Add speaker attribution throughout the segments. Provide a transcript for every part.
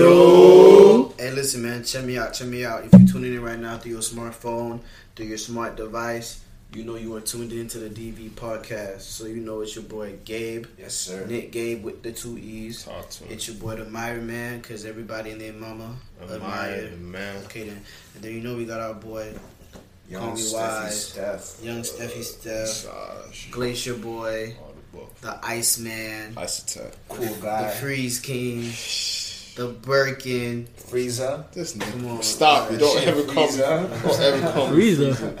Speaker 1: Yo! Hey, listen, man, check me out, check me out. If you're tuning in right now through your smartphone, through your smart device, you know you are tuned in to the DV podcast. So you know it's your boy Gabe,
Speaker 2: Yes, sir.
Speaker 1: Nick Gabe with the two E's.
Speaker 2: Talk to him.
Speaker 1: It's your boy the Myra Man, because everybody and their mama admire.
Speaker 2: Admire the man.
Speaker 1: Okay, then. And then you know we got our boy,
Speaker 2: Young
Speaker 1: Kobe
Speaker 2: Steffi
Speaker 1: Wise,
Speaker 2: Steph.
Speaker 1: Young Steffi Steph,
Speaker 2: Saj.
Speaker 1: Glacier Boy,
Speaker 2: All the buff.
Speaker 1: the Iceman,
Speaker 2: Isotech.
Speaker 3: Cool
Speaker 1: the
Speaker 3: guy.
Speaker 1: Freeze King, the Birkin,
Speaker 3: Frieza.
Speaker 2: This
Speaker 1: Come
Speaker 2: nigga.
Speaker 1: on.
Speaker 2: Stop. Don't
Speaker 3: Shit,
Speaker 2: ever call me.
Speaker 3: Frieza.
Speaker 2: Don't ever call me.
Speaker 4: Frieza.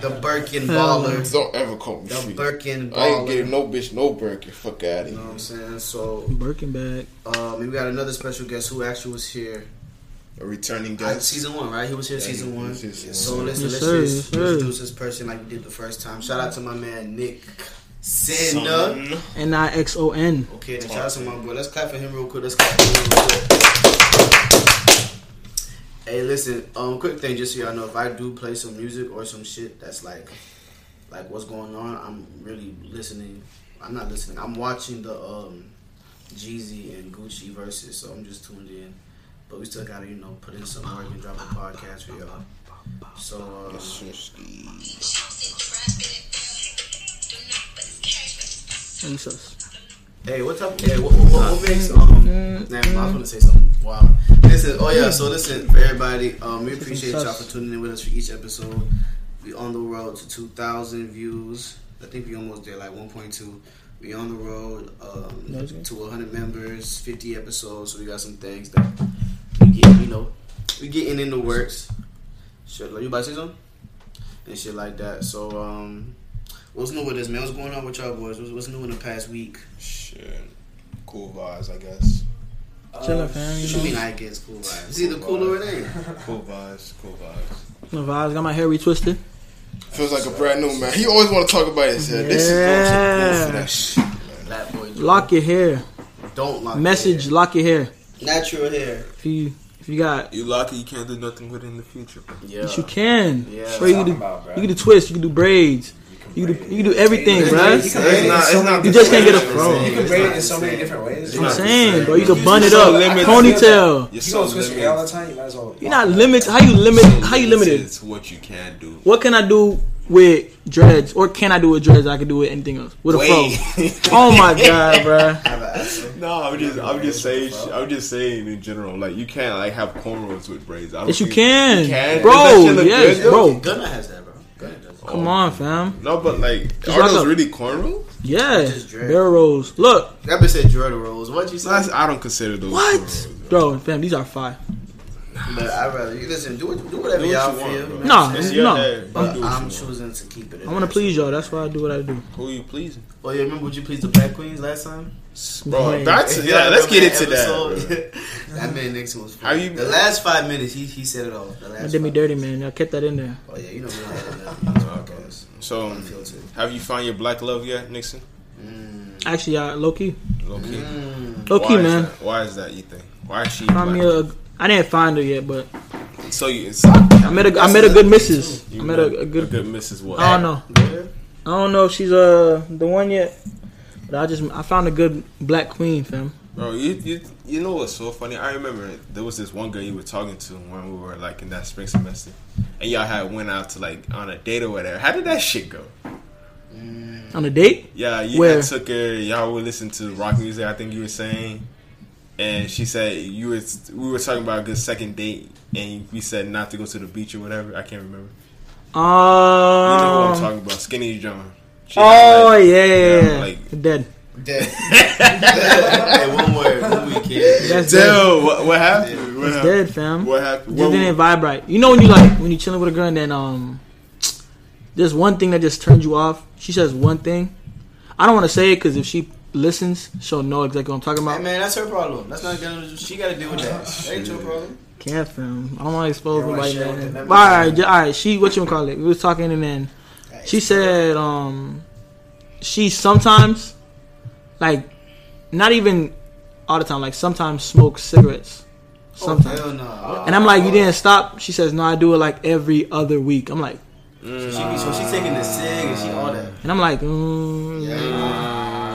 Speaker 1: the Birkin
Speaker 4: Hell no.
Speaker 1: Baller.
Speaker 2: Don't ever call me.
Speaker 1: The
Speaker 2: Free.
Speaker 1: Birkin
Speaker 2: I ain't
Speaker 1: baller.
Speaker 2: getting no bitch, no burger. Fuck out
Speaker 1: You know what I'm
Speaker 2: of
Speaker 1: saying? So
Speaker 4: Birkin bag.
Speaker 1: um, we got another special guest who actually was here.
Speaker 2: here. A returning
Speaker 1: Uh,
Speaker 2: guest.
Speaker 1: season one, right? He was here
Speaker 2: Yeah,
Speaker 1: season
Speaker 2: he
Speaker 1: one.
Speaker 2: was here season
Speaker 1: so
Speaker 2: one.
Speaker 1: listen,
Speaker 4: Yes,
Speaker 1: let's
Speaker 4: sir,
Speaker 1: just
Speaker 4: yes, sir.
Speaker 1: introduce this person like we did the first time. Shout out to my man Nick Sinner.
Speaker 2: Son.
Speaker 4: N I X O N.
Speaker 1: Okay, then shout out to my boy. Let's clap for him real quick. Let's clap for him real quick. Hey, listen. Um, quick thing, just so y'all know, if I do play some music or some shit that's like, like what's going on, I'm really listening. I'm not listening. I'm watching the um, Jeezy and Gucci verses, so I'm just tuned in. But we still gotta, you know, put in some work and drop a podcast for y'all. So um,
Speaker 2: Yes, sir, Steve.
Speaker 4: Jesus.
Speaker 1: Hey, what's up? Hey, what, what, what makes um? Damn,
Speaker 4: Mm-hmm.
Speaker 1: I'm gonna say something. Wow. Listen, oh yeah. So listen, for everybody, um, we appreciate y'all for tuning in with us for each episode. We on the road to 2,000 views. I think we almost there, like 1.2. We on the road
Speaker 4: No, it's
Speaker 1: um,
Speaker 4: good.
Speaker 1: to 100 members, 50 episodes. So we got some things that we get, you know, we getting in the works. Shit, like you about to say something? And shit like that. So um, what's new with this man? What's going on with y'all boys? What's, what's new in the past week?
Speaker 2: Shit. Cool vibes, I guess.
Speaker 4: Chilling, fam.
Speaker 1: What
Speaker 4: You
Speaker 1: you
Speaker 4: know?
Speaker 1: mean I guess cool vibes? It's either cool or it ain't.
Speaker 2: Cool vibes, cool vibes.
Speaker 4: The vibes. Got my hair retwisted.
Speaker 2: Feels like a brand new man. He always want to talk about his hair. This is
Speaker 4: Yeah.
Speaker 2: going to for that shit.
Speaker 1: Black boy.
Speaker 4: Lock your hair.
Speaker 1: Don't lock.
Speaker 4: Message.
Speaker 1: Hair.
Speaker 4: Lock your hair.
Speaker 1: Natural hair.
Speaker 4: If you if you got,
Speaker 5: You lucky you can't do nothing with it in the future.
Speaker 1: Yeah.
Speaker 4: if you can.
Speaker 1: Yeah.
Speaker 4: Bro, you
Speaker 3: Talking
Speaker 4: can do.
Speaker 3: about, bro.
Speaker 4: You can do twists. You can do braids. You can do, you can do everything,
Speaker 3: It's
Speaker 4: bro.
Speaker 3: not-
Speaker 4: You
Speaker 3: it's not- it's not
Speaker 4: You just can't get a
Speaker 2: pro.
Speaker 3: You can braid it in so many different ways.
Speaker 4: know what I'm
Speaker 3: You
Speaker 4: saying, bro. You can bun it
Speaker 5: so
Speaker 4: up.
Speaker 5: limited.
Speaker 4: Ponytail.
Speaker 5: You're
Speaker 3: gonna twist your hair all the time. You might as well.
Speaker 4: You're not limit. How you limit? How you limited?
Speaker 5: It's what you can do.
Speaker 4: What can I do with dreads? Or can I do with dreads? I can do with anything else. With a fro. Oh my god, bro.
Speaker 1: Have an afro.
Speaker 5: no, I'm just, I'm just saying, sh- I'm just saying in general. Like you can't like have cornrows with braids. I don't
Speaker 4: Yes, you
Speaker 5: think-
Speaker 4: can.
Speaker 5: You can, Does that
Speaker 4: Bro,
Speaker 5: shit look
Speaker 4: yes,
Speaker 5: good, though?
Speaker 4: bro.
Speaker 1: Gunna has that, bro. Gunna does.
Speaker 4: Come on, fam.
Speaker 5: No, but like,
Speaker 4: Just
Speaker 5: are
Speaker 4: like
Speaker 5: those
Speaker 4: a-
Speaker 5: really cornrows?
Speaker 4: Yeah.
Speaker 1: Just dread.
Speaker 4: Barrel rolls. Look,
Speaker 1: That bitch said Jordan rolls. What'd you say?
Speaker 5: That's, I don't consider those.
Speaker 4: what?
Speaker 5: Cornrows.
Speaker 4: Bro, fam, these are fire.
Speaker 1: But I'd rather you listen. Do what, do whatever
Speaker 5: Do what
Speaker 1: y'all
Speaker 5: you want,
Speaker 1: feel.
Speaker 5: bro.
Speaker 1: man.
Speaker 4: Nah,
Speaker 5: It's
Speaker 4: no. Uh, um,
Speaker 5: your hair. You
Speaker 1: But
Speaker 5: do what you
Speaker 1: I'm
Speaker 5: want.
Speaker 1: choosing to keep it.
Speaker 4: I want to please y'all. That's why I do what I do.
Speaker 5: Who you pleasing?
Speaker 1: Oh yeah, remember would you please the Black Queens last time?
Speaker 4: Wait.
Speaker 5: Bro, that's yeah. Let's get into that. bro.
Speaker 1: that. that man Nixon was.
Speaker 5: How you-
Speaker 1: The last five minutes, he he said it all. The
Speaker 4: That
Speaker 1: last.
Speaker 4: did me
Speaker 1: five-
Speaker 4: dirty, man. I kept that in there.
Speaker 1: Oh yeah, you know we don't have that in this podcast.
Speaker 5: So,
Speaker 1: Unfiltered.
Speaker 5: have you found your black love yet, Nixon?
Speaker 1: Mm.
Speaker 4: Actually, I low key,
Speaker 5: Low key.
Speaker 1: Mm.
Speaker 4: low key,
Speaker 5: Why is
Speaker 4: man.
Speaker 5: that? Why is that? You think? Why is she?
Speaker 4: Find me
Speaker 5: black?
Speaker 4: a. I didn't find her yet, but
Speaker 5: So you, it's,
Speaker 4: I met a. I met a good missus. I met a, a good. Uh,
Speaker 5: Mrs. What?
Speaker 4: I don't know.
Speaker 1: Yeah.
Speaker 4: I don't know if she's uh the one yet, but I just I found a good black queen, fam.
Speaker 5: Bro, you, you you know what's so funny? I remember there was this one girl you were talking to when we were like in that spring semester, and y'all had went out to like on a date or whatever. How did that shit go?
Speaker 4: On a date,
Speaker 5: Yeah, you
Speaker 4: Where?
Speaker 5: had took her. Y'all would listen to rock music. I think you were saying, and she said you were we were talking about a good second date, and we said not to go to the beach or whatever. I can't remember. You know what I'm
Speaker 4: um.
Speaker 5: talking about? Skinny John. She had,
Speaker 4: Oh
Speaker 5: like-
Speaker 4: yeah, yeah,
Speaker 5: yeah,
Speaker 4: yeah.
Speaker 5: like-
Speaker 4: dead.
Speaker 1: Dead. hey, one word, one weekend.
Speaker 4: That's dead.
Speaker 5: Dude, what, what happened? What
Speaker 4: It's
Speaker 5: happened?
Speaker 4: dead, fam.
Speaker 5: What happened?
Speaker 4: Just
Speaker 5: What-
Speaker 4: didn't vibe right. You know when you like when you chilling with a girl and then um, there's one thing that just turns you off. She says one thing. I don't want to say it because if she listens, she'll know exactly what I'm talking
Speaker 1: Hey,
Speaker 4: about.
Speaker 1: man, that's her problem. That's not gonna. She gotta deal with that. That ain't your problem.
Speaker 4: Can't fam. I don't want to
Speaker 3: You
Speaker 4: expose
Speaker 3: don't wanna
Speaker 4: nobody.
Speaker 3: share with the
Speaker 4: Man.
Speaker 3: members.
Speaker 4: All right, all right. She what you call it? We was talking and then she said um, she sometimes like not even all the time. Like sometimes smokes cigarettes. Sometimes.
Speaker 1: Oh, Hell no.
Speaker 4: And I'm like, you didn't stop. She says, no, I do it like every other week. I'm like,
Speaker 1: She be so she taking the cig and she all that.
Speaker 4: and I'm like, mm,
Speaker 1: Yeah.
Speaker 4: yeah.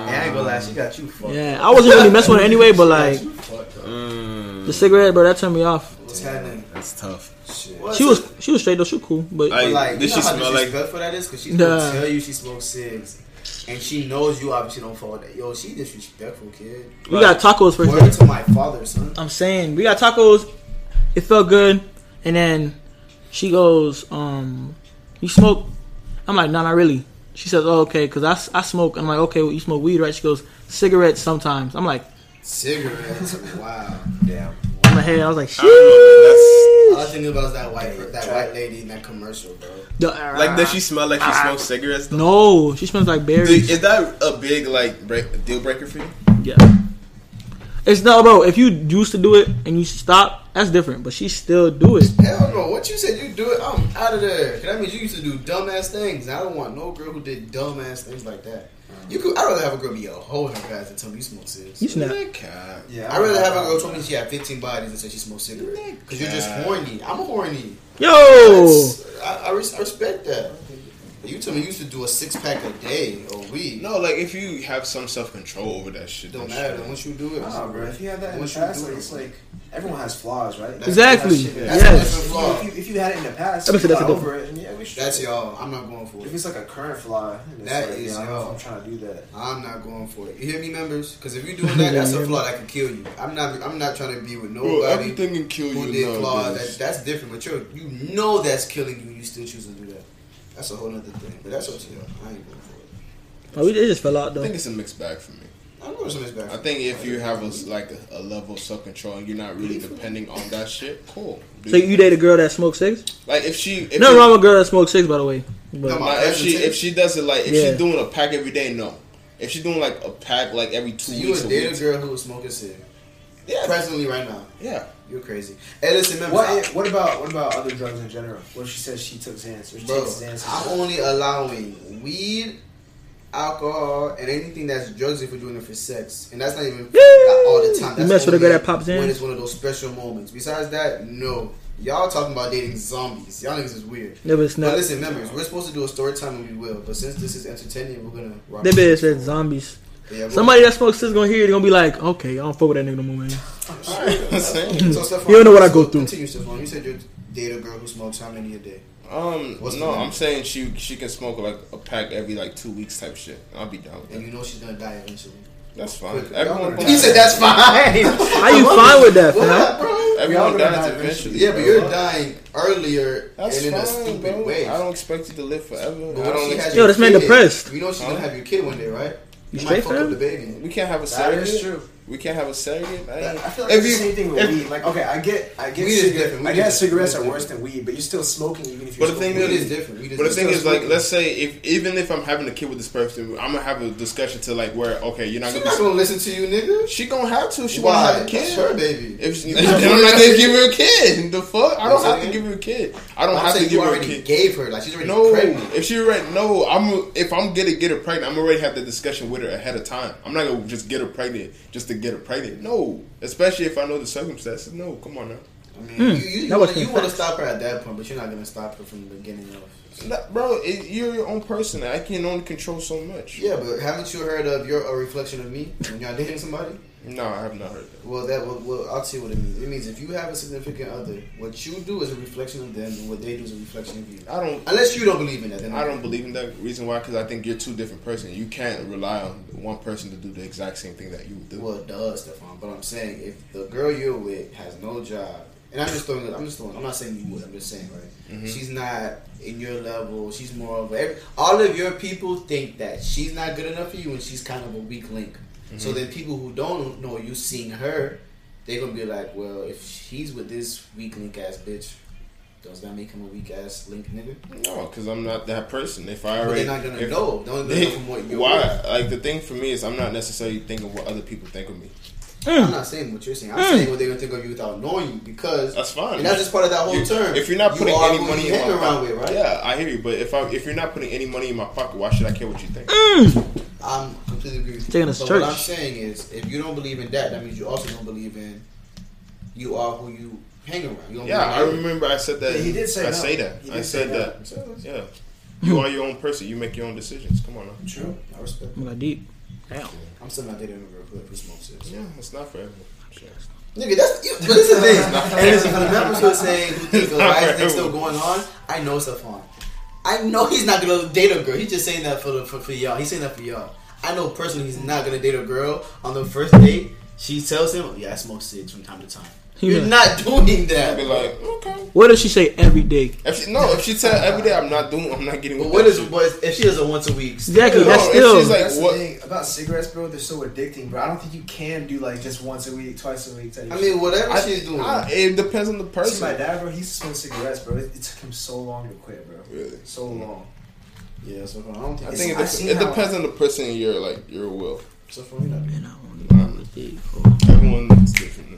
Speaker 1: I ain't gonna lie, she got you fucked.
Speaker 4: I wasn't really messing with her anyway, but like,
Speaker 1: She got you fucked up.
Speaker 5: Mm.
Speaker 4: The cigarette, bro, that turned me off.
Speaker 3: What's happening?
Speaker 2: That's tough.
Speaker 3: Shit.
Speaker 1: What?
Speaker 4: She was she was straight though. She was cool, but
Speaker 2: Like,
Speaker 1: But, like,
Speaker 2: did
Speaker 1: you
Speaker 2: she
Speaker 1: know how
Speaker 2: smell like?
Speaker 1: disrespectful that is? Because she's
Speaker 4: Nah.
Speaker 1: gonna tell you she smokes cigs, and she knows you obviously don't follow that. Yo, she disrespectful, kid.
Speaker 4: we got tacos first.
Speaker 1: Word to my father, son.
Speaker 4: I'm saying we got tacos. It felt good, and then she goes, um, "You smoke?" I'm like, "No, not really." She says, "Oh, okay," because I, s- I smoke. I'm like, "Okay, well, you smoke weed, right?" She goes, "Cigarettes sometimes." I'm like,
Speaker 1: Cigarettes. Wow.
Speaker 3: Damn.
Speaker 4: in my head, I was like,
Speaker 2: I don't
Speaker 1: All I think about is that white that white lady in that commercial, bro.
Speaker 4: "Shit."
Speaker 2: Like, does she smell like she
Speaker 4: Ah.
Speaker 2: smokes cigarettes? Though?
Speaker 4: No, she smells like
Speaker 2: Dude,
Speaker 4: berries.
Speaker 2: Is that a big like break, deal breaker for you?
Speaker 4: yeah. It's no, bro. If you used to do it and you stop, that's different. But she still do it.
Speaker 1: Hell no! What you said you do it, I'm out of there. 'Cause That means you used to do dumbass things. And I don't want no girl who did dumbass things like that. You could. I'd rather have a girl be a hoe in her past than tell me you smoke cigs.
Speaker 4: You snap.
Speaker 2: That cat.
Speaker 3: Yeah.
Speaker 1: I'd rather have a girl tell me she had 15 bodies and say she smoked cigarettes. Because you're just
Speaker 2: God.
Speaker 1: horny. I'm horny.
Speaker 4: Yo,
Speaker 1: That's- I, I, res- I respect that. You tell me you used to do a six pack a day or week.
Speaker 2: No, like if you have some self control over that shit,
Speaker 1: It don't
Speaker 2: that
Speaker 1: matter.
Speaker 2: shit-
Speaker 1: Once you do it,
Speaker 3: Nah, bro. If you have that in the
Speaker 1: Once you
Speaker 3: past,
Speaker 1: do
Speaker 3: like,
Speaker 1: it.
Speaker 3: it's like everyone has flaws, right?
Speaker 4: Exactly.
Speaker 3: That's-
Speaker 1: Yes.
Speaker 3: that's- that's-
Speaker 1: That's a
Speaker 3: if
Speaker 1: flaw.
Speaker 3: you- If you, if you had it in the past,
Speaker 4: Let me
Speaker 3: you
Speaker 4: see, that's
Speaker 3: got
Speaker 4: a different-
Speaker 3: over it, and yeah, we should.
Speaker 1: that's y'all. I'm not going for
Speaker 3: If
Speaker 1: it.
Speaker 3: it's like a current flaw, and it's
Speaker 1: That
Speaker 3: like,
Speaker 1: is
Speaker 3: yeah, I don't know
Speaker 1: y'all.
Speaker 3: if I'm trying to do that.
Speaker 1: I'm not going for it. You hear me, members? Because if you're doing that, that's a flaw that can kill you. I'm not. I'm not trying to be with
Speaker 6: Bro,
Speaker 1: nobody
Speaker 6: everything can kill
Speaker 1: who
Speaker 6: you
Speaker 1: did flaws.
Speaker 6: nowadays.
Speaker 1: That, that's different. But you you know that's killing you. You still choose to do that. That's a whole nother thing. But that's up to y'all. I ain't going for it.
Speaker 4: oh, we it just fell out
Speaker 2: I
Speaker 4: though.
Speaker 2: think it's a mixed bag for me.
Speaker 1: I'm going to miss back.
Speaker 2: I think if you have a, like a, a level of self control and you're not really depending on that shit, cool. dude.
Speaker 4: So you date a girl that smokes cigs?
Speaker 2: like if she if
Speaker 4: Nothing
Speaker 2: you-
Speaker 4: wrong with a girl that smokes cigs, by the way. But
Speaker 1: No,
Speaker 2: Nah, if she if she does it like if
Speaker 4: Yeah.
Speaker 2: she's doing a pack every day, no. If she's doing like a pack like every
Speaker 1: So
Speaker 2: two
Speaker 1: you
Speaker 2: weeks,
Speaker 1: would
Speaker 2: a
Speaker 1: date a
Speaker 2: week,
Speaker 1: girl who was smoking cig
Speaker 2: yeah,
Speaker 1: presently right now.
Speaker 2: yeah.
Speaker 1: You're crazy. Hey, listen, remember,
Speaker 3: What?
Speaker 1: I-
Speaker 3: i- What about what about other drugs in general? What if she says she took Xans or she
Speaker 1: bro,
Speaker 3: takes Xans?
Speaker 1: I'm only allowing weed, alcohol, and anything that's drugs if we're doing it for sex, and that's not even not all the time.
Speaker 4: You
Speaker 1: That's
Speaker 4: mess with a
Speaker 1: only
Speaker 4: girl that pops in?
Speaker 1: when it's one of those special moments. Besides that, no. Y'all talking about dating zombies? Y'all niggas is weird.
Speaker 4: never it's
Speaker 1: Now
Speaker 4: not.
Speaker 1: listen, members, we're supposed to do a story time and we will, but since this is entertaining, we're gonna. rock it.
Speaker 4: That bitch said zombies.
Speaker 1: Yeah, we're-
Speaker 4: Somebody that smokes cigs gonna hear it, they gonna be like, okay, I don't fuck with that nigga no more, man.
Speaker 1: So, Stephon,
Speaker 4: You don't know what I go through.
Speaker 1: Continue, Stephon. You said you date a girl who smokes how many a day?
Speaker 2: Um,
Speaker 1: What's
Speaker 2: no,
Speaker 1: the name?
Speaker 2: I'm saying she she can smoke like a pack every like two weeks type shit. I'll be down with
Speaker 1: and
Speaker 2: that.
Speaker 1: you know she's gonna die eventually.
Speaker 2: That's fine. Everyone,
Speaker 1: He said that's fine.
Speaker 4: How you fine with that, fam?
Speaker 1: what, bro?
Speaker 2: everyone
Speaker 3: Y'all gonna
Speaker 2: dies
Speaker 3: die
Speaker 2: eventually.
Speaker 1: Yeah,
Speaker 2: bro.
Speaker 1: but you're dying earlier
Speaker 2: That's
Speaker 1: and in a
Speaker 2: fine,
Speaker 1: stupid
Speaker 2: bro.
Speaker 1: way.
Speaker 2: I don't expect you to live forever.
Speaker 1: But what
Speaker 2: I
Speaker 1: if
Speaker 2: don't.
Speaker 1: she has
Speaker 2: Expect,
Speaker 4: Yo,
Speaker 1: your
Speaker 4: this man
Speaker 1: kid?
Speaker 4: depressed.
Speaker 1: You know she's gonna
Speaker 2: Huh?
Speaker 1: have your kid one day, right?
Speaker 4: You
Speaker 1: might
Speaker 4: straight,
Speaker 1: fuck up
Speaker 4: fam?
Speaker 1: the baby.
Speaker 2: we can't have a
Speaker 3: that
Speaker 2: surrogate.
Speaker 3: is true.
Speaker 2: We can't have a surrogate. I ain't-
Speaker 3: I feel like it's the same thing with
Speaker 2: if-
Speaker 3: weed. Like, okay, I get, I get,
Speaker 1: Weed is
Speaker 3: cigarette-
Speaker 1: different.
Speaker 3: I
Speaker 1: Weed
Speaker 3: get
Speaker 1: is-
Speaker 3: cigarettes
Speaker 1: weed
Speaker 3: are
Speaker 1: is
Speaker 3: worse than weed, but you're still smoking even if
Speaker 2: But
Speaker 3: you're.
Speaker 2: the thing
Speaker 1: It
Speaker 2: It
Speaker 1: is
Speaker 2: is
Speaker 1: different. We just
Speaker 2: But the thing is, like,
Speaker 1: smoking.
Speaker 2: let's say if even if I'm having a kid with this person, I'm gonna have a discussion to like where okay, you're not
Speaker 1: She's
Speaker 2: gonna.
Speaker 1: not
Speaker 2: Be,
Speaker 1: gonna listen to you, nigga.
Speaker 2: she gonna have to. She
Speaker 1: Why?
Speaker 2: wanna have
Speaker 1: That's
Speaker 2: a kid.
Speaker 1: her baby.
Speaker 2: If she, then I'm not gonna give her a kid. The fuck? I
Speaker 1: You know
Speaker 2: don't
Speaker 1: what I'm
Speaker 2: have to
Speaker 1: saying?
Speaker 2: give her a kid. I don't
Speaker 1: I'm
Speaker 2: have to
Speaker 1: saying
Speaker 2: give
Speaker 1: you
Speaker 2: her a
Speaker 1: already
Speaker 2: kid.
Speaker 1: gave her. Like she's already
Speaker 2: No,
Speaker 1: pregnant.
Speaker 2: if she right, no, I'm if I'm gonna get her pregnant, I'm already have the discussion with her ahead of time. I'm not gonna just get her pregnant just to get her pregnant. No, especially if I know the circumstances. No, come on now,
Speaker 1: I mean,
Speaker 4: Hmm,
Speaker 1: you, you,
Speaker 4: that
Speaker 1: wanna,
Speaker 4: was
Speaker 1: you wanna stop her at that point, but you're not gonna stop her from the beginning of.
Speaker 2: Nah, bro, it, you're your own person. I can only control so much.
Speaker 1: Yeah, but haven't you heard of your a reflection of me when y'all dating somebody?
Speaker 2: No, I have not heard that.
Speaker 1: Well, that well, well, I'll tell you what it means. It means if you have a significant other, what you do is a reflection of them, and what they do is a reflection of you.
Speaker 2: I don't.
Speaker 1: Unless you don't believe in that, then
Speaker 2: I don't believe in that reason why because I think you're two different person. You can't rely on one person to do the exact same thing that you would do.
Speaker 1: Well, it does, Stephon. But I'm saying if the girl you're with has no job, and I'm just throwing, I'm just throwing, I'm not saying you would. I'm just saying, right?
Speaker 2: Mm-hmm.
Speaker 1: She's not in your level. She's more of a, all of your people think that she's not good enough for you, and she's kind of a weak link. So
Speaker 2: Mm-hmm.
Speaker 1: then people who don't know you seen her, they're gonna be like, well, if he's with this weak link ass bitch, does that make him a weak ass link nigga?
Speaker 2: No, because I'm not that person. If I
Speaker 1: But
Speaker 2: already,
Speaker 1: they're not gonna
Speaker 2: if-
Speaker 1: know. They're only gonna know from what you're.
Speaker 2: why? Like the thing for me is I'm not necessarily thinking what other people think of me.
Speaker 1: I'm not saying what you're saying. I'm
Speaker 4: Hmm.
Speaker 1: saying what they're gonna think of you without knowing you because
Speaker 2: That's fine.
Speaker 1: And that's just part of that whole
Speaker 2: You-
Speaker 1: term.
Speaker 2: If you're not
Speaker 1: You
Speaker 2: putting
Speaker 1: are
Speaker 2: any
Speaker 1: who
Speaker 2: money
Speaker 1: you
Speaker 2: in my
Speaker 1: hang around
Speaker 2: pocket,
Speaker 1: with, right?
Speaker 2: yeah, I hear you. But if I if you're not putting any money in my pocket, why should I care what you think?
Speaker 1: I'm completely agree with you.
Speaker 4: Taking us
Speaker 1: but
Speaker 4: to
Speaker 1: what I'm
Speaker 4: church.
Speaker 1: saying is, if you don't believe in that, that means you also don't believe in you are who you hang around. You don't
Speaker 2: Yeah, I
Speaker 1: believe in-
Speaker 2: remember I said that.
Speaker 3: Yeah, he did say
Speaker 2: I
Speaker 3: no.
Speaker 2: say that.
Speaker 3: He
Speaker 2: I
Speaker 3: did say
Speaker 2: said
Speaker 3: no.
Speaker 2: that. Yeah, you are your own person. You make your own decisions. Come on now.
Speaker 1: True, I respect.
Speaker 4: I'm like, deep. Damn.
Speaker 1: I'm still not dating a girl who ever smokes it.
Speaker 2: Yeah, it's not for everyone. Shit.
Speaker 1: Nigga, that's you, but this is the thing. And it's for the members who are saying who think the why is this still going on, I know Stephon. I know he's not gonna date a girl. He's just saying that for the, for, for y'all. He's saying that for y'all. I know personally he's not gonna date a girl on the first date. She tells him, "Yeah, I smoke cigs from time to time." You're
Speaker 4: Yeah.
Speaker 1: not doing
Speaker 2: I'd be
Speaker 1: that.
Speaker 2: like, okay.
Speaker 4: What does she say every day?
Speaker 2: If she, no, if she tell every day I'm not doing, I'm not getting.
Speaker 1: But
Speaker 2: with
Speaker 1: what
Speaker 2: that
Speaker 1: is
Speaker 2: shit.
Speaker 1: what if she does it once a week?
Speaker 4: Exactly.
Speaker 2: No,
Speaker 4: that's
Speaker 2: if
Speaker 4: still.
Speaker 2: she's like-
Speaker 3: That's
Speaker 2: what-
Speaker 3: the thing about cigarettes, bro. They're so addicting, bro. I don't think you can do like just once a week, twice a week. Type
Speaker 1: I mean, whatever
Speaker 2: I,
Speaker 1: she's doing.
Speaker 2: I, it depends on the
Speaker 3: See, my
Speaker 2: person.
Speaker 3: dad, bro, he used to smoke cigarettes, bro. It, it took him so long to quit, bro.
Speaker 2: Really?
Speaker 3: So long.
Speaker 1: yeah, so I don't think.
Speaker 2: I
Speaker 1: it's-
Speaker 2: think it,
Speaker 3: I've
Speaker 2: dep-
Speaker 3: seen
Speaker 2: it
Speaker 3: how-
Speaker 2: depends on the person and your like your will.
Speaker 1: so for me, not.
Speaker 4: Man, I only want
Speaker 1: Mm.
Speaker 4: to date for-
Speaker 2: Everyone's different.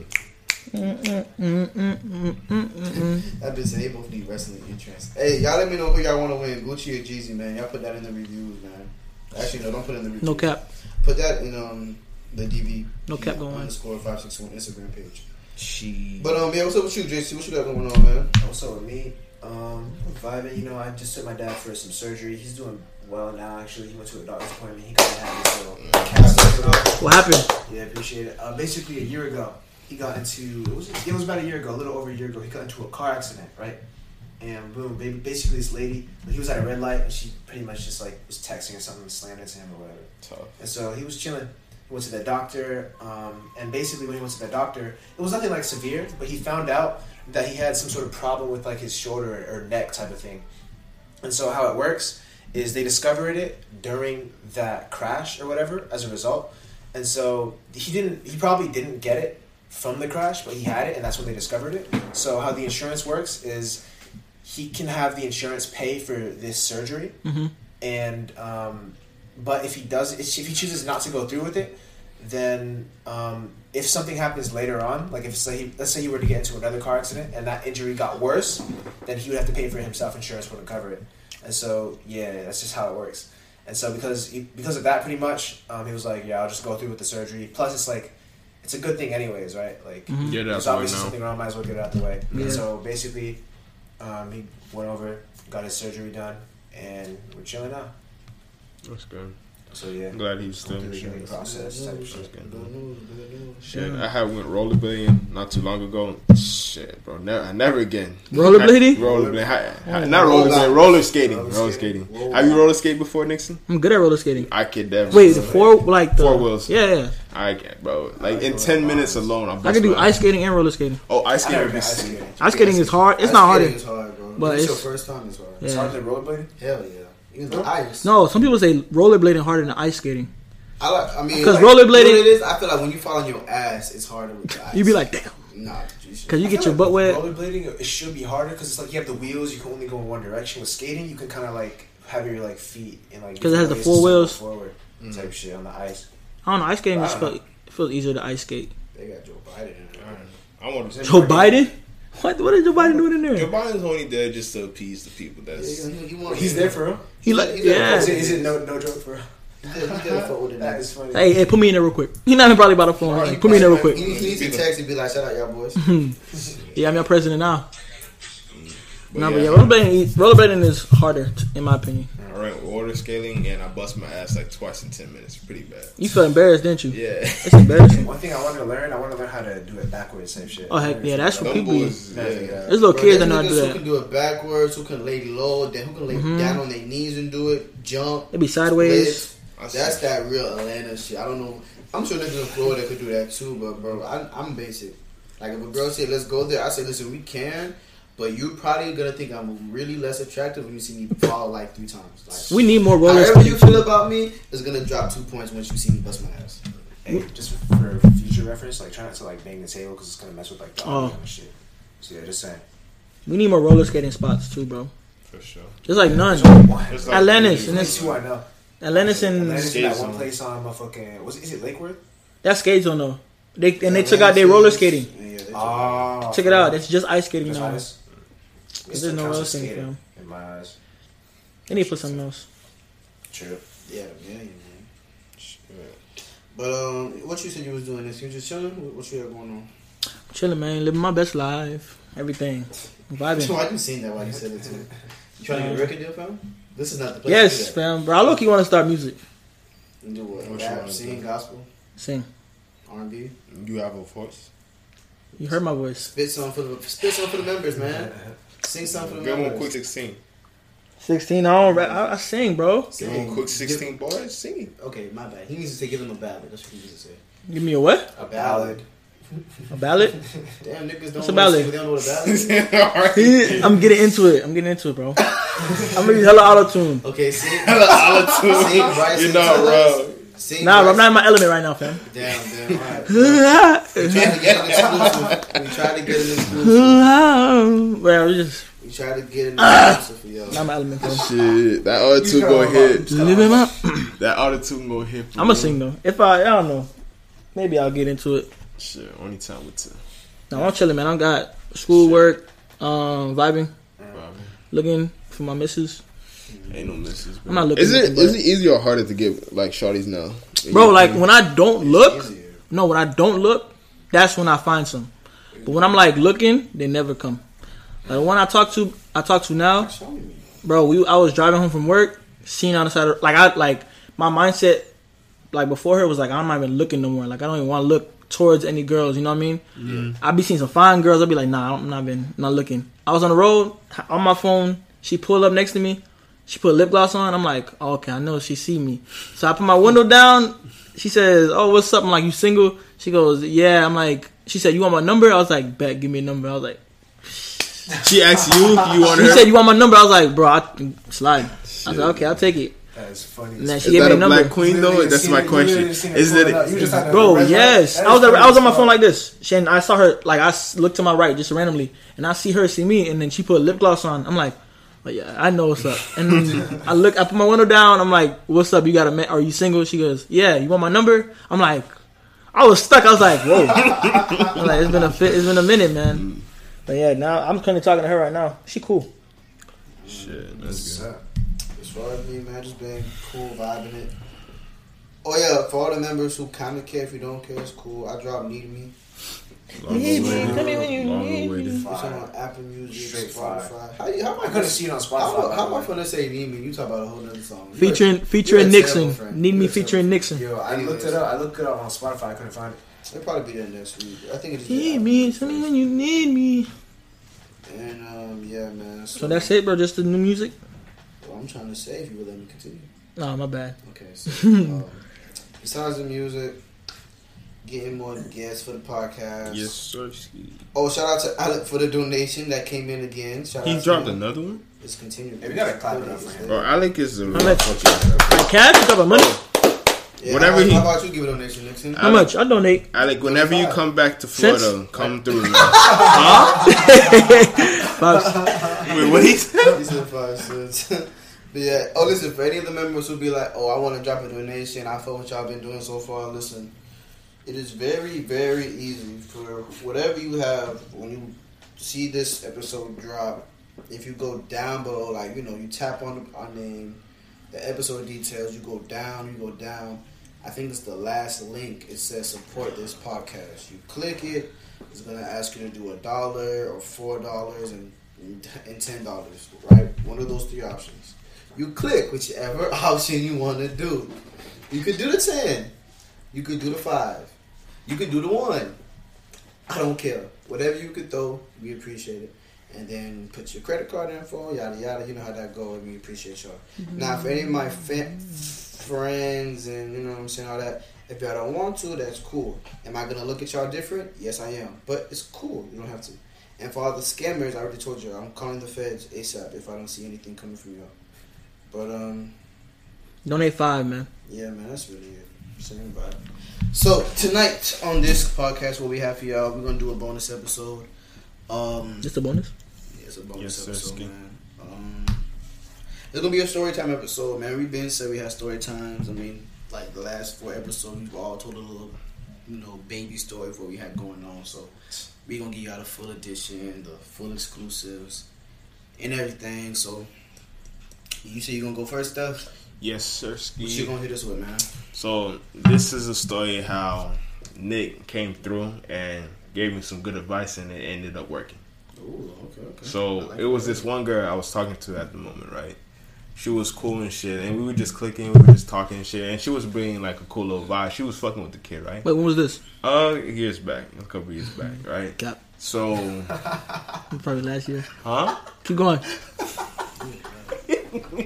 Speaker 1: That bitch said they both need wrestling entrance. Hey, y'all let me know who y'all want to win, Gucci or Jeezy, man. Y'all put that in the reviews, man. Actually, no, don't put it in the reviews.
Speaker 4: No cap.
Speaker 1: Put that in um the DV.
Speaker 4: No cap going.
Speaker 1: Underscore five six one Instagram page.
Speaker 5: She.
Speaker 1: But um, yeah, what's up with you, JC? What you got going on, man?
Speaker 3: Also with me, um, I'm vibing. You know, I just took my dad for some surgery. He's doing well now. Actually, he went to a doctor's appointment. He got had this little cast put on.
Speaker 4: What happened?
Speaker 3: Yeah, appreciate it. Uh, basically, a year ago, he got into it was it was about a year ago, a little over a year ago. He got into a car accident, right? And boom, ba- basically, this lady, he was at a red light, and she pretty much just like was texting or something, slandered to him or whatever.
Speaker 2: Tough.
Speaker 3: And so he was chilling. He went to the doctor, um, and basically when he went to the doctor, it was nothing like severe, but he found out that he had some sort of problem with like his shoulder or neck type of thing. And so how it works is they discovered it during that crash or whatever as a result. And so he didn't he probably didn't get it from the crash, but he had it and that's when they discovered it. So how the insurance works is he can have the insurance pay for this surgery and um, but if he does if he chooses not to go through with it then um, if something happens later on like if say, let's say he were to get into another car accident and that injury got worse then he would have to pay for it himself insurance wouldn't cover it and so yeah that's just how it works and so because he, because of that pretty much um, he was like yeah i'll just go through with the surgery plus it's like it's a good thing anyways right like
Speaker 5: Get it out
Speaker 3: there's
Speaker 5: the way
Speaker 3: obviously
Speaker 5: now.
Speaker 3: something wrong might as well get it out the way
Speaker 4: Yeah.
Speaker 3: and so basically um, he went over got his surgery done and we're chilling out
Speaker 5: That's good.
Speaker 3: so yeah,
Speaker 5: I'm glad he's still.
Speaker 3: Going through the healing process type of shit.
Speaker 5: That's good.
Speaker 1: Good news, good news.
Speaker 5: Shit, I had went rollerblading not too long ago. Shit, bro, never, never again.
Speaker 4: Rollerblading?
Speaker 5: Ha- Rollerblading, ha- ha-
Speaker 4: Oh.
Speaker 5: not rollerblading, roller skating,
Speaker 3: Roller
Speaker 5: roller
Speaker 3: skating.
Speaker 5: skating. Have you roller skated before, Nixon?
Speaker 4: I'm good at roller skating.
Speaker 5: I could never.
Speaker 4: Wait, the four like the
Speaker 5: Four wheels.
Speaker 4: Yeah, yeah.
Speaker 5: I can't, bro. Like in ten minutes alone, I'm.
Speaker 4: I can do ice skating and roller skating.
Speaker 5: Oh, ice
Speaker 3: I
Speaker 5: skating
Speaker 3: never
Speaker 5: would be
Speaker 3: got ice
Speaker 5: sick.
Speaker 3: skating.
Speaker 4: Ice skating is hard. It's not
Speaker 1: Ice skating
Speaker 4: hard.
Speaker 1: is hard, bro.
Speaker 4: But
Speaker 1: If it's,
Speaker 4: it's-
Speaker 1: your first time. It's hard.
Speaker 3: It's
Speaker 4: Yeah.
Speaker 3: harder than rollerblading.
Speaker 1: Hell yeah. Even the ice.
Speaker 4: No, some people say rollerblading harder than ice skating.
Speaker 1: I like. I mean,
Speaker 4: 'Cause
Speaker 1: like,
Speaker 4: rollerblading-
Speaker 1: what it is, I feel like when you fall on your ass, it's harder with the ice.
Speaker 4: You'd be like, damn,
Speaker 1: nah, you should-
Speaker 4: because you
Speaker 3: I
Speaker 4: get
Speaker 3: feel
Speaker 4: your butt
Speaker 3: like
Speaker 4: wet.
Speaker 3: with Rollerblading, it should be harder because it's like you have the wheels. You can only go in one direction. With skating, you can kind of like have your like feet and like
Speaker 4: 'Cause it has the
Speaker 3: different ways
Speaker 4: four
Speaker 3: to go
Speaker 4: wheels.
Speaker 3: forward type shit on the ice.
Speaker 4: I don't know. Ice skating
Speaker 3: I
Speaker 4: just
Speaker 3: don't know.
Speaker 4: felt, feels easier to ice skate.
Speaker 1: they got Joe Biden in there.
Speaker 2: I want to.
Speaker 4: Joe Biden? What? What is Joe Biden doing in
Speaker 2: Joe
Speaker 4: there?
Speaker 2: Biden's only there just to appease the people. That's
Speaker 1: Yeah, he- he wanna-
Speaker 3: He's there for real.
Speaker 4: He like
Speaker 1: He's a-
Speaker 4: yeah.
Speaker 3: Is it, is it no no joke for real?
Speaker 1: He's there he's there to fuck with the
Speaker 3: That
Speaker 1: niggas.
Speaker 3: is funny.
Speaker 4: Hey, hey, put me in there real quick. He not even probably about the phone.
Speaker 2: Alright,
Speaker 4: Like, put me in there real
Speaker 1: He
Speaker 4: quick.
Speaker 1: needs, he needs to text and be like, shout out y'all boys.
Speaker 4: Yeah, I'm your president now.
Speaker 2: but
Speaker 4: No, but
Speaker 2: yeah.
Speaker 4: yeah, rollerblading, rollerblading is harder, t- in my opinion.
Speaker 2: All right, water scaling, and I bust my ass like twice in ten minutes. Pretty bad.
Speaker 4: You felt embarrassed, didn't you?
Speaker 2: Yeah.
Speaker 4: It's embarrassing.
Speaker 3: One thing I want to learn, I want to learn how to do it backwards type shit.
Speaker 4: Oh heck yeah, that's what
Speaker 2: Them
Speaker 4: people.
Speaker 2: boys,
Speaker 3: Yeah,
Speaker 2: yeah.
Speaker 3: yeah.
Speaker 4: There's little
Speaker 1: Bro,
Speaker 4: kids
Speaker 1: there's
Speaker 4: that know how to
Speaker 1: niggas
Speaker 4: do
Speaker 1: Who
Speaker 4: that. Mm-hmm.
Speaker 1: can do it backwards? Who can lay low? Then who can lay down on their knees and do it? Jump.
Speaker 4: They be sideways.
Speaker 2: I
Speaker 1: lift.
Speaker 2: see.
Speaker 1: That's that real Atlanta shit. I don't know. I'm sure niggas in Florida could do that too, but bro, I, I'm basic. Like if a girl say let's go there, I say listen we can, but you probably gonna think I'm really less attractive when you see me fall like three times. Like
Speaker 4: We need more rollers.
Speaker 1: however you feel about me is gonna drop two points once you see me bust my ass.
Speaker 3: Hey, just for future reference, like try not to like bang the table because it's gonna mess with like the audio
Speaker 4: Oh.
Speaker 3: and shit. So yeah, just saying.
Speaker 4: We need more roller skating spots too, bro.
Speaker 2: for sure.
Speaker 4: There's like none.
Speaker 3: There's only one.
Speaker 2: It's
Speaker 3: There's
Speaker 2: like-
Speaker 4: Atlantis,
Speaker 2: it's
Speaker 4: and
Speaker 3: only
Speaker 4: it's
Speaker 3: two I know.
Speaker 4: Atlantis
Speaker 3: And
Speaker 4: and
Speaker 3: there's that
Speaker 2: skate
Speaker 3: one
Speaker 2: zone.
Speaker 3: place on motherfucking was it, is it Lakeworth?
Speaker 4: that's skate zone though. They and they took out their roller skating.
Speaker 1: Yeah, they took out.
Speaker 3: Oh,
Speaker 4: Check it out. It's just ice skating
Speaker 3: That's
Speaker 4: now.
Speaker 3: why
Speaker 4: They
Speaker 3: this-
Speaker 4: there's
Speaker 3: still
Speaker 4: no
Speaker 3: counts
Speaker 4: roller
Speaker 3: as
Speaker 4: skating,
Speaker 3: skating in my eyes.
Speaker 4: need to put something else.
Speaker 3: True.
Speaker 1: Yeah, yeah, yeah. man.
Speaker 2: Shit.
Speaker 1: But um, what you said you was doing this? You just chilling? What, what you got going on?
Speaker 4: Chilling, man. Living my best life. Everything.
Speaker 1: So
Speaker 4: Vibing.
Speaker 1: I didn't see that while you said it too. You trying to get a record deal, fam? This is not the place.
Speaker 4: Yes,
Speaker 1: to do
Speaker 4: fam. Bro, I look you want to start music.
Speaker 1: that. Do what?
Speaker 2: What you
Speaker 1: Rap,
Speaker 2: wanna
Speaker 1: sing,
Speaker 2: do?
Speaker 1: gospel,
Speaker 4: Sing.
Speaker 1: R and B.
Speaker 2: You have a voice.
Speaker 4: You heard my voice.
Speaker 1: Spit some for the spit some for the members, man. Sing some for the
Speaker 2: Give him
Speaker 1: members.
Speaker 2: a quick 16.
Speaker 4: 16. I don't. Rap, I, I sing, bro.
Speaker 2: Give him a quick 16 bars. Sing.
Speaker 1: Okay, my bad. He needs to say give them a ballad. That's what he needs to say.
Speaker 4: Give me a what?
Speaker 1: A
Speaker 4: A ballad?
Speaker 1: Damn niggas don't.
Speaker 4: What's a
Speaker 1: know
Speaker 4: ballad?
Speaker 1: They don't know what a ballad. is.
Speaker 2: Alright.
Speaker 4: I'm getting into it. I'm getting into it, bro. I'm gonna be hella auto tune.
Speaker 1: Okay, sing.
Speaker 2: You're
Speaker 1: sing Bryson.
Speaker 2: not
Speaker 1: to us.
Speaker 2: wrong.
Speaker 1: Sing
Speaker 4: Nah, bro,
Speaker 1: Bryson.
Speaker 4: I'm not in my element right now, fam.
Speaker 1: Damn, damn. All right. We
Speaker 4: well,
Speaker 1: tried to get an exclusive. We tried to get an exclusive.
Speaker 4: it's just
Speaker 1: We tried to get an exclusive for
Speaker 4: not
Speaker 1: y'all.
Speaker 4: my element, bro.
Speaker 5: Shit, that auto
Speaker 3: You
Speaker 5: tune
Speaker 3: gotta
Speaker 5: gonna
Speaker 3: hold on.
Speaker 5: hit.
Speaker 4: Live him up.
Speaker 5: That auto tune gonna hit. for
Speaker 4: I'm gonna
Speaker 5: real.
Speaker 4: sing though. If I, I don't know. Maybe I'll get into it.
Speaker 5: Shit, only time with two.
Speaker 4: No, I'm chilling, man. I got school work, um, vibing,
Speaker 5: Bobby.
Speaker 4: looking for my missus.
Speaker 5: Ain't no misses. Bro.
Speaker 4: I'm not looking.
Speaker 2: Is it
Speaker 4: looking,
Speaker 2: is it easier or harder to get like shorties now?
Speaker 4: bro? Like when I don't look,
Speaker 1: Easier.
Speaker 4: no, when I don't look, that's when I find some. But when I'm like looking, they never come. Like the one I talk to, I talk to now,
Speaker 1: Show me.
Speaker 4: bro. We I was driving home from work, seeing on the side, of, like I like my mindset, like before her was like I'm not even looking no more. Like I don't even want to look towards any girls. You know what I mean? I'd be seeing some fine girls. I'd be like, nah, I'm not been not looking. I was on the road on my phone. She pulled up next to me. She put lip gloss on. I'm like, oh, okay, I know she see me. So I put my window down. She says, oh, what's up? I'm like, you single? She goes, yeah. I'm like, she said, you want my number? I was like, bet, give me a number. I was like.
Speaker 5: She asked you if you want
Speaker 4: She
Speaker 5: her.
Speaker 4: said, "You want my number?" I was like, "Bro, I, slide." I said, "Okay, I'll take it."
Speaker 3: That is funny.
Speaker 4: And then she
Speaker 5: Is
Speaker 4: gave
Speaker 5: that
Speaker 4: me
Speaker 5: a
Speaker 4: a number.
Speaker 5: black queen though?
Speaker 3: Literally
Speaker 5: That's
Speaker 3: seen
Speaker 5: my
Speaker 3: it-
Speaker 5: question.
Speaker 3: literally seen it
Speaker 5: Is
Speaker 3: going up. You just had
Speaker 5: it?
Speaker 3: to-
Speaker 4: Bro,
Speaker 3: Red light.
Speaker 4: yes,
Speaker 3: That
Speaker 4: I was
Speaker 3: is
Speaker 4: I was on
Speaker 3: funny
Speaker 4: my
Speaker 3: as
Speaker 4: phone
Speaker 3: fuck.
Speaker 4: like this, and I saw her like I s- looked to my right just randomly, and I see her see me, and then she put lip gloss on. I'm like, oh, "Yeah, I know what's up." And then I look, I put my window down. I'm like, "What's up? You got a man? Are you single?" She goes, "Yeah, you want my number?" I'm like, I was stuck. I was like, "Whoa!" I'm like, it's been a fit, it's been a minute, man. But yeah, now I'm kind of talking to her right now. She cool.
Speaker 5: Shit, that's
Speaker 3: What's
Speaker 5: good.
Speaker 3: up?
Speaker 1: As far as me, man, just being cool, vibing it. Oh yeah, for all the members who kind of care, if you don't care, it's cool. I dropped Need Me.
Speaker 5: Long
Speaker 4: Need me,
Speaker 5: awaited.
Speaker 4: tell me when you
Speaker 5: Long
Speaker 4: need
Speaker 5: awaited.
Speaker 4: me.
Speaker 1: It's
Speaker 3: Fire.
Speaker 1: on Apple Music,
Speaker 3: Straight
Speaker 1: Spotify.
Speaker 3: fire.
Speaker 1: How, you- how am I
Speaker 3: I
Speaker 1: gonna
Speaker 3: could've
Speaker 1: see?
Speaker 3: seen it on Spotify.
Speaker 1: How,
Speaker 3: by
Speaker 1: how
Speaker 3: the
Speaker 1: am I
Speaker 3: way.
Speaker 1: gonna say Need Me? You talk about a whole other song.
Speaker 4: Featuring featuring
Speaker 1: you're a terrible
Speaker 4: Nixon.
Speaker 1: friend.
Speaker 4: Need me
Speaker 1: You're a
Speaker 4: featuring
Speaker 1: terrible
Speaker 4: Nixon.
Speaker 3: Yo, I looked it up. I looked it up on Spotify. I couldn't find it.
Speaker 1: It'll probably be there next week. I think it's.
Speaker 4: Need me, tell me when you need me.
Speaker 1: And um, yeah, man. So,
Speaker 4: So that's it, bro. Just the new music.
Speaker 1: Well, I'm trying to say if you would let me continue.
Speaker 4: Nah, my bad.
Speaker 1: Okay, so um, besides the music, getting more guests for the podcast.
Speaker 5: Yes, sir. Ski.
Speaker 1: Oh, shout out to Alec for the donation that came in again. Shout
Speaker 5: He
Speaker 1: out
Speaker 5: dropped
Speaker 1: to him.
Speaker 5: another one.
Speaker 1: It's continuing.
Speaker 3: Hey, we gotta clap it up for him.
Speaker 5: Bro, Alec is a real
Speaker 4: much?
Speaker 5: fucking.
Speaker 4: Like cash, you talk about money.
Speaker 1: Yeah,
Speaker 5: Whatever
Speaker 1: how,
Speaker 5: he-
Speaker 1: How about you give a donation, Nixon?
Speaker 4: How much? I donate.
Speaker 5: Alec, whenever you
Speaker 1: Five.
Speaker 5: come back to
Speaker 4: Six?
Speaker 5: Florida, come through. Man. huh?
Speaker 4: Facts.
Speaker 5: Wait, what he said?
Speaker 1: He said five cents. But yeah, oh listen, for any of the members who be like, oh, I want to drop a donation, I feel what y'all been doing so far. Listen, it is very, very easy for whatever you have when you see this episode drop. If you go down below, like you know, you tap on our name, the episode details. You go down, you go down. I think it's the last link. It says support this podcast. You click it. It's gonna ask you to do a dollar or four dollars and and ten dollars, right? One of those three options. You click whichever option you want to do. You could do the ten. You could do the five. You could do the one. I don't care. Whatever you could throw, we appreciate it. And then put your credit card info, yada yada. You know how that goes. We appreciate y'all. Now, if any of my fa- friends and you know what I'm saying, all that, if y'all don't want to, that's cool. Am I gonna look at y'all different? Yes, I am. But it's cool. You don't have to. And for all the scammers, I already told you, I'm calling the feds ASAP if I don't see anything coming from y'all. But um,
Speaker 4: Donate five, man.
Speaker 1: yeah, man, that's really it. Same vibe. So tonight on this podcast, what we have for y'all, we're gonna do a bonus episode. Um,
Speaker 4: Just a bonus.
Speaker 1: yeah, it's a bonus
Speaker 5: Yes, sir,
Speaker 1: episode,
Speaker 5: Ski.
Speaker 1: man. Um, it's gonna be a story time episode, man. We've been said we had story times. I mean, like the last four episodes, we've all told a little, you know, baby story of what we had going on. So we gonna give y'all the full edition, the full exclusives, and everything. So you say you gonna go first, stuff?
Speaker 5: Yes, sir. Ski.
Speaker 1: What you gonna hit us with, man?
Speaker 5: So this is a story how Nick came through and gave me some good advice, and it ended up working.
Speaker 1: Ooh, okay, okay.
Speaker 5: So it was this one girl I was talking to at the moment, right? she was cool and shit, and we were just clicking, we were just talking and shit, and she was bringing like a cool little vibe. She was fucking with the kid, right?
Speaker 4: Wait, when was this?
Speaker 5: Uh, years back, a couple years back, right?
Speaker 4: God,
Speaker 5: So,
Speaker 4: probably last year.
Speaker 5: huh?
Speaker 4: Keep going.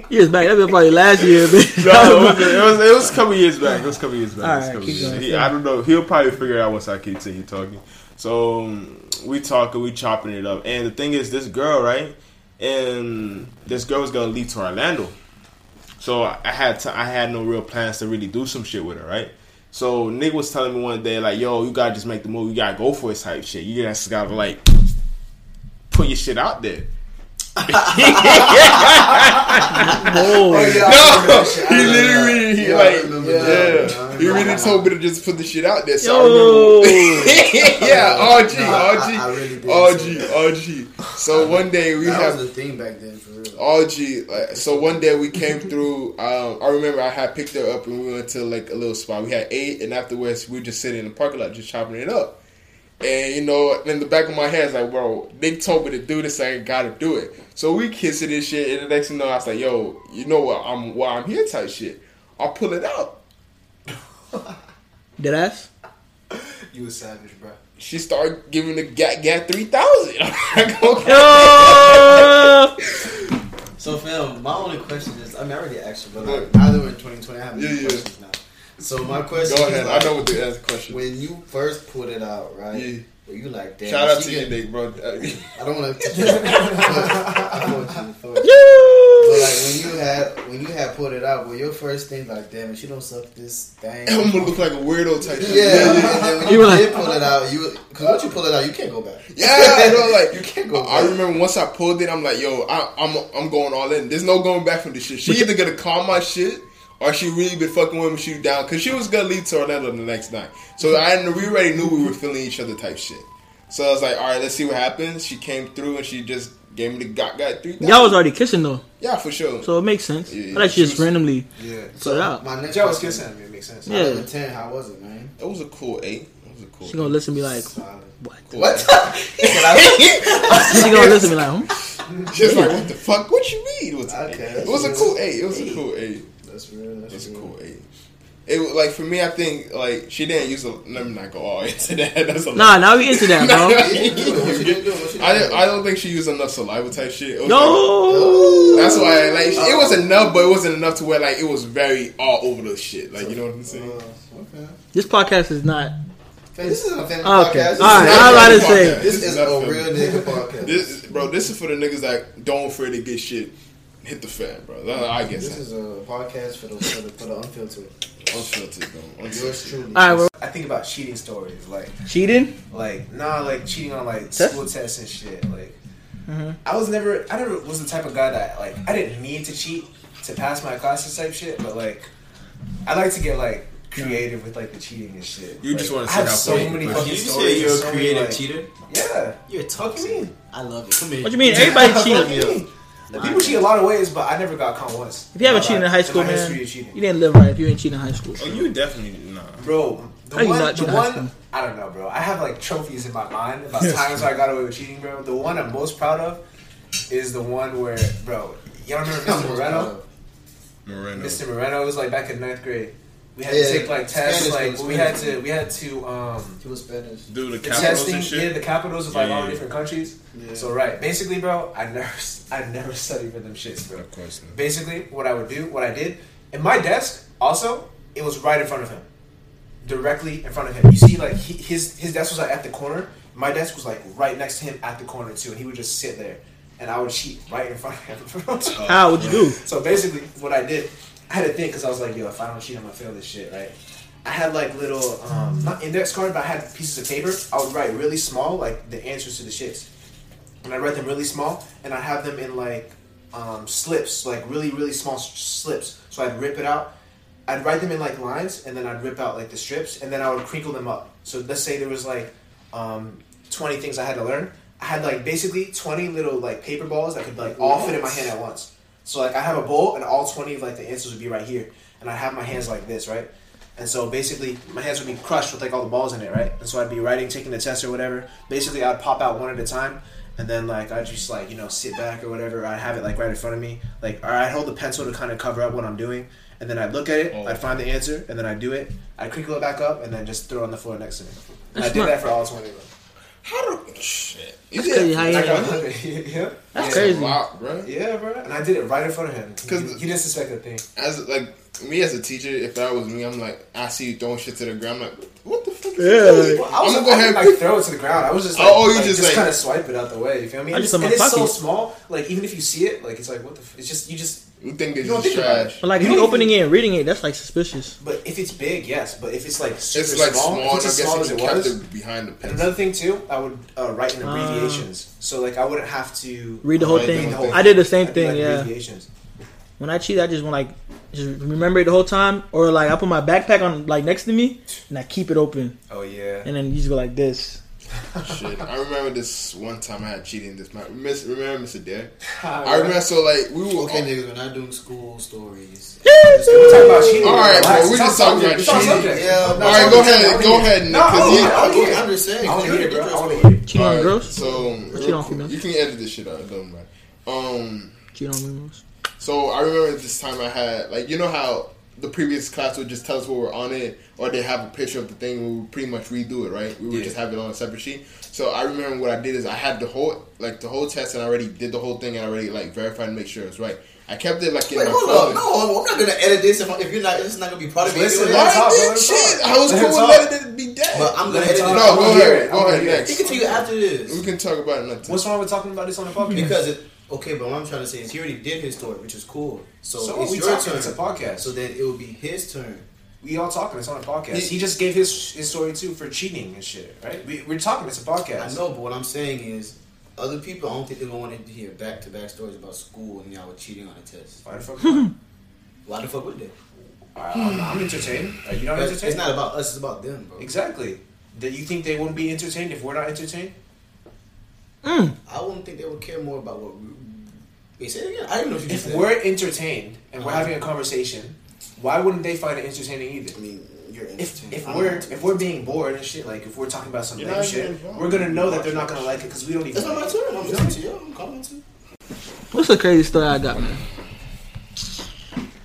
Speaker 4: Years back, that was probably last year, bitch.
Speaker 5: No, it was, it was it was a couple years back. It was a couple years back.
Speaker 4: All
Speaker 5: It was a
Speaker 4: right,
Speaker 5: couple
Speaker 4: keep
Speaker 5: years
Speaker 4: going.
Speaker 5: back. He- I don't know. He'll probably figure it out once I continue talking. So um, we talking, we chopping it up, and the thing is, this girl, right? And this girl was gonna leave to Orlando, so I I had to, I had no real plans to really do some shit with her, right? So Nick was telling me one day, like, yo, you gotta just make the move. You gotta go for it, type shit. You just gotta like put your shit out there.
Speaker 4: Oh,
Speaker 2: No, he literally he
Speaker 1: Yeah, I
Speaker 2: like
Speaker 1: remember
Speaker 2: yeah.
Speaker 1: that. I
Speaker 2: He really
Speaker 1: remember
Speaker 2: told me to just put the shit out there. So
Speaker 4: Yo.
Speaker 2: I remember. yeah, RG,
Speaker 1: No, I- I really
Speaker 2: RG,
Speaker 1: did
Speaker 2: RG, RG. So one day we
Speaker 1: That was
Speaker 2: have
Speaker 1: the thing back then, for real.
Speaker 2: RG. Like, so one day we came through. Um, I remember I had picked her up and we went to like a little spot. We had eight, and afterwards we were just sitting in the parking lot just chopping it up. And you know, in the back of my head, it's like, bro, Nick told me to do this. I gotta do it. So we kissing and shit, and the next thing you know, I was like, yo, you know what? I'm why I'm here type shit. I pull it out.
Speaker 4: Dead ass?
Speaker 3: You a savage, bro.
Speaker 2: She started giving the gat gat three thousand. okay.
Speaker 4: Yo!
Speaker 7: So, fam, my only question is, I mean, I already asked you, but like,
Speaker 2: Look.
Speaker 1: Now that we're in 2020, I have
Speaker 2: Yeah,
Speaker 1: many
Speaker 2: yeah.
Speaker 1: questions now. So my question
Speaker 2: Go ahead.
Speaker 1: is,
Speaker 2: I
Speaker 1: like,
Speaker 2: know what the answer question.
Speaker 1: when you first put it out, right?
Speaker 2: Yeah.
Speaker 1: Were you like, damn.
Speaker 2: Shout out
Speaker 1: she
Speaker 2: to you,
Speaker 1: get-
Speaker 2: Nick, bro.
Speaker 1: I don't want to. I know what you thought. But
Speaker 4: Yo!
Speaker 1: like when you had when you had put it out, well, your first thing like, damn, if she don't suck this thing.
Speaker 2: I'm gonna look like a weirdo type shit.
Speaker 1: Yeah, and then when
Speaker 4: You
Speaker 1: you,
Speaker 4: were like-
Speaker 1: did pull it out, you because once you pull it out, you can't go back.
Speaker 2: Yeah, bro, like
Speaker 1: you can't go.
Speaker 2: I
Speaker 1: back.
Speaker 2: remember once I pulled it, I'm like, yo, I, I'm I'm going all in. There's no going back from this shit. She either gonna call my shit or she really been fucking with me, she down, cause she was gonna leave to Orlando the next night. So I and we already knew we were feeling each other type shit. So I was like, all right, let's see what happens. She came through and she just gave me the got got three.
Speaker 4: Y'all was already kissing though,
Speaker 2: yeah for sure.
Speaker 4: so it makes sense.
Speaker 2: Yeah,
Speaker 4: I like
Speaker 2: she
Speaker 4: she just
Speaker 2: was-
Speaker 4: randomly
Speaker 3: Yeah.
Speaker 4: put it out.
Speaker 1: My next
Speaker 3: Joe was
Speaker 1: question-
Speaker 3: kissing him. It makes sense.
Speaker 4: Yeah.
Speaker 1: Out of ten, how was it, man?
Speaker 2: It was a cool eight. It was a cool.
Speaker 4: She gonna listen and be like,
Speaker 1: Solid.
Speaker 4: what?
Speaker 2: What?
Speaker 4: She gonna listen and be like, hmm?
Speaker 2: Just like what the fuck? What you mean? It was, an
Speaker 1: Okay,
Speaker 2: eight.
Speaker 1: that's
Speaker 2: It was a
Speaker 1: real.
Speaker 2: cool eight. It was a cool eight.
Speaker 1: That's real. That's,
Speaker 2: It's a
Speaker 1: real.
Speaker 2: cool eight. It was like for me, I think like she didn't use. A, let me not go all into that. That's a
Speaker 4: Nah, now we into that, bro.
Speaker 1: What you doing? What you doing? What you
Speaker 2: I
Speaker 1: doing?
Speaker 2: don't, I don't think she used enough saliva type shit. It was
Speaker 4: No.
Speaker 2: like- that's why like it was enough, but it wasn't enough to where like it was very all over the shit. Like you know what I'm saying?
Speaker 1: Uh, okay.
Speaker 4: This podcast is not.
Speaker 1: This isn't a family
Speaker 4: Okay.
Speaker 1: podcast. This is
Speaker 4: All right.
Speaker 1: not-
Speaker 4: I was about to say.
Speaker 1: This is a
Speaker 2: nothing.
Speaker 1: real nigga podcast.
Speaker 2: This is- bro, this is for the niggas that don't afraid to get shit hit the fan, bro. That- I guess
Speaker 1: This
Speaker 2: that.
Speaker 1: is a podcast for the for the, for the unfiltered.
Speaker 2: unfiltered, bro.
Speaker 1: Yours
Speaker 2: Unfiltered.
Speaker 1: truly.
Speaker 4: All right, we're
Speaker 3: I think about cheating stories, like
Speaker 4: cheating.
Speaker 3: like nah, like cheating on like
Speaker 4: Test?
Speaker 3: school tests and shit. Like
Speaker 4: Mm-hmm.
Speaker 3: I was never, I never was the type of guy that like I didn't need to cheat to pass my classes type shit, but like I like to get like creative with like the cheating and shit.
Speaker 5: You
Speaker 3: Like,
Speaker 5: just wanna
Speaker 3: I
Speaker 5: sit
Speaker 3: have
Speaker 5: out
Speaker 3: so
Speaker 5: for it.
Speaker 3: many
Speaker 5: Did
Speaker 3: fucking
Speaker 7: did you
Speaker 3: stories.
Speaker 7: say you're
Speaker 3: and
Speaker 7: a
Speaker 3: so many,
Speaker 7: creative
Speaker 3: like-
Speaker 7: cheater?
Speaker 3: Yeah.
Speaker 7: You're
Speaker 3: Fuck
Speaker 7: toxic.
Speaker 3: you mean?
Speaker 7: I love it.
Speaker 1: Come here.
Speaker 4: What you mean? Everybody
Speaker 3: Fuck
Speaker 4: cheating.
Speaker 3: you mean? Like, People cheat a lot of ways, but I never got caught once.
Speaker 4: If you haven't
Speaker 3: Like,
Speaker 4: cheated in high school,
Speaker 3: my
Speaker 4: man,
Speaker 3: history
Speaker 4: you
Speaker 3: of cheating.
Speaker 4: didn't live right. If you ain't cheating in high school,
Speaker 5: Oh, you definitely nah.
Speaker 3: Bro, the
Speaker 4: How you
Speaker 3: one,
Speaker 4: not
Speaker 3: the
Speaker 4: cheating high
Speaker 3: one,
Speaker 4: school?
Speaker 3: I don't know, bro. I have like trophies in my mind about times where I got away with cheating, bro. The one I'm most proud of is the one where, bro, y'all remember Mr. Moreno?
Speaker 5: Moreno.
Speaker 3: Mr. Moreno was like back in ninth grade. We had
Speaker 1: Yeah,
Speaker 3: to take like tests,
Speaker 1: Spanish
Speaker 3: like
Speaker 1: was-
Speaker 3: we had to, we had to, um,
Speaker 1: He was Spanish.
Speaker 5: Do the
Speaker 3: the
Speaker 5: capitals
Speaker 3: testing,
Speaker 5: and
Speaker 3: yeah,
Speaker 5: shit.
Speaker 3: the capitals of like
Speaker 5: Yeah,
Speaker 3: all
Speaker 5: yeah.
Speaker 3: the different countries.
Speaker 1: Yeah.
Speaker 3: So right, basically, bro, I never, I never studied for them shits, bro.
Speaker 5: Of course. not.
Speaker 3: basically what I would do, what I did, and my desk also, it was right in front of him, directly in front of him. You see, like he, his his desk was like at the corner. My desk was like right next to him at the corner too, and he would just sit there, and I would cheat right in front of him.
Speaker 4: how would you do?
Speaker 3: So basically, what I did, I had to think because I was like, yo, if I don't cheat, I'm gonna fail this shit, right? I had like little, um, not index card, but I had pieces of paper. I would write really small, like the answers to the shits. And I'd write them really small, and I'd have them in like um, slips, like really, really small s- slips. So I'd rip it out. I'd write them in like lines, and then I'd rip out like the strips, and then I would crinkle them up. So let's say there was like um, 20 things I had to learn. I had like basically 20 little like paper balls that could like all fit in my hand at once. So like I have a bowl and all 20 of like the answers would be right here. And I'd have my hands like this, right? And so basically my hands would be crushed with like all the balls in it, right? And so I'd be writing, taking the test or whatever. Basically I'd pop out one at a time and then like I just like you know sit back or whatever. I have it like right in front of me. Like or I hold the pencil to kind of cover up what I'm doing, and then I would look at it.
Speaker 2: Oh.
Speaker 3: I'd find the answer, and then I do it. I crinkle it back up, and then just throw it on the floor next to me. I
Speaker 4: That's
Speaker 3: did
Speaker 4: not-
Speaker 3: that for all twenty of them.
Speaker 2: How do shit? That's
Speaker 4: crazy how you-
Speaker 3: I got hundred. yeah,
Speaker 4: That's crazy.
Speaker 2: Wow, bro.
Speaker 3: yeah, bro. And I did it right in front of him.
Speaker 2: 'Cause
Speaker 3: He, he didn't suspect a thing.
Speaker 2: As like me as a teacher, if that was me, I'm like, I see you throwing shit to the ground. I'm like, what the fuck? Is
Speaker 4: Yeah,
Speaker 2: this?
Speaker 4: like-
Speaker 3: I was
Speaker 2: I'm
Speaker 3: gonna
Speaker 2: gonna go ahead.
Speaker 3: like
Speaker 2: and
Speaker 3: throw it to the ground. I was just
Speaker 2: Oh,
Speaker 3: like,
Speaker 2: oh, you
Speaker 3: like,
Speaker 2: just
Speaker 3: just,
Speaker 2: like-
Speaker 3: kind of swipe it out the way. You feel me?
Speaker 4: I
Speaker 3: I
Speaker 4: just
Speaker 3: just
Speaker 4: put
Speaker 3: and
Speaker 4: my
Speaker 3: it's so
Speaker 4: pocket.
Speaker 3: small. Like even if you see it, like it's like what the. F-? It's just you just.
Speaker 2: pick- You think it's
Speaker 3: You don't
Speaker 2: just
Speaker 3: think about it.
Speaker 2: trash?
Speaker 4: But like if
Speaker 3: You
Speaker 4: you
Speaker 3: don't
Speaker 4: opening it and reading it, that's like suspicious.
Speaker 3: But if it's big, yes. But if it's like super
Speaker 2: It's like
Speaker 3: small,
Speaker 2: small.
Speaker 3: if it's as
Speaker 2: and
Speaker 3: small
Speaker 2: I
Speaker 3: as
Speaker 2: guess
Speaker 3: it
Speaker 2: you kept
Speaker 3: was.
Speaker 2: it behind the
Speaker 3: And
Speaker 2: pencil.
Speaker 3: another thing too, I would uh, write in
Speaker 4: Ah.
Speaker 3: abbreviations, so like I wouldn't have to
Speaker 4: Read the whole
Speaker 2: Right,
Speaker 4: thing.
Speaker 2: the whole
Speaker 4: I did the same
Speaker 3: I'd do,
Speaker 4: thing.
Speaker 3: like,
Speaker 4: Yeah.
Speaker 3: abbreviations.
Speaker 4: When I cheat, I just want like just remember it the whole time, or like I put my backpack on like next to me and I keep it open,
Speaker 3: Oh yeah.
Speaker 4: and then you just go like this.
Speaker 2: Shit, I remember this one time I had cheating. in This my miss, remember Mr. Derek? I remember. So like we were
Speaker 1: Okay, niggas, we're not doing school stories.
Speaker 3: We're talking about cheating.
Speaker 2: All right,
Speaker 3: Relax.
Speaker 2: bro, we
Speaker 3: It's on
Speaker 2: just
Speaker 3: subject.
Speaker 2: talking about
Speaker 3: It's on
Speaker 2: cheating.
Speaker 3: subject.
Speaker 1: Yeah,
Speaker 3: I'm not
Speaker 2: All right,
Speaker 3: talking
Speaker 2: go
Speaker 3: about
Speaker 2: ahead,
Speaker 3: cheating.
Speaker 2: go ahead, Nick.
Speaker 3: No, I
Speaker 2: Cause
Speaker 3: wanna
Speaker 2: you,
Speaker 3: hear it.
Speaker 1: I'm just saying.
Speaker 3: I want to hear it, bro. I want to hear it.
Speaker 4: Cheat on
Speaker 2: Alright,
Speaker 4: girls.
Speaker 2: So
Speaker 4: cheat
Speaker 2: real
Speaker 4: on
Speaker 2: quick,
Speaker 4: females?
Speaker 2: you can edit this shit out, don't mind. Um,
Speaker 4: Cheat on females.
Speaker 2: so I remember this time I had like you know how the previous class would just tell us what we're on it, or they have a picture of the thing. and We would pretty much redo it, right? We would
Speaker 3: Yeah.
Speaker 2: just have it on a separate sheet. So I remember what I did is I had the whole like the whole test and I already did the whole thing and I already like verified and make sure it was right. I kept it like in
Speaker 1: Wait,
Speaker 2: my
Speaker 1: hold
Speaker 2: phone.
Speaker 1: up. No, I'm not gonna edit this if, if you're not. This is not gonna be part of it.
Speaker 3: Listen,
Speaker 1: You're
Speaker 2: Why
Speaker 1: right.
Speaker 3: Let him talk,
Speaker 2: did
Speaker 3: let him
Speaker 2: shit?
Speaker 3: talk.
Speaker 2: I was
Speaker 3: Let him
Speaker 2: cool with
Speaker 3: talk.
Speaker 2: letting it be dead.
Speaker 1: But I'm gonna
Speaker 3: Let him
Speaker 1: edit it.
Speaker 3: talk.
Speaker 2: No,
Speaker 3: I
Speaker 2: go
Speaker 3: wanna hear
Speaker 2: ahead.
Speaker 3: it.
Speaker 2: Go
Speaker 3: I wanna
Speaker 2: ahead,
Speaker 3: hear it.
Speaker 1: He
Speaker 2: next.
Speaker 1: can tell you after
Speaker 2: We
Speaker 1: this
Speaker 2: can talk about it another time.
Speaker 3: What's wrong with talking about this on the podcast?
Speaker 1: because it. Okay, but what I'm trying to say is he already did his story, which is cool. So,
Speaker 3: so
Speaker 1: it's
Speaker 3: we
Speaker 1: your
Speaker 3: talking.
Speaker 1: turn.
Speaker 3: It's a podcast.
Speaker 1: So then it will be his turn.
Speaker 3: We all talking. It's on a podcast.
Speaker 2: He-
Speaker 3: He, just gave his his story too for cheating and shit, right? We, we're talking. It's a podcast.
Speaker 1: I know, but what I'm saying is, other people, I don't think they're gonna want to hear back to back stories about school and y'all were cheating on a test.
Speaker 3: Why the fuck? not?
Speaker 1: Why the fuck would they?
Speaker 3: I'm, I'm entertained. Are you not
Speaker 1: Because
Speaker 3: entertained?
Speaker 1: it's not about us; it's about them, bro.
Speaker 3: exactly. That you think they wouldn't be entertained if we're not entertained?
Speaker 1: I wouldn't think they would care more about what. We, wait, say it again. I didn't know what you just
Speaker 3: If
Speaker 1: said.
Speaker 3: we're entertained and we're
Speaker 1: Uh-huh.
Speaker 3: having a conversation, why wouldn't they find it entertaining either?
Speaker 1: I mean, you're
Speaker 3: If,
Speaker 1: entertained.
Speaker 3: if
Speaker 1: I'm
Speaker 3: we're
Speaker 1: not
Speaker 3: if we're being bored and shit, like if we're talking about some
Speaker 2: You're
Speaker 3: lame
Speaker 2: not
Speaker 3: shit,
Speaker 2: even involved.
Speaker 3: we're gonna know that they're not gonna like it because we don't even.
Speaker 1: It's not my
Speaker 3: like
Speaker 1: turn. I'm listening to you. I'm commenting.
Speaker 4: What's the craziest story I got, man?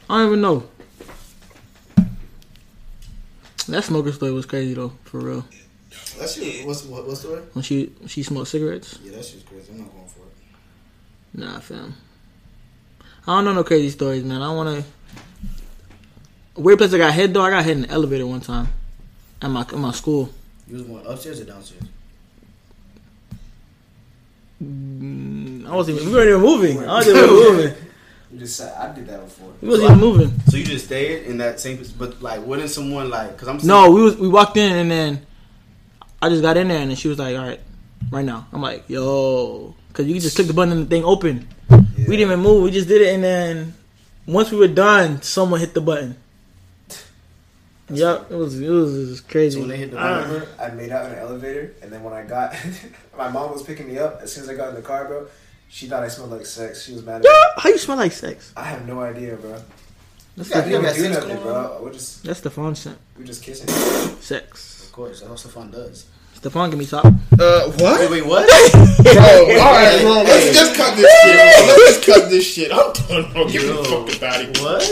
Speaker 4: I don't even know. That smoker story was crazy though, for real.
Speaker 1: That shit. What's what, what's the word?
Speaker 4: When she when she smoked cigarettes.
Speaker 1: Yeah, that shit's crazy. I'm not going for it.
Speaker 4: Nah, fam. I don't know no crazy stories, man. I don't wanna. Weird place I got hit though. I got hit in the elevator one time at my at my school.
Speaker 1: You was going upstairs or downstairs?
Speaker 4: Mm, I wasn't even. We weren't even moving. I wasn't even moving.
Speaker 3: it. You just said, I did that before.
Speaker 4: We wasn't even moving.
Speaker 1: So you just stayed in that same, but like, wouldn't someone like? Cause I'm
Speaker 4: No, we was we walked in and then I just got in there and then she was like, "All right, right now." I'm like, "Yo," because you just click the button and the thing opened. We didn't even move. We just did it and then once we were done, someone hit the button. yep, it was it was, it was crazy.
Speaker 1: So when they hit the
Speaker 4: I-
Speaker 5: Uh.
Speaker 3: I remember I made out in an elevator, and then when I got, my mom was picking me up. As soon as I got in the car, bro, she thought I smelled like sex. She was mad at me.
Speaker 4: How you smell like sex?
Speaker 3: I have no idea, bro.
Speaker 4: That's
Speaker 1: Yeah,
Speaker 3: I
Speaker 4: the,
Speaker 1: you ever
Speaker 3: didn't even
Speaker 1: had
Speaker 3: do
Speaker 1: sex
Speaker 3: nothing,
Speaker 1: going
Speaker 3: bro. We're just
Speaker 4: that's Stephon scent.
Speaker 3: we're just kissing.
Speaker 4: Sex.
Speaker 1: Of course, that's what Stefan does.
Speaker 4: Stephon, give me top.
Speaker 2: Uh, what?
Speaker 1: Wait, wait, what?
Speaker 2: Oh, all right, bro. Let's just cut this shit. Let's just cut this shit. I'm done. Bro. Give me the
Speaker 1: Yo.
Speaker 2: fuck about it.
Speaker 1: what?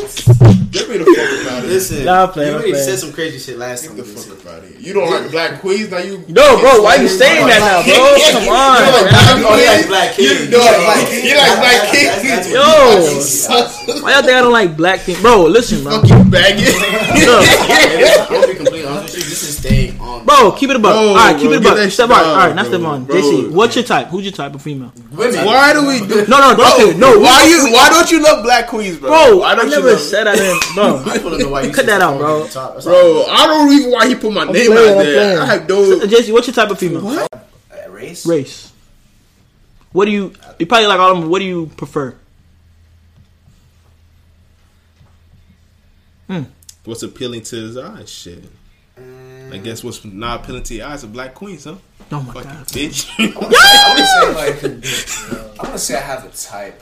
Speaker 2: Give me the fuck about it.
Speaker 1: Listen,
Speaker 4: Nah, I'm playing,
Speaker 1: you
Speaker 4: I'm
Speaker 1: already
Speaker 4: playing.
Speaker 1: said some crazy shit last
Speaker 2: Give
Speaker 1: time.
Speaker 2: me
Speaker 1: you
Speaker 2: the
Speaker 1: did
Speaker 2: fuck
Speaker 1: shit.
Speaker 2: about it. You don't like black queens now? You
Speaker 4: No, bro, why you saying that now,
Speaker 2: Yeah,
Speaker 4: bro? Come
Speaker 2: you
Speaker 4: on.
Speaker 2: don't like
Speaker 4: man.
Speaker 2: black
Speaker 1: Oh, he like
Speaker 2: queens.
Speaker 1: black
Speaker 2: You
Speaker 1: kids.
Speaker 2: know,
Speaker 1: He like black
Speaker 2: you
Speaker 1: kids.
Speaker 2: like black
Speaker 1: That's-
Speaker 2: kids.
Speaker 1: that's-
Speaker 4: Yo.
Speaker 2: Yo,
Speaker 4: Why y'all think I don't like black people? Bro, listen, bro.
Speaker 2: fucking baggy.
Speaker 4: Look,
Speaker 1: I'm gonna be completely honest with you. This is staying on.
Speaker 4: bro, keep it above.
Speaker 2: Bro,
Speaker 4: all right, keep
Speaker 2: bro,
Speaker 4: it
Speaker 2: get
Speaker 4: above.
Speaker 2: that shit
Speaker 4: Stephon, all right,
Speaker 2: down,
Speaker 4: not
Speaker 2: bro.
Speaker 4: Stephon.
Speaker 2: Bro.
Speaker 4: JC, what's your type? Who's your type of female?
Speaker 1: women.
Speaker 2: Why do we do?
Speaker 4: No, no,
Speaker 2: Bro,
Speaker 4: okay, no.
Speaker 2: Why you? Why don't you love black queens, bro?
Speaker 4: Bro,
Speaker 2: why
Speaker 4: I
Speaker 2: don't
Speaker 4: never said I didn't, bro.
Speaker 1: I just wanna know why you
Speaker 4: Cut
Speaker 1: said
Speaker 4: that
Speaker 1: Stephon
Speaker 4: out, bro.
Speaker 1: at the top. That's all.
Speaker 2: Bro, I don't even why he put my name
Speaker 4: playing,
Speaker 2: out
Speaker 4: I'm
Speaker 2: there.
Speaker 4: playing.
Speaker 2: I have no.
Speaker 4: So, JC, what's your type of female?
Speaker 2: What?
Speaker 3: Uh, race?
Speaker 4: Race. What do you? You probably like all of them. What do you prefer?
Speaker 5: What's appealing to his eyes? Shit. I guess what's not appealing to your eyes are black queens, huh?
Speaker 4: Oh my
Speaker 5: Fucking
Speaker 4: god.
Speaker 5: bitch.
Speaker 3: I would say like I want to say I have a type.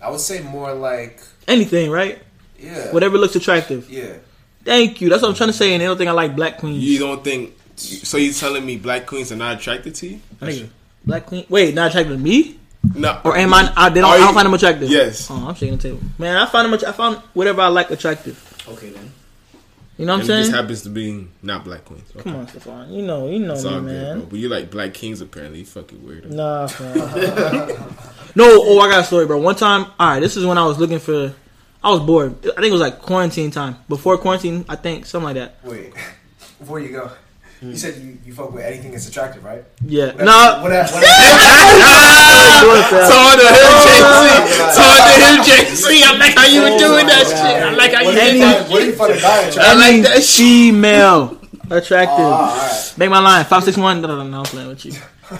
Speaker 3: I would say more like
Speaker 4: Anything, right?
Speaker 3: yeah,
Speaker 4: Whatever looks attractive.
Speaker 3: Yeah,
Speaker 4: Thank you. That's what I'm trying to say. And they don't think I like black queens.
Speaker 5: you don't think? So you telling me black queens are not attracted to you?
Speaker 4: Nigga. Black queen. Wait, not attracted to me?
Speaker 5: No.
Speaker 4: Or am I? I, they don't,
Speaker 5: Are
Speaker 4: I
Speaker 5: you-
Speaker 4: don't find them attractive.
Speaker 5: Yes.
Speaker 4: Oh, I'm shaking the table. Man, I find them. att- I found whatever I like attractive.
Speaker 1: Okay then.
Speaker 4: You know what I'm
Speaker 5: And it just
Speaker 4: saying?
Speaker 5: happens to be not black queens. Okay.
Speaker 4: Come on, Stefan. You know, you know
Speaker 5: It's
Speaker 4: me,
Speaker 5: all good,
Speaker 4: man.
Speaker 5: bro. But you like black kings apparently. You fucking weirdo.
Speaker 4: Nah, fam. no. Oh, I got a story, bro. One time, all right, this is when I was looking for. I was bored. I think it was like quarantine time. Before quarantine, I think something like that.
Speaker 3: Wait, before you go, you said you, you fuck with anything that's attractive, right?
Speaker 4: Yeah.
Speaker 3: What-
Speaker 4: Nah.
Speaker 3: What, what, what,
Speaker 5: Talk to him,
Speaker 4: Oh,
Speaker 3: God.
Speaker 5: JC. Talk to him, JC. I like how you were doing that shit. I like how you
Speaker 3: what,
Speaker 5: did
Speaker 3: do you
Speaker 5: that.
Speaker 3: find, what do you find a guy attractive?
Speaker 5: I like that shit.
Speaker 4: Female. Attractive.
Speaker 3: Oh, all right.
Speaker 4: Make my line five six one. No, no, no, no, I'm playing with you.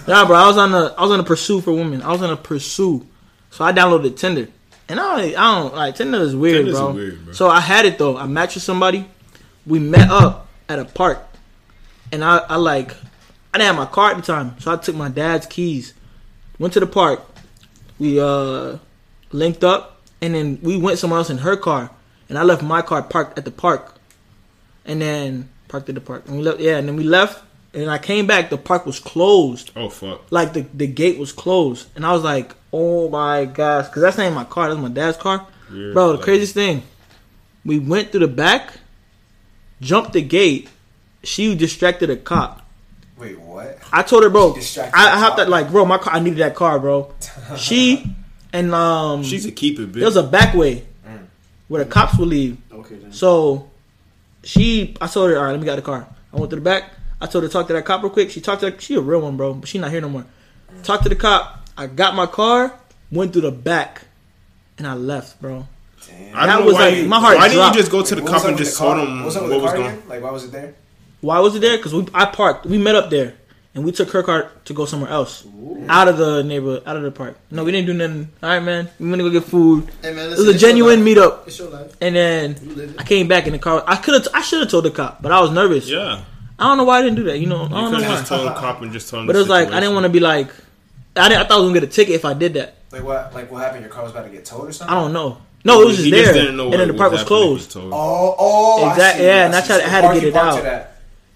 Speaker 4: Nah, bro, I was on the I was on a pursue for women. I was on a pursue, so I downloaded Tinder, and I don't, I don't like Tinder is weird,
Speaker 5: Tinder's
Speaker 4: bro.
Speaker 5: weird, bro.
Speaker 4: So I had it though. I matched with somebody. We met up at a park, and I, I like I didn't have my car at the time, so I took my dad's keys, went to the park. We uh linked up, and then we went somewhere else in her car, and I left my car parked at the park and then parked at the park. And we left. Yeah, and then we left. And I came back. The park was closed.
Speaker 5: Oh fuck.
Speaker 4: Like the the gate was closed. And I was like, oh my gosh, because that's not even my car. That's my dad's car.
Speaker 5: Yeah,
Speaker 4: Bro, the
Speaker 5: like-
Speaker 4: craziest thing. We went through the back, jumped the gate. She distracted a cop.
Speaker 3: Wait, what?
Speaker 4: I told her, bro.
Speaker 3: Distracted
Speaker 4: I,
Speaker 3: the
Speaker 4: I hopped
Speaker 3: cop.
Speaker 4: out like, bro, my car. I needed that car, bro. She and um,
Speaker 5: She's a keeper, bitch.
Speaker 4: there was a back way where the cops would leave.
Speaker 1: Okay then.
Speaker 4: So she, I told her, all right, let me get out of the car. I went to the back. I told her to talk to that cop real quick. She talked to, she a real one, bro, but she not here no more. Talked to the cop. I got my car, went through the back, and I left, bro.
Speaker 3: Damn.
Speaker 5: I
Speaker 4: that
Speaker 5: don't know
Speaker 4: was
Speaker 5: why.
Speaker 4: like-
Speaker 5: you-
Speaker 4: my heart
Speaker 5: why didn't
Speaker 4: dropped.
Speaker 5: you just go to the
Speaker 3: What was
Speaker 5: cop
Speaker 3: up
Speaker 5: and
Speaker 3: with the
Speaker 5: just
Speaker 3: car?
Speaker 5: told him
Speaker 3: What was up with
Speaker 5: what
Speaker 3: the
Speaker 5: was
Speaker 3: car
Speaker 5: going?
Speaker 3: again? Like, why was it there?
Speaker 4: Why was it there? Because we, I parked. We met up there, and we took her car to go somewhere else, out of the neighborhood, out of the park. No, we didn't do nothing. All right, man, we went to go get food.
Speaker 7: Hey, man,
Speaker 4: It
Speaker 7: listen,
Speaker 4: was a
Speaker 7: it's your
Speaker 4: genuine
Speaker 7: life.
Speaker 4: meetup,
Speaker 7: It's your life.
Speaker 4: and
Speaker 7: You
Speaker 4: then
Speaker 7: live
Speaker 4: I came back in the car. I could have, I should have told the cop, but I was nervous.
Speaker 5: Yeah.
Speaker 4: I don't know why I didn't do that. You know, I
Speaker 5: You
Speaker 4: don't
Speaker 5: could
Speaker 4: know why.
Speaker 5: just told the cop and just told him.
Speaker 4: But it
Speaker 5: the
Speaker 4: was like I didn't
Speaker 5: situation.
Speaker 4: want to be like I didn't. I thought I was gonna get a ticket if I did that.
Speaker 3: Like what? Like what happened? Your car was about to get towed or something?
Speaker 4: I don't know.
Speaker 2: Oh,
Speaker 4: No, it was just
Speaker 5: He
Speaker 4: there,
Speaker 5: didn't know
Speaker 4: and
Speaker 5: what
Speaker 4: then the park was
Speaker 5: happening. He
Speaker 4: closed.
Speaker 5: told.
Speaker 3: Oh, oh, I
Speaker 4: Exact-
Speaker 3: see,
Speaker 4: yeah, and that's
Speaker 3: see.
Speaker 4: how-
Speaker 3: So
Speaker 4: I had
Speaker 3: the
Speaker 4: to
Speaker 3: park
Speaker 4: get
Speaker 3: you
Speaker 4: it
Speaker 3: parked
Speaker 4: out.
Speaker 3: it at-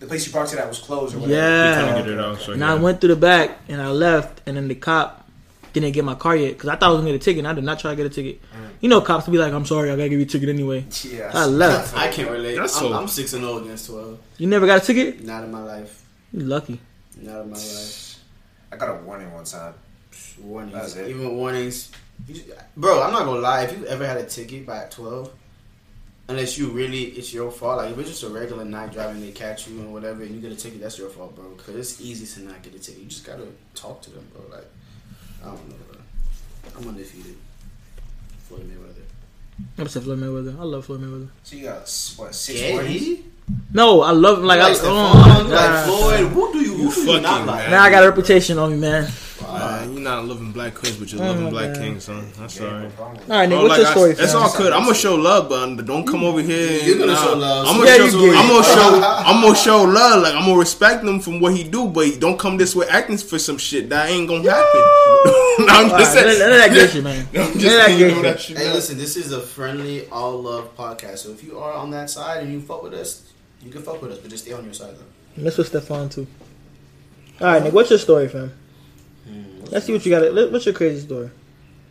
Speaker 3: the place you parked it at was closed or whatever.
Speaker 5: He trying
Speaker 4: Yeah,
Speaker 5: to get it out, so
Speaker 4: and
Speaker 5: he
Speaker 4: I
Speaker 5: had-
Speaker 4: went through the back, and I left, and then the cop didn't get my car yet because I thought I was gonna get a ticket. and I did not try to get a ticket.
Speaker 5: Mm.
Speaker 4: You know, cops be like, "I'm sorry, I gotta give you a ticket anyway."
Speaker 3: Yeah.
Speaker 4: I left.
Speaker 1: I can't relate.
Speaker 5: That's
Speaker 1: I'm,
Speaker 5: so-
Speaker 1: I'm six and zero against twelve.
Speaker 4: You never got a ticket?
Speaker 1: Not in my life.
Speaker 4: You lucky.
Speaker 1: Not in my life.
Speaker 3: I got a warning one time. That's
Speaker 1: Warnings.
Speaker 3: it.
Speaker 1: Even warnings. You, bro, I'm not gonna lie. If you ever had a ticket by twelve, unless you really, it's your fault. Like if it's just a regular night driving, they catch you and whatever, and you get a ticket, that's your fault, bro. Because it's easy to not get a ticket. You just gotta talk to them, bro. Like I don't know, bro. I'm undefeated. Floyd Mayweather.
Speaker 4: I'm upset Floyd Mayweather. I love Floyd Mayweather.
Speaker 3: So you got what six
Speaker 1: Yeah,
Speaker 3: warnings?
Speaker 1: he
Speaker 4: No, I love him. Like, I,
Speaker 1: likes the
Speaker 4: oh,
Speaker 1: fun,
Speaker 4: nah.
Speaker 1: like Floyd. Who do you?
Speaker 5: You
Speaker 1: Who do you not
Speaker 5: fucking
Speaker 1: like?
Speaker 4: now I got a reputation on me, man.
Speaker 5: Man, you're not loving black queens, but you're
Speaker 4: Oh,
Speaker 5: loving
Speaker 4: my
Speaker 5: black
Speaker 4: God.
Speaker 5: kings, son. That's
Speaker 3: Yeah,
Speaker 5: all
Speaker 3: no
Speaker 5: right.
Speaker 3: problem with
Speaker 4: All right, Nick,
Speaker 5: Bro,
Speaker 4: what's your
Speaker 5: Oh, like,
Speaker 4: story?
Speaker 5: I, that's
Speaker 4: fam?
Speaker 5: all good. I'm gonna show love, but don't come over here.
Speaker 1: You're gonna show love.
Speaker 5: I'm gonna
Speaker 4: Yeah,
Speaker 5: show.
Speaker 4: you gay.
Speaker 5: I'm gonna show. I'm gonna show love. Like I'm gonna respect him from what he do, but he don't come this way acting for some shit that ain't gonna happen. No, I'm
Speaker 4: All right,
Speaker 5: just
Speaker 4: none of
Speaker 5: saying.
Speaker 4: none of that good shit, man.
Speaker 5: I'm
Speaker 4: None
Speaker 5: just
Speaker 4: of that
Speaker 5: saying, you know
Speaker 4: good
Speaker 5: that
Speaker 4: shit.
Speaker 5: shit.
Speaker 1: Hey, listen, this is a friendly, all love podcast. So if you are on that side and you fuck with us, you can fuck with us, but just stay on your side though.
Speaker 4: That's what Stefan too. All right, Nick, what's your story, fam?
Speaker 5: Hmm.
Speaker 4: Let's see what you got. let- What's your crazy story?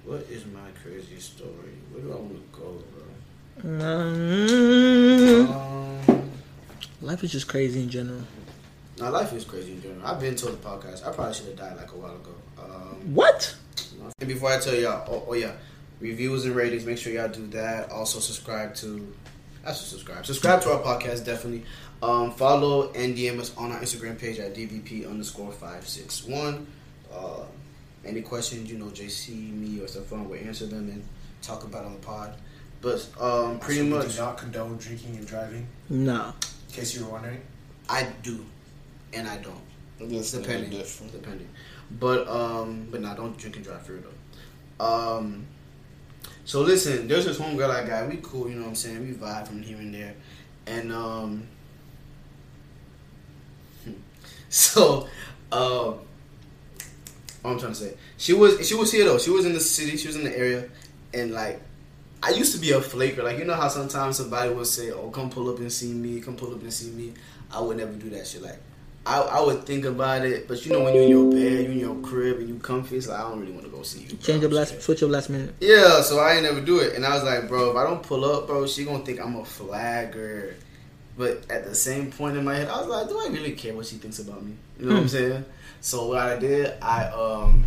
Speaker 1: What is my crazy story? Where do I want to go, bro?
Speaker 4: Mm,
Speaker 1: Um,
Speaker 4: Life is just crazy in general.
Speaker 1: my life is crazy in general. I've been to the podcast. I probably should have died like a while ago. Um,
Speaker 4: What?
Speaker 1: and before I tell y'all, oh, oh yeah, reviews and ratings. Make sure y'all do that. Also subscribe to. That's what subscribe. Subscribe to our podcast definitely. Um, follow and DM us on our Instagram page at DVP underscore five six one. Uh, any questions, you know, JC, me, or Stefan will answer them and talk about it on the pod. But um,
Speaker 3: that.
Speaker 1: pretty
Speaker 3: So we
Speaker 1: much,
Speaker 3: do not condone drinking and driving.
Speaker 4: Nah.
Speaker 3: In case you were wondering.
Speaker 1: I do, and I don't.
Speaker 2: It's
Speaker 1: depending, depending. But um, but nah, don't drink and drive for real though. Um, so listen, there's this homegirl I got. We cool, you know what I'm saying? We vibe from here and there, and um, so um, what I'm trying to say, she was she was here though. She was in the city. She was in the area, and like. I used to be a flaker. Like, you know how sometimes somebody will say, Oh, come pull up and see me, come pull up and see me. I would never do that shit. Like, I, I would think about it, but you know when you're in your bed, you in your crib, and you comfy, it's like I don't really want to go see you. bro.
Speaker 4: Change up
Speaker 1: I'm
Speaker 4: last,
Speaker 1: scared.
Speaker 4: switch up last minute.
Speaker 1: Yeah, so I ain't never do it, and I was like, bro, if I don't pull up, bro, she gonna think I'm a flagger. But at the same point in my head, I was like, do I really care what she thinks about me? You know
Speaker 4: Hmm.
Speaker 1: what I'm saying? So what I did, I um,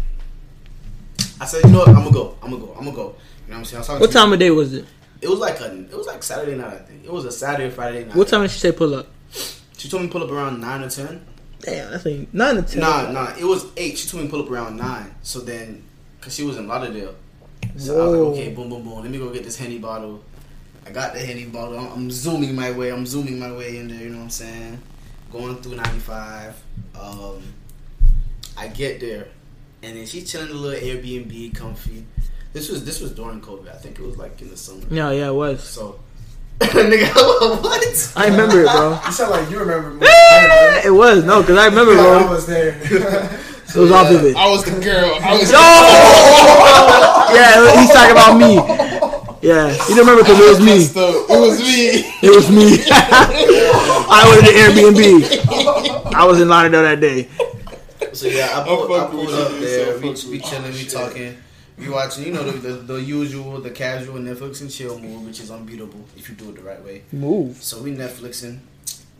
Speaker 1: I said, you know what, I'm gonna go, I'm gonna go, I'm gonna go. You know what I'm saying? I was talking
Speaker 4: What
Speaker 1: to-
Speaker 4: time of day was it?
Speaker 1: It was like a, it was like Saturday night, I think. It was a Saturday, Friday night.
Speaker 4: What time did she say pull up?
Speaker 1: She told me to pull up around nine or ten.
Speaker 4: Damn, that's like nine to ten.
Speaker 1: Nah, nah. It was eight. She told me to pull up around nine. So then, cause she was in Lauderdale, so I was
Speaker 4: Whoa.
Speaker 1: like, okay, boom, boom, boom. Let me go get this henny bottle. I got the henny bottle. I'm, I'm zooming my way. I'm zooming my way in there. You know what I'm saying? Going through 95. Um, I get there, and then she's chilling in a little Airbnb, comfy. This was this was during COVID. I think it was like in the summer.
Speaker 4: Yeah, yeah, it was.
Speaker 1: So, nigga, what?
Speaker 4: I remember it, bro.
Speaker 3: You sound like you remember more. than I
Speaker 4: it was no, cause I remember,
Speaker 3: remember. I
Speaker 4: bro.
Speaker 3: was there.
Speaker 4: It was all vivid.
Speaker 2: I was the girl. I was.
Speaker 4: Yeah, he's talking about me. Yeah, you don't remember because it was me.
Speaker 2: Messed up. It was me.
Speaker 4: It was me. I was in Airbnb. I was in Lauderdale that day.
Speaker 1: So yeah, I pulled, I
Speaker 2: fuck
Speaker 1: pulled
Speaker 2: with
Speaker 1: up
Speaker 2: you,
Speaker 1: there.
Speaker 2: so
Speaker 1: we
Speaker 2: fuck
Speaker 1: we
Speaker 2: with
Speaker 1: chilling, we talking, we watching. You know the, the the usual, the casual Netflix and chill move, which is unbeatable if you do it the right way.
Speaker 4: Move.
Speaker 1: So we Netflixing.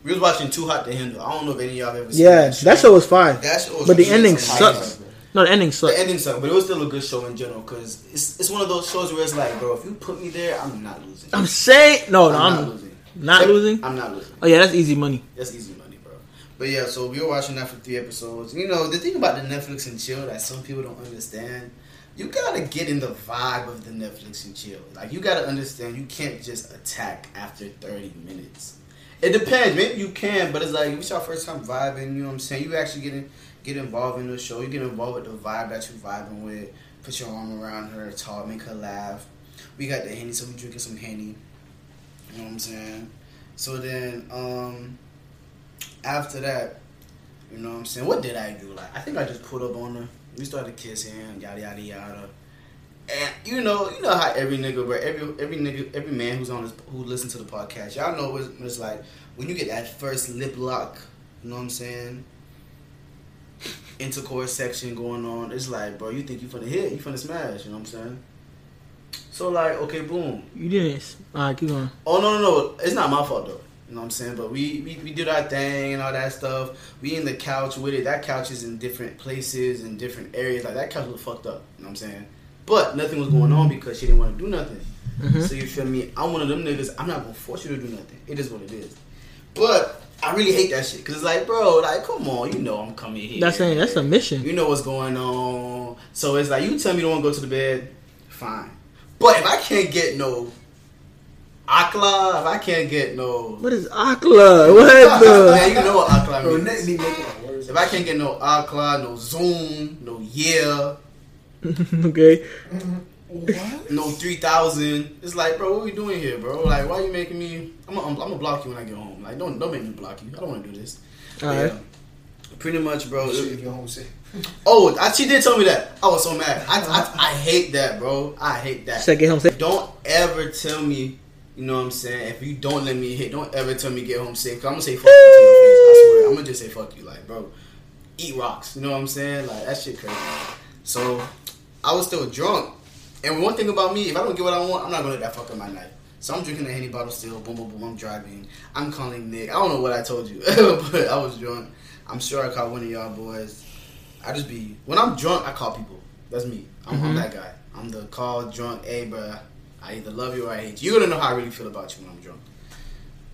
Speaker 1: We was watching Too Hot to Handle. I don't know if any of y'all ever seen
Speaker 4: Yeah,
Speaker 1: that show.
Speaker 4: that show was fire.
Speaker 1: That show was
Speaker 4: But the
Speaker 1: really
Speaker 4: ending
Speaker 1: some
Speaker 4: sucks.
Speaker 1: highlights.
Speaker 4: No, the ending
Speaker 1: The
Speaker 4: sucked.
Speaker 1: ending sucks, but it was still a good show in general because it's it's one of those shows where it's like, bro, if you put me there, I'm not losing.
Speaker 4: I'm saying no, no,
Speaker 1: I'm
Speaker 4: I'm
Speaker 1: not
Speaker 4: not,
Speaker 1: losing.
Speaker 4: losing.
Speaker 1: I'm not losing.
Speaker 4: Oh yeah, that's easy money.
Speaker 1: That's easy money, bro. But yeah, so we were watching that for three episodes. You know, the thing about the Netflix and chill that some people don't understand, you gotta get in the vibe of the Netflix and chill. Like you gotta understand, you can't just attack after thirty minutes. It depends. Maybe you can, but it's like if it's your first time vibing. You know what I'm saying? You actually get in, get involved in the show. You get involved with the vibe that you're vibing with. Put your arm around her, talk, make her laugh. We got the henny, so we drinking some henny. You know what I'm saying? So then, um, after that, you know what I'm saying? What did I do? Like, I think I just pulled up on her. We started kissing, yada yada yada. And you know, you know how every nigga, bro, every every nigga, every man who's on this, who listens to the podcast, y'all know what it's- what it's like when you get that first lip lock. You know what I'm saying? Intercourse section going on. It's like, bro, you think you finna hit, you finna smash. You know what I'm saying? So like, okay, boom.
Speaker 4: You didn't. All right, keep going.
Speaker 1: Oh no no no! It's not my fault though. You know what I'm saying? But we, we we did our thing and all that stuff. We in the couch with it. That couch is in different places and different areas. Like that couch was fucked up. You know what I'm saying? But nothing was going on because she didn't want to do nothing.
Speaker 4: Mhm.
Speaker 1: So you feel me? I'm one of them niggas. I'm not gonna force you to do nothing. It is what it is. But I really hate that shit because it's like, bro, like come on, you know I'm coming here.
Speaker 4: That's saying that's a mission.
Speaker 1: You know what's going on. So it's like you tell me you don't want to go to the bed, fine. But if I can't get no akla, if I can't get no
Speaker 4: What is Akla? What
Speaker 1: Man,
Speaker 4: the?
Speaker 1: you know what
Speaker 3: Bro,
Speaker 1: akla
Speaker 3: let
Speaker 1: means.
Speaker 3: me make my words.
Speaker 1: If I can't get no akla, no zoom, no yeah,
Speaker 4: okay.
Speaker 1: no three thousand, it's like, bro, what we doing here, bro? Like, why you making me? I'm gonna I'm gonna block you when I get home. Like, don't don't make me block you. I don't want to do this.
Speaker 4: All
Speaker 1: Yeah.
Speaker 4: right.
Speaker 1: Pretty much, bro.
Speaker 3: Shit, if you're home, say.
Speaker 1: Oh, I, she did tell me that. I was so mad. I, I, I hate that, bro. I hate that.
Speaker 4: Uh-huh. Should I get home safe?
Speaker 1: Don't ever tell me, you know what I'm saying? If you don't let me hit, don't ever tell me get home safe. i I'm gonna say fuck you to your face. I swear. I'm gonna just say fuck you, like, bro. Eat rocks. You know what I'm saying? Like that shit crazy. So I was still drunk. And one thing about me, if I don't get what I want, I'm not gonna let that fuck up my night. So I'm drinking the henny bottle still. Boom, boom, boom. I'm driving. I'm calling Nick. I don't know what I told you, but I was drunk. I'm sure I caught one of y'all boys. I just be when I'm drunk, I call people. That's me. I'm, I'm that guy. I'm the call drunk. Hey, bro, I either love you or I hate you. You're gonna know how I really feel about you when I'm drunk.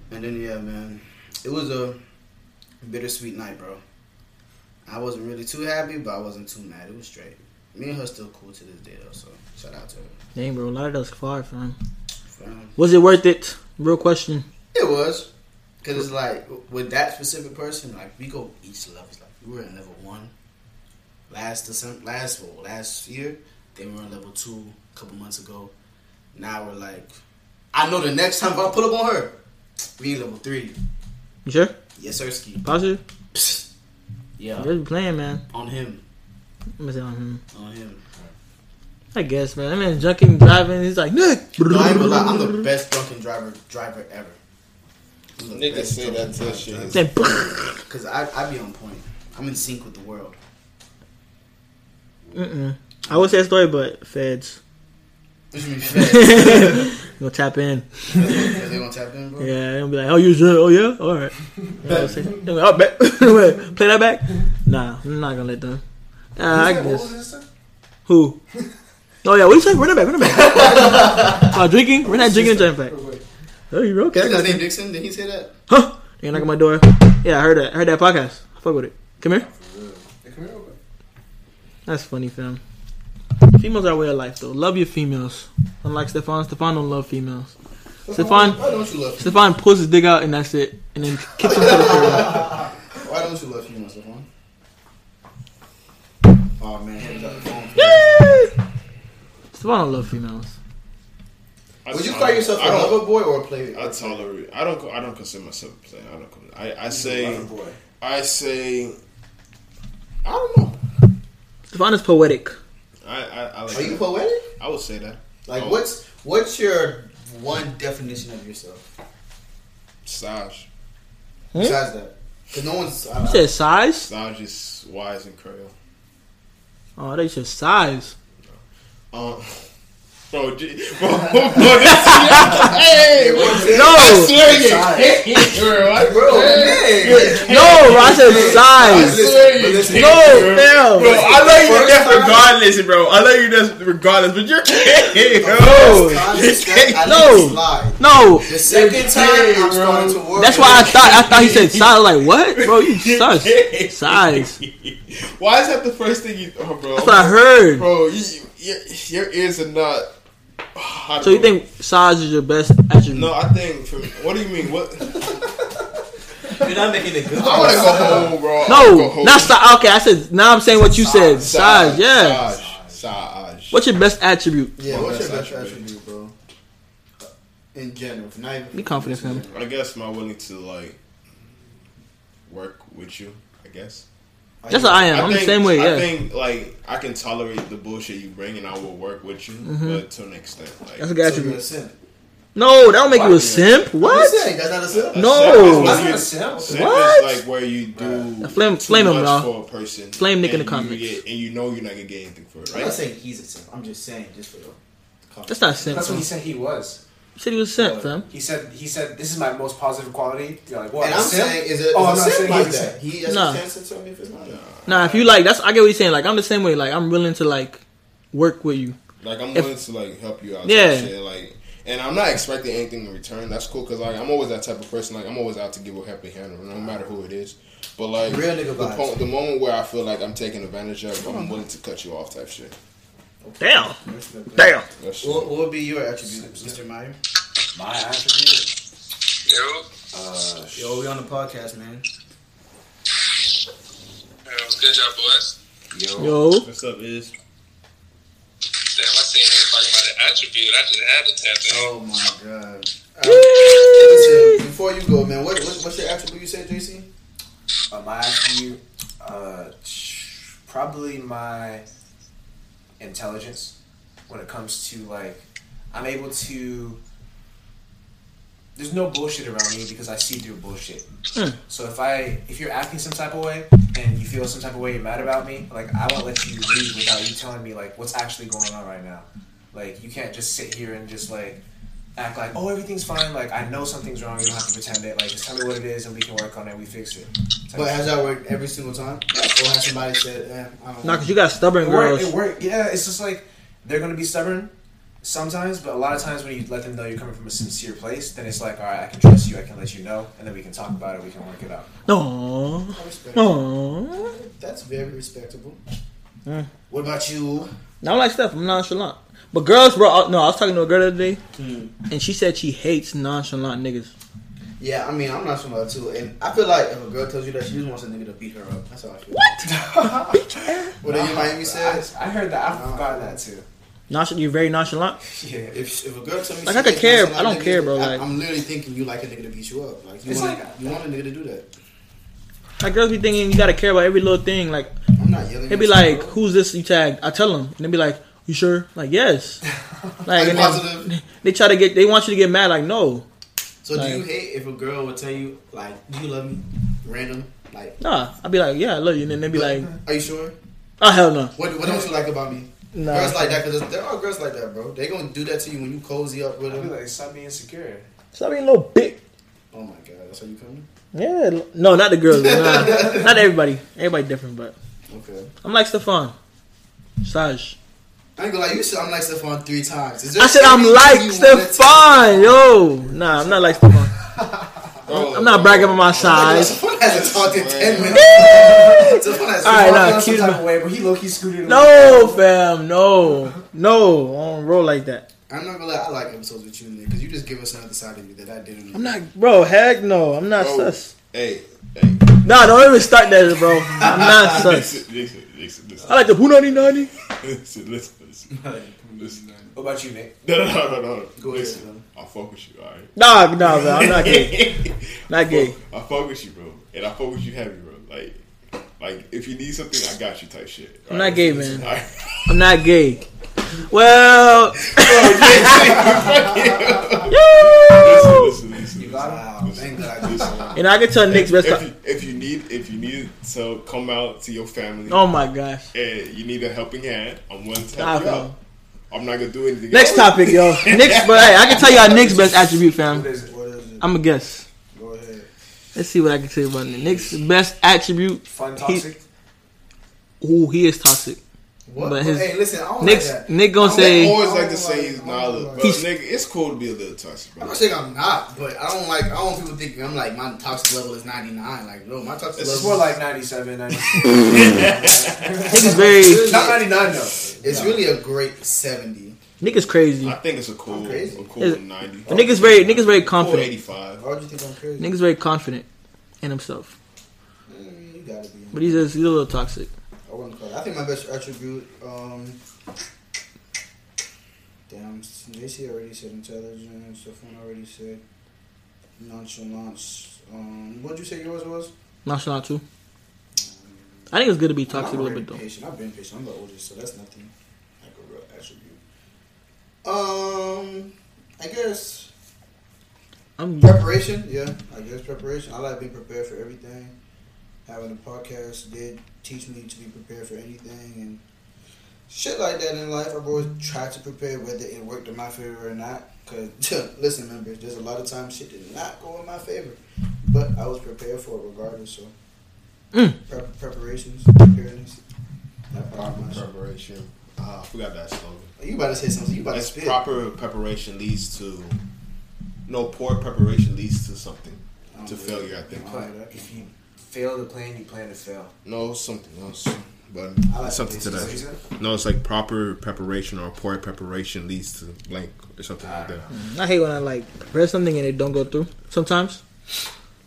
Speaker 1: And then yeah, man, it was a bittersweet night, bro. I wasn't really too happy, but I wasn't too mad. It was straight. Me and her still cool to this day though, so shout out to her.
Speaker 4: Dang, bro, Lauderdale's far, fam.
Speaker 1: Fam.
Speaker 4: Was it worth it? Real question.
Speaker 1: It was, cause it's like with that specific person, like we go each level. Like we were in level one last December, last well, last year. Then we were in level two a couple months ago. Now we're like, I know the next time if I pull up on her, we in level three.
Speaker 4: You sure?
Speaker 1: Yes, Ersky.
Speaker 4: Positive?
Speaker 1: Yeah,
Speaker 4: Just playing, man.
Speaker 1: on him,
Speaker 4: Let me see on him.
Speaker 1: on him.
Speaker 4: I guess, man. I mean, junking, driving. He's like, Nick.
Speaker 1: No, I ain't gonna lie, I'm the best drunken driver driver ever.
Speaker 2: Niggas say that till shit hits
Speaker 4: Then
Speaker 1: Cause I I be on point. I'm in sync with the world.
Speaker 4: Mm-mm. I would say a story, but feds.
Speaker 1: What you mean? Feds?
Speaker 4: You'll tap in.
Speaker 1: Is they gonna tap in, bro?
Speaker 4: Yeah, they'll be like, oh, you sure? Oh, yeah? All right. I would say, they'll be like, oh, bet. Wait, play that back? Nah, I'm not going to let them. Uh, I guess. Who? Oh, yeah, what you say? Run it back, run it back. uh, drinking? We're not drinking, jam back. Oh, you okay? I
Speaker 1: Is his
Speaker 4: got
Speaker 1: name
Speaker 4: you.
Speaker 1: Dixon? Did he say that?
Speaker 4: Huh? You knock on my door? Yeah, I heard that. I heard that podcast. Fuck with it. Come here. That's funny, fam. Females are a way of life, though. Love your females. Unlike Stefan, Stefan don't love females. Stefan,
Speaker 1: Why don't you love?
Speaker 4: Stefan pulls his dick out and that's it, and then kicks him to the floor.
Speaker 1: Why don't you love females, Stefan? Oh man, he got the phone.
Speaker 4: Stefan don't love females.
Speaker 2: I
Speaker 1: Would you
Speaker 2: tolerate-
Speaker 1: call yourself
Speaker 2: I
Speaker 1: a
Speaker 2: don't-
Speaker 1: lover boy or a player?
Speaker 2: I tolerate. I don't. I don't consider myself a player. I don't. con- I, I say. I say. I don't know.
Speaker 4: Stefan is poetic.
Speaker 2: I. I, I like.
Speaker 1: Are you
Speaker 2: that.
Speaker 1: poetic?
Speaker 2: I would say that.
Speaker 1: Like,
Speaker 2: Oh.
Speaker 1: what's what's your one definition of yourself
Speaker 2: Saj.
Speaker 1: besides that? Because no one's. I,
Speaker 4: Hmm? You said size?
Speaker 2: Saj is wise and Creole.
Speaker 4: Oh, they said size.
Speaker 2: Um. Bro, G- bro, bro, this, hey, bro, I
Speaker 4: No, no,
Speaker 2: swear you hit, girl. I,
Speaker 1: bro,
Speaker 4: I said
Speaker 2: I
Speaker 4: size.
Speaker 2: swear you
Speaker 1: Listen,
Speaker 2: hit,
Speaker 4: No,
Speaker 2: girl.
Speaker 5: Bro,
Speaker 4: fam.
Speaker 5: I love you to
Speaker 1: First
Speaker 5: death
Speaker 1: time-
Speaker 5: regardless, bro. I love you to death regardless, but you're kidding, bro.
Speaker 4: No.
Speaker 1: slide.
Speaker 4: No,
Speaker 1: The second time I'm starting to worry.
Speaker 4: that's why I thought I thought he said size. Like what, bro? You sus. Size.
Speaker 2: Why is that the first thing you, oh, bro?
Speaker 4: That's what I heard.
Speaker 2: Bro, you, you, your, your ears are not. I
Speaker 4: So you
Speaker 2: don't-
Speaker 4: think size is your best attribute?
Speaker 2: No, I think. For, what do you mean? What? I
Speaker 7: You're not making it good.
Speaker 2: want to go home, bro. I wanna go
Speaker 4: No,
Speaker 2: home.
Speaker 4: not size. Okay, I said. Now I'm saying what you said. Size. Yeah.
Speaker 2: Saj, Saj.
Speaker 4: What's your best attribute?
Speaker 1: Yeah, what's your
Speaker 2: That's
Speaker 1: best
Speaker 2: attribute.
Speaker 1: attribute, bro? In general, not even.
Speaker 4: Be confident, fam.
Speaker 2: I guess my willing to like work with you. I guess.
Speaker 4: That's what I am. I'm the same way.
Speaker 2: I
Speaker 4: Yeah.
Speaker 2: think like I can tolerate the bullshit you bring, and I will work with you, but to an extent. Like,
Speaker 4: Mm-hmm. That's
Speaker 1: So
Speaker 4: a good
Speaker 1: you're a
Speaker 4: attribute.
Speaker 1: simp.
Speaker 4: No, that'll make you
Speaker 2: Why?
Speaker 4: a simp.
Speaker 1: What?
Speaker 4: What?
Speaker 1: That's not a simp.
Speaker 2: That's
Speaker 4: No.
Speaker 3: That's not a
Speaker 2: simp
Speaker 3: simp.
Speaker 2: is
Speaker 4: What?
Speaker 2: like where you do
Speaker 4: Flame-
Speaker 2: too
Speaker 4: flame him,
Speaker 2: much
Speaker 4: y'all.
Speaker 2: for a person.
Speaker 4: Flame Nick in
Speaker 2: and
Speaker 4: the
Speaker 2: you
Speaker 4: comments.
Speaker 2: get- and you know you're not gonna get anything for it,
Speaker 1: I'm not
Speaker 2: right?
Speaker 1: saying he's a simp. I'm just saying, just for the
Speaker 4: That's not simp.
Speaker 3: That's what
Speaker 4: Fam.
Speaker 3: he said he was.
Speaker 4: You said he was a simp, fam.
Speaker 3: He said he said this is my most positive quality. You're like, what?
Speaker 1: And I'm
Speaker 3: simp?
Speaker 1: saying, is it
Speaker 3: Oh, I'm
Speaker 1: is
Speaker 3: not
Speaker 1: a simp
Speaker 3: saying
Speaker 1: like
Speaker 3: he's a
Speaker 1: that? He has
Speaker 4: Nah.
Speaker 1: a chance to tell me if it's not.
Speaker 4: Nah, if you like, that's I get what he's saying. Like I'm the same way. Like I'm willing to like work with you.
Speaker 2: Like I'm
Speaker 4: If-
Speaker 2: willing to like help you out.
Speaker 4: Yeah.
Speaker 2: Yeah. Shit. Like, and I'm not expecting anything in return. That's cool because like I'm always that type of person. Like I'm always out to give a helping hand, no matter who it is. But like
Speaker 1: Real nigga
Speaker 2: the,
Speaker 1: vibes.
Speaker 2: po- the moment where I feel like I'm taking advantage of, I'm willing to cut you off. Type shit.
Speaker 4: Damn,
Speaker 1: Respect that.
Speaker 4: damn.
Speaker 2: That's shit.
Speaker 1: What, what would be your attribute, Mr. Meyer?
Speaker 3: My attribute.
Speaker 8: Yo,
Speaker 3: Uh,
Speaker 1: Yo, we on the podcast, man.
Speaker 8: yo, good job, boys.
Speaker 4: Yo,
Speaker 5: What's up, is?
Speaker 8: Damn, I seen they talking about the attribute. I just had to tap in.
Speaker 1: Oh my god. Uh, listen, before you go, man, what, what what's your attribute you said, JC?
Speaker 3: uh, my attribute. Uh, sh- probably my intelligence when it comes to like I'm able to. There's no bullshit around me because I see through bullshit. So if I if you're acting some type of way and you feel some type of way you're mad about me, like I won't let you leave without you telling me like what's actually going on right now. Like you can't just sit here and just like act like oh everything's fine. Like I know something's wrong. You don't have to pretend it. Like just tell me what it is and we can work on it. We fix it. Type
Speaker 1: But
Speaker 3: shit.
Speaker 1: has that worked every single time? Or has somebody said, eh, I don't
Speaker 4: nah, cause you got stubborn
Speaker 3: It worked. It
Speaker 4: girls.
Speaker 3: worked. Yeah, it's just like they're gonna be stubborn sometimes, but a lot of times when you let them know you're coming from a sincere place, then it's like, all right, I can trust you. I can let you know, and then we can talk about it. We can work it out.
Speaker 4: No,
Speaker 1: I respect it.
Speaker 4: no.
Speaker 1: That's very respectable.
Speaker 4: Eh.
Speaker 1: What about you?
Speaker 4: I don't like stuff. I'm nonchalant. But girls, bro, no, I was talking to a girl the other day, and she said she hates nonchalant niggas.
Speaker 1: Yeah, I mean, I'm not somebody too, and I feel like if a girl tells you that, she just wants a nigga to beat her up. That's how I feel. What? what did you Miami said?
Speaker 3: I, I heard that.
Speaker 1: Oh,
Speaker 3: I forgot that too.
Speaker 4: Nonchalant, you're very nonchalant.
Speaker 3: Yeah.
Speaker 1: If, if a girl tells me,
Speaker 4: Like,
Speaker 1: she
Speaker 4: I could
Speaker 1: hates
Speaker 4: care.
Speaker 1: niggas,
Speaker 4: I don't
Speaker 1: nigga,
Speaker 4: care, bro,
Speaker 1: I-
Speaker 4: like-
Speaker 1: I'm literally thinking you like a nigga to beat you up. Like you,
Speaker 3: It's
Speaker 1: want,
Speaker 3: like-
Speaker 1: you want a nigga to do that.
Speaker 4: Like girls be thinking you gotta care about every little thing. Like
Speaker 1: I'm not yelling.
Speaker 4: they'd be
Speaker 1: at you,
Speaker 4: like,
Speaker 1: bro.
Speaker 4: "Who's this?" You tagged. I tell them, and they be like, "You sure?" Like yes. Like
Speaker 1: Like,
Speaker 4: and then
Speaker 1: positive.
Speaker 4: they try to get. They want you to get mad. Like no.
Speaker 1: So do you
Speaker 4: Like-
Speaker 1: hate if a girl would tell you like, "Do you love me?" Random, like,
Speaker 4: Nah, I'd be like, yeah, I love you, and then they'd be like,
Speaker 1: "Are you sure?"
Speaker 4: oh hell no,
Speaker 1: What What don't you like about me?
Speaker 4: nah.
Speaker 1: Girls like that because there are girls like that, bro. They gonna do that to you when you cozy up with
Speaker 3: I'd be
Speaker 1: them.
Speaker 3: like, stop being insecure.
Speaker 4: Stop being a little bit.
Speaker 1: Oh my god, that's how you coming?
Speaker 4: Yeah, l- no, not the girls. nah. Not everybody. Everybody different, but
Speaker 1: Okay.
Speaker 4: I'm like Stefan, Saj.
Speaker 1: I ain't gonna lie, you said I'm like Stefan three times. Is there
Speaker 4: I said I'm
Speaker 1: anything
Speaker 4: like
Speaker 1: you wanna
Speaker 4: Stefan, yo. Nah, I'm not like Stefan.
Speaker 2: Bro,
Speaker 4: I'm not bragging on my
Speaker 1: tell-
Speaker 4: size.
Speaker 1: Stefan hasn't talked in ten minutes. Stefan has
Speaker 4: All right,
Speaker 3: Walking
Speaker 4: nah,
Speaker 3: on some
Speaker 4: keep
Speaker 3: type
Speaker 4: my-
Speaker 3: of way, but he low key scooted.
Speaker 4: No, fam, no, no. I don't roll like that.
Speaker 1: I'm not gonna lie, I like episodes with you, nigga, because you just give us another side of you that I didn't.
Speaker 4: I'm not, bro. Heck no, I'm not
Speaker 2: Bro.
Speaker 4: sus.
Speaker 2: Hey, hey,
Speaker 4: Nah, don't even start that, bro. I'm not sus.
Speaker 2: listen, listen, listen, listen,
Speaker 4: I like the punani nani.
Speaker 2: listen, listen, listen, listen.
Speaker 3: What about you, Nick?
Speaker 2: No, no, no, no, no.
Speaker 1: Go ahead,
Speaker 2: listen,
Speaker 1: man.
Speaker 2: I fuck with you, all right.
Speaker 4: Nah, nah, bro. I'm not gay. Not gay.
Speaker 2: I fuck with you, bro, and I fuck with you heavy, bro. Like, like if you need something, I got you, type shit.
Speaker 4: I'm
Speaker 2: all
Speaker 4: not
Speaker 2: right?
Speaker 4: gay, man.
Speaker 2: All right.
Speaker 4: I'm not gay. Well, Yo!
Speaker 2: Listen, listen, listen.
Speaker 3: You
Speaker 2: listen.
Speaker 3: got him.
Speaker 1: Wow, thank God. I
Speaker 2: Listen.
Speaker 4: and I can tell Nick's best.
Speaker 2: if, you, if you need if you need to come out to your family
Speaker 4: oh my gosh.
Speaker 2: and you need a helping hand, I'm willing to help
Speaker 4: Stop
Speaker 2: you
Speaker 4: it.
Speaker 2: out. I'm not gonna do anything.
Speaker 4: Next
Speaker 2: else.
Speaker 4: topic, yo. Nick's, but hey, I can tell y'all Nick's best attribute,
Speaker 3: What
Speaker 4: fam.
Speaker 3: is it?
Speaker 1: What is it?
Speaker 4: I'm a guess.
Speaker 1: Go ahead.
Speaker 4: Let's see what I can tell you about Nick. Nick's best attribute.
Speaker 3: Fun, toxic.
Speaker 4: Ooh, he is toxic.
Speaker 1: What?
Speaker 4: But his-
Speaker 1: hey, listen, I don't
Speaker 4: Nick's
Speaker 1: like that.
Speaker 4: Nick gonna
Speaker 1: I'm
Speaker 2: I
Speaker 4: say
Speaker 2: always like to
Speaker 1: Oh,
Speaker 2: say he's
Speaker 1: oh,
Speaker 2: not.
Speaker 1: oh,
Speaker 2: But
Speaker 4: He's-
Speaker 2: nigga, it's cool to be a little toxic,
Speaker 1: I'm
Speaker 2: bro.
Speaker 1: not saying I'm not, but I don't like. I don't want people thinking I'm like my toxic level is 99. Like, no, my toxic
Speaker 3: It's
Speaker 1: level
Speaker 3: more like 97, 96.
Speaker 1: oh,
Speaker 4: Nick is very
Speaker 3: Not 99, though.
Speaker 1: It's really a great 70.
Speaker 4: Nick is crazy.
Speaker 2: I think it's a cool,
Speaker 1: I'm crazy.
Speaker 2: a cool
Speaker 4: Is-
Speaker 2: ninety.
Speaker 4: Nigga's very- nigga's very
Speaker 2: Cool
Speaker 4: confident.
Speaker 2: Eighty-five.
Speaker 1: Why would you think I'm crazy?
Speaker 4: Nick is very confident in himself,
Speaker 1: Mm, you gotta be.
Speaker 4: but he's just he's a little toxic.
Speaker 1: I wouldn't call it. I think my best attribute. Um, damn, Macy already said intelligence. Stefan already said nonchalance. Um, what'd you say yours was?
Speaker 4: Nonchalant too. I think it's good to be toxic
Speaker 1: I'm
Speaker 4: a little
Speaker 1: already
Speaker 4: bit though.
Speaker 1: Patient. I've been patient. I'm the oldest, so that's nothing like a real attribute. Um, I guess
Speaker 4: I'm
Speaker 1: preparation. Yeah, I guess preparation. I like being prepared for everything. Having a podcast did teach me to be prepared for anything and shit like that in life. I've always tried to prepare, whether it worked in my favor or not. Cause listen, members, there's a lot of times shit did not go in my favor, but I was prepared for it regardless. So
Speaker 4: Mm.
Speaker 1: prep- preparations, preparedness. That part of my shit.
Speaker 2: Preparation. Ah, I forgot that slogan.
Speaker 1: You about to say something? You about to
Speaker 2: That's
Speaker 1: spit?
Speaker 2: proper preparation leads to. No, poor preparation leads to something.
Speaker 1: I don't
Speaker 2: to
Speaker 1: believe
Speaker 2: failure,
Speaker 1: it.
Speaker 2: I think.
Speaker 1: I
Speaker 3: But
Speaker 1: don't know that.
Speaker 3: if you fail to plan, you plan to fail.
Speaker 2: No, something else. But
Speaker 1: I like
Speaker 2: something to
Speaker 1: this.
Speaker 2: that.
Speaker 3: Is that what you
Speaker 2: No, it's like proper preparation or poor preparation leads to blank or something like that.
Speaker 4: I hate when I like prepare something and it don't go through. Sometimes,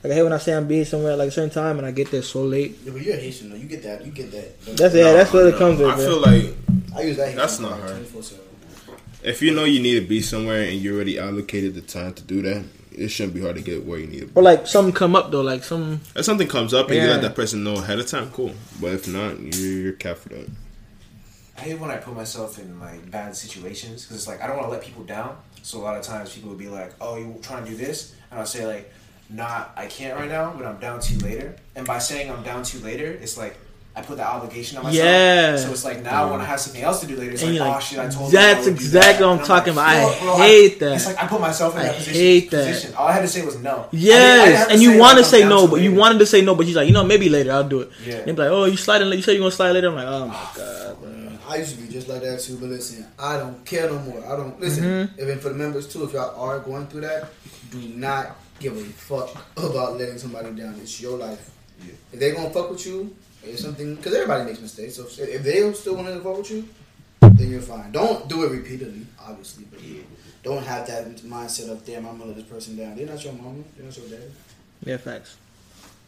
Speaker 4: like I hate when I say I'm being somewhere at like a certain time and I get there so late.
Speaker 1: Yeah, but you're Haitian though. You get that. You get that.
Speaker 4: That's yeah, that's what it comes
Speaker 1: Ah.
Speaker 4: with.
Speaker 2: I
Speaker 4: bro.
Speaker 2: feel like
Speaker 1: I use that.
Speaker 2: That's not her. if you know you need to be somewhere and you already allocated the time to do that, it shouldn't be hard to get where you need to be.
Speaker 4: or like something come up though, like some
Speaker 2: if something comes up and you
Speaker 4: Yeah.
Speaker 2: let that person know ahead of time, cool. But if not, you're, you're capped for that.
Speaker 3: I hate when I put myself in like bad situations because it's like I don't want to let people down. So a lot of times people would be like, "Oh, you trying to do this?" and I'll say like, "Not, I can't right now, but I'm down to you later." And by saying I'm down to you later, it's like I put that obligation on myself.
Speaker 4: Yeah.
Speaker 3: So it's like now when I have something else to do later, it's
Speaker 4: And
Speaker 3: like,
Speaker 4: you're like,
Speaker 3: "Oh shit, I told you."
Speaker 4: that's
Speaker 3: I would do
Speaker 4: exactly
Speaker 3: that."
Speaker 4: what I'm
Speaker 3: And
Speaker 4: talking about. I
Speaker 3: "Fuck, bro,
Speaker 4: hate that.
Speaker 3: It's like I put myself in
Speaker 4: I
Speaker 3: that position.
Speaker 4: hate that.
Speaker 3: Position. All I had to say was no. I didn't- I didn't
Speaker 4: yes,
Speaker 3: have
Speaker 4: and you want to
Speaker 3: like, I'm
Speaker 4: say
Speaker 3: down
Speaker 4: no,
Speaker 3: to
Speaker 4: but you
Speaker 3: later.
Speaker 4: wanted to say no, but she's like, you know, maybe later I'll do it.
Speaker 3: Yeah.
Speaker 4: And be like, oh, you sliding? late. You said you gonna slide later. I'm like, oh my god, bro.
Speaker 1: I used to be just like that too, but listen, I don't care no more. I don't listen.
Speaker 4: Mm-hmm.
Speaker 1: Even for the members too, if y'all are going through that, do not give a fuck about letting somebody down. It's your life. If they gonna fuck with you, if something, because everybody makes mistakes. So if, if they still want to fuck with you, then you're fine. Don't do it repeatedly, obviously, but don't have that mindset of damn, I'm gonna let this person down. They're not your mama. They're not your daddy.
Speaker 4: yeah, facts.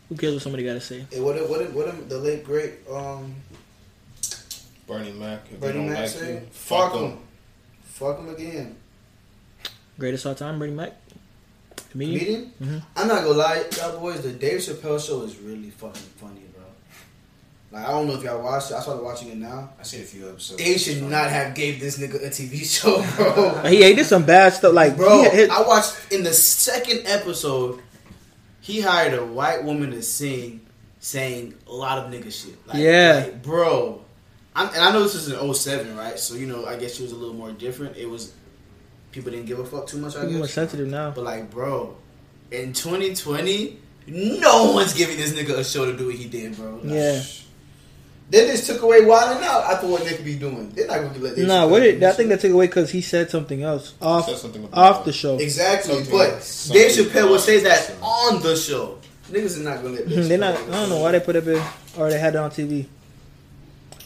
Speaker 4: Who cares what somebody gotta say?
Speaker 1: Hey, what did- what did- what did the late great um
Speaker 2: Bernie Mac, if
Speaker 1: Bernie Mac say? Fuck them. Fuck them again.
Speaker 4: Greatest all time, Bernie Mac. Comedian.
Speaker 1: Comedian?
Speaker 4: Mhm.
Speaker 1: I'm not gonna lie, y'all boys, the Dave Chappelle show is really fucking funny, bro. Like I don't know if y'all watched it. I started watching it now.
Speaker 3: I seen a few episodes.
Speaker 1: They should not have gave this nigga a TV show, bro.
Speaker 4: He, he did some bad stuff. Like
Speaker 1: Bro,
Speaker 4: he- he-
Speaker 1: I watched in the second episode. He hired a white woman to sing, saying a lot of nigga shit. Like,
Speaker 4: Yeah.
Speaker 1: like, bro. I'm, and I know this is in 07, right? So you know, I guess she was a little more different. It was people didn't give a fuck too much. I
Speaker 4: I'm more
Speaker 1: guess.
Speaker 4: sensitive now.
Speaker 1: But like, bro, in 2020, no one's giving this nigga a show to do what he did, bro. Like,
Speaker 4: Yeah.
Speaker 1: They just took away wilding out after what they could be doing. They're not gonna let. this
Speaker 4: Nah,
Speaker 1: shit
Speaker 4: what
Speaker 1: go.
Speaker 4: did I think they took away because he said something else off
Speaker 2: Said something about
Speaker 4: off
Speaker 2: that.
Speaker 4: the show.
Speaker 1: Exactly,
Speaker 2: Something
Speaker 1: but
Speaker 2: else.
Speaker 1: Dave
Speaker 2: Something
Speaker 1: Chappelle will
Speaker 2: else.
Speaker 1: say that on the show. Niggas are not gonna let. this
Speaker 4: They're
Speaker 1: shit
Speaker 4: not.
Speaker 1: go.
Speaker 4: I don't know why Hmm, they put up it or they had it on TV.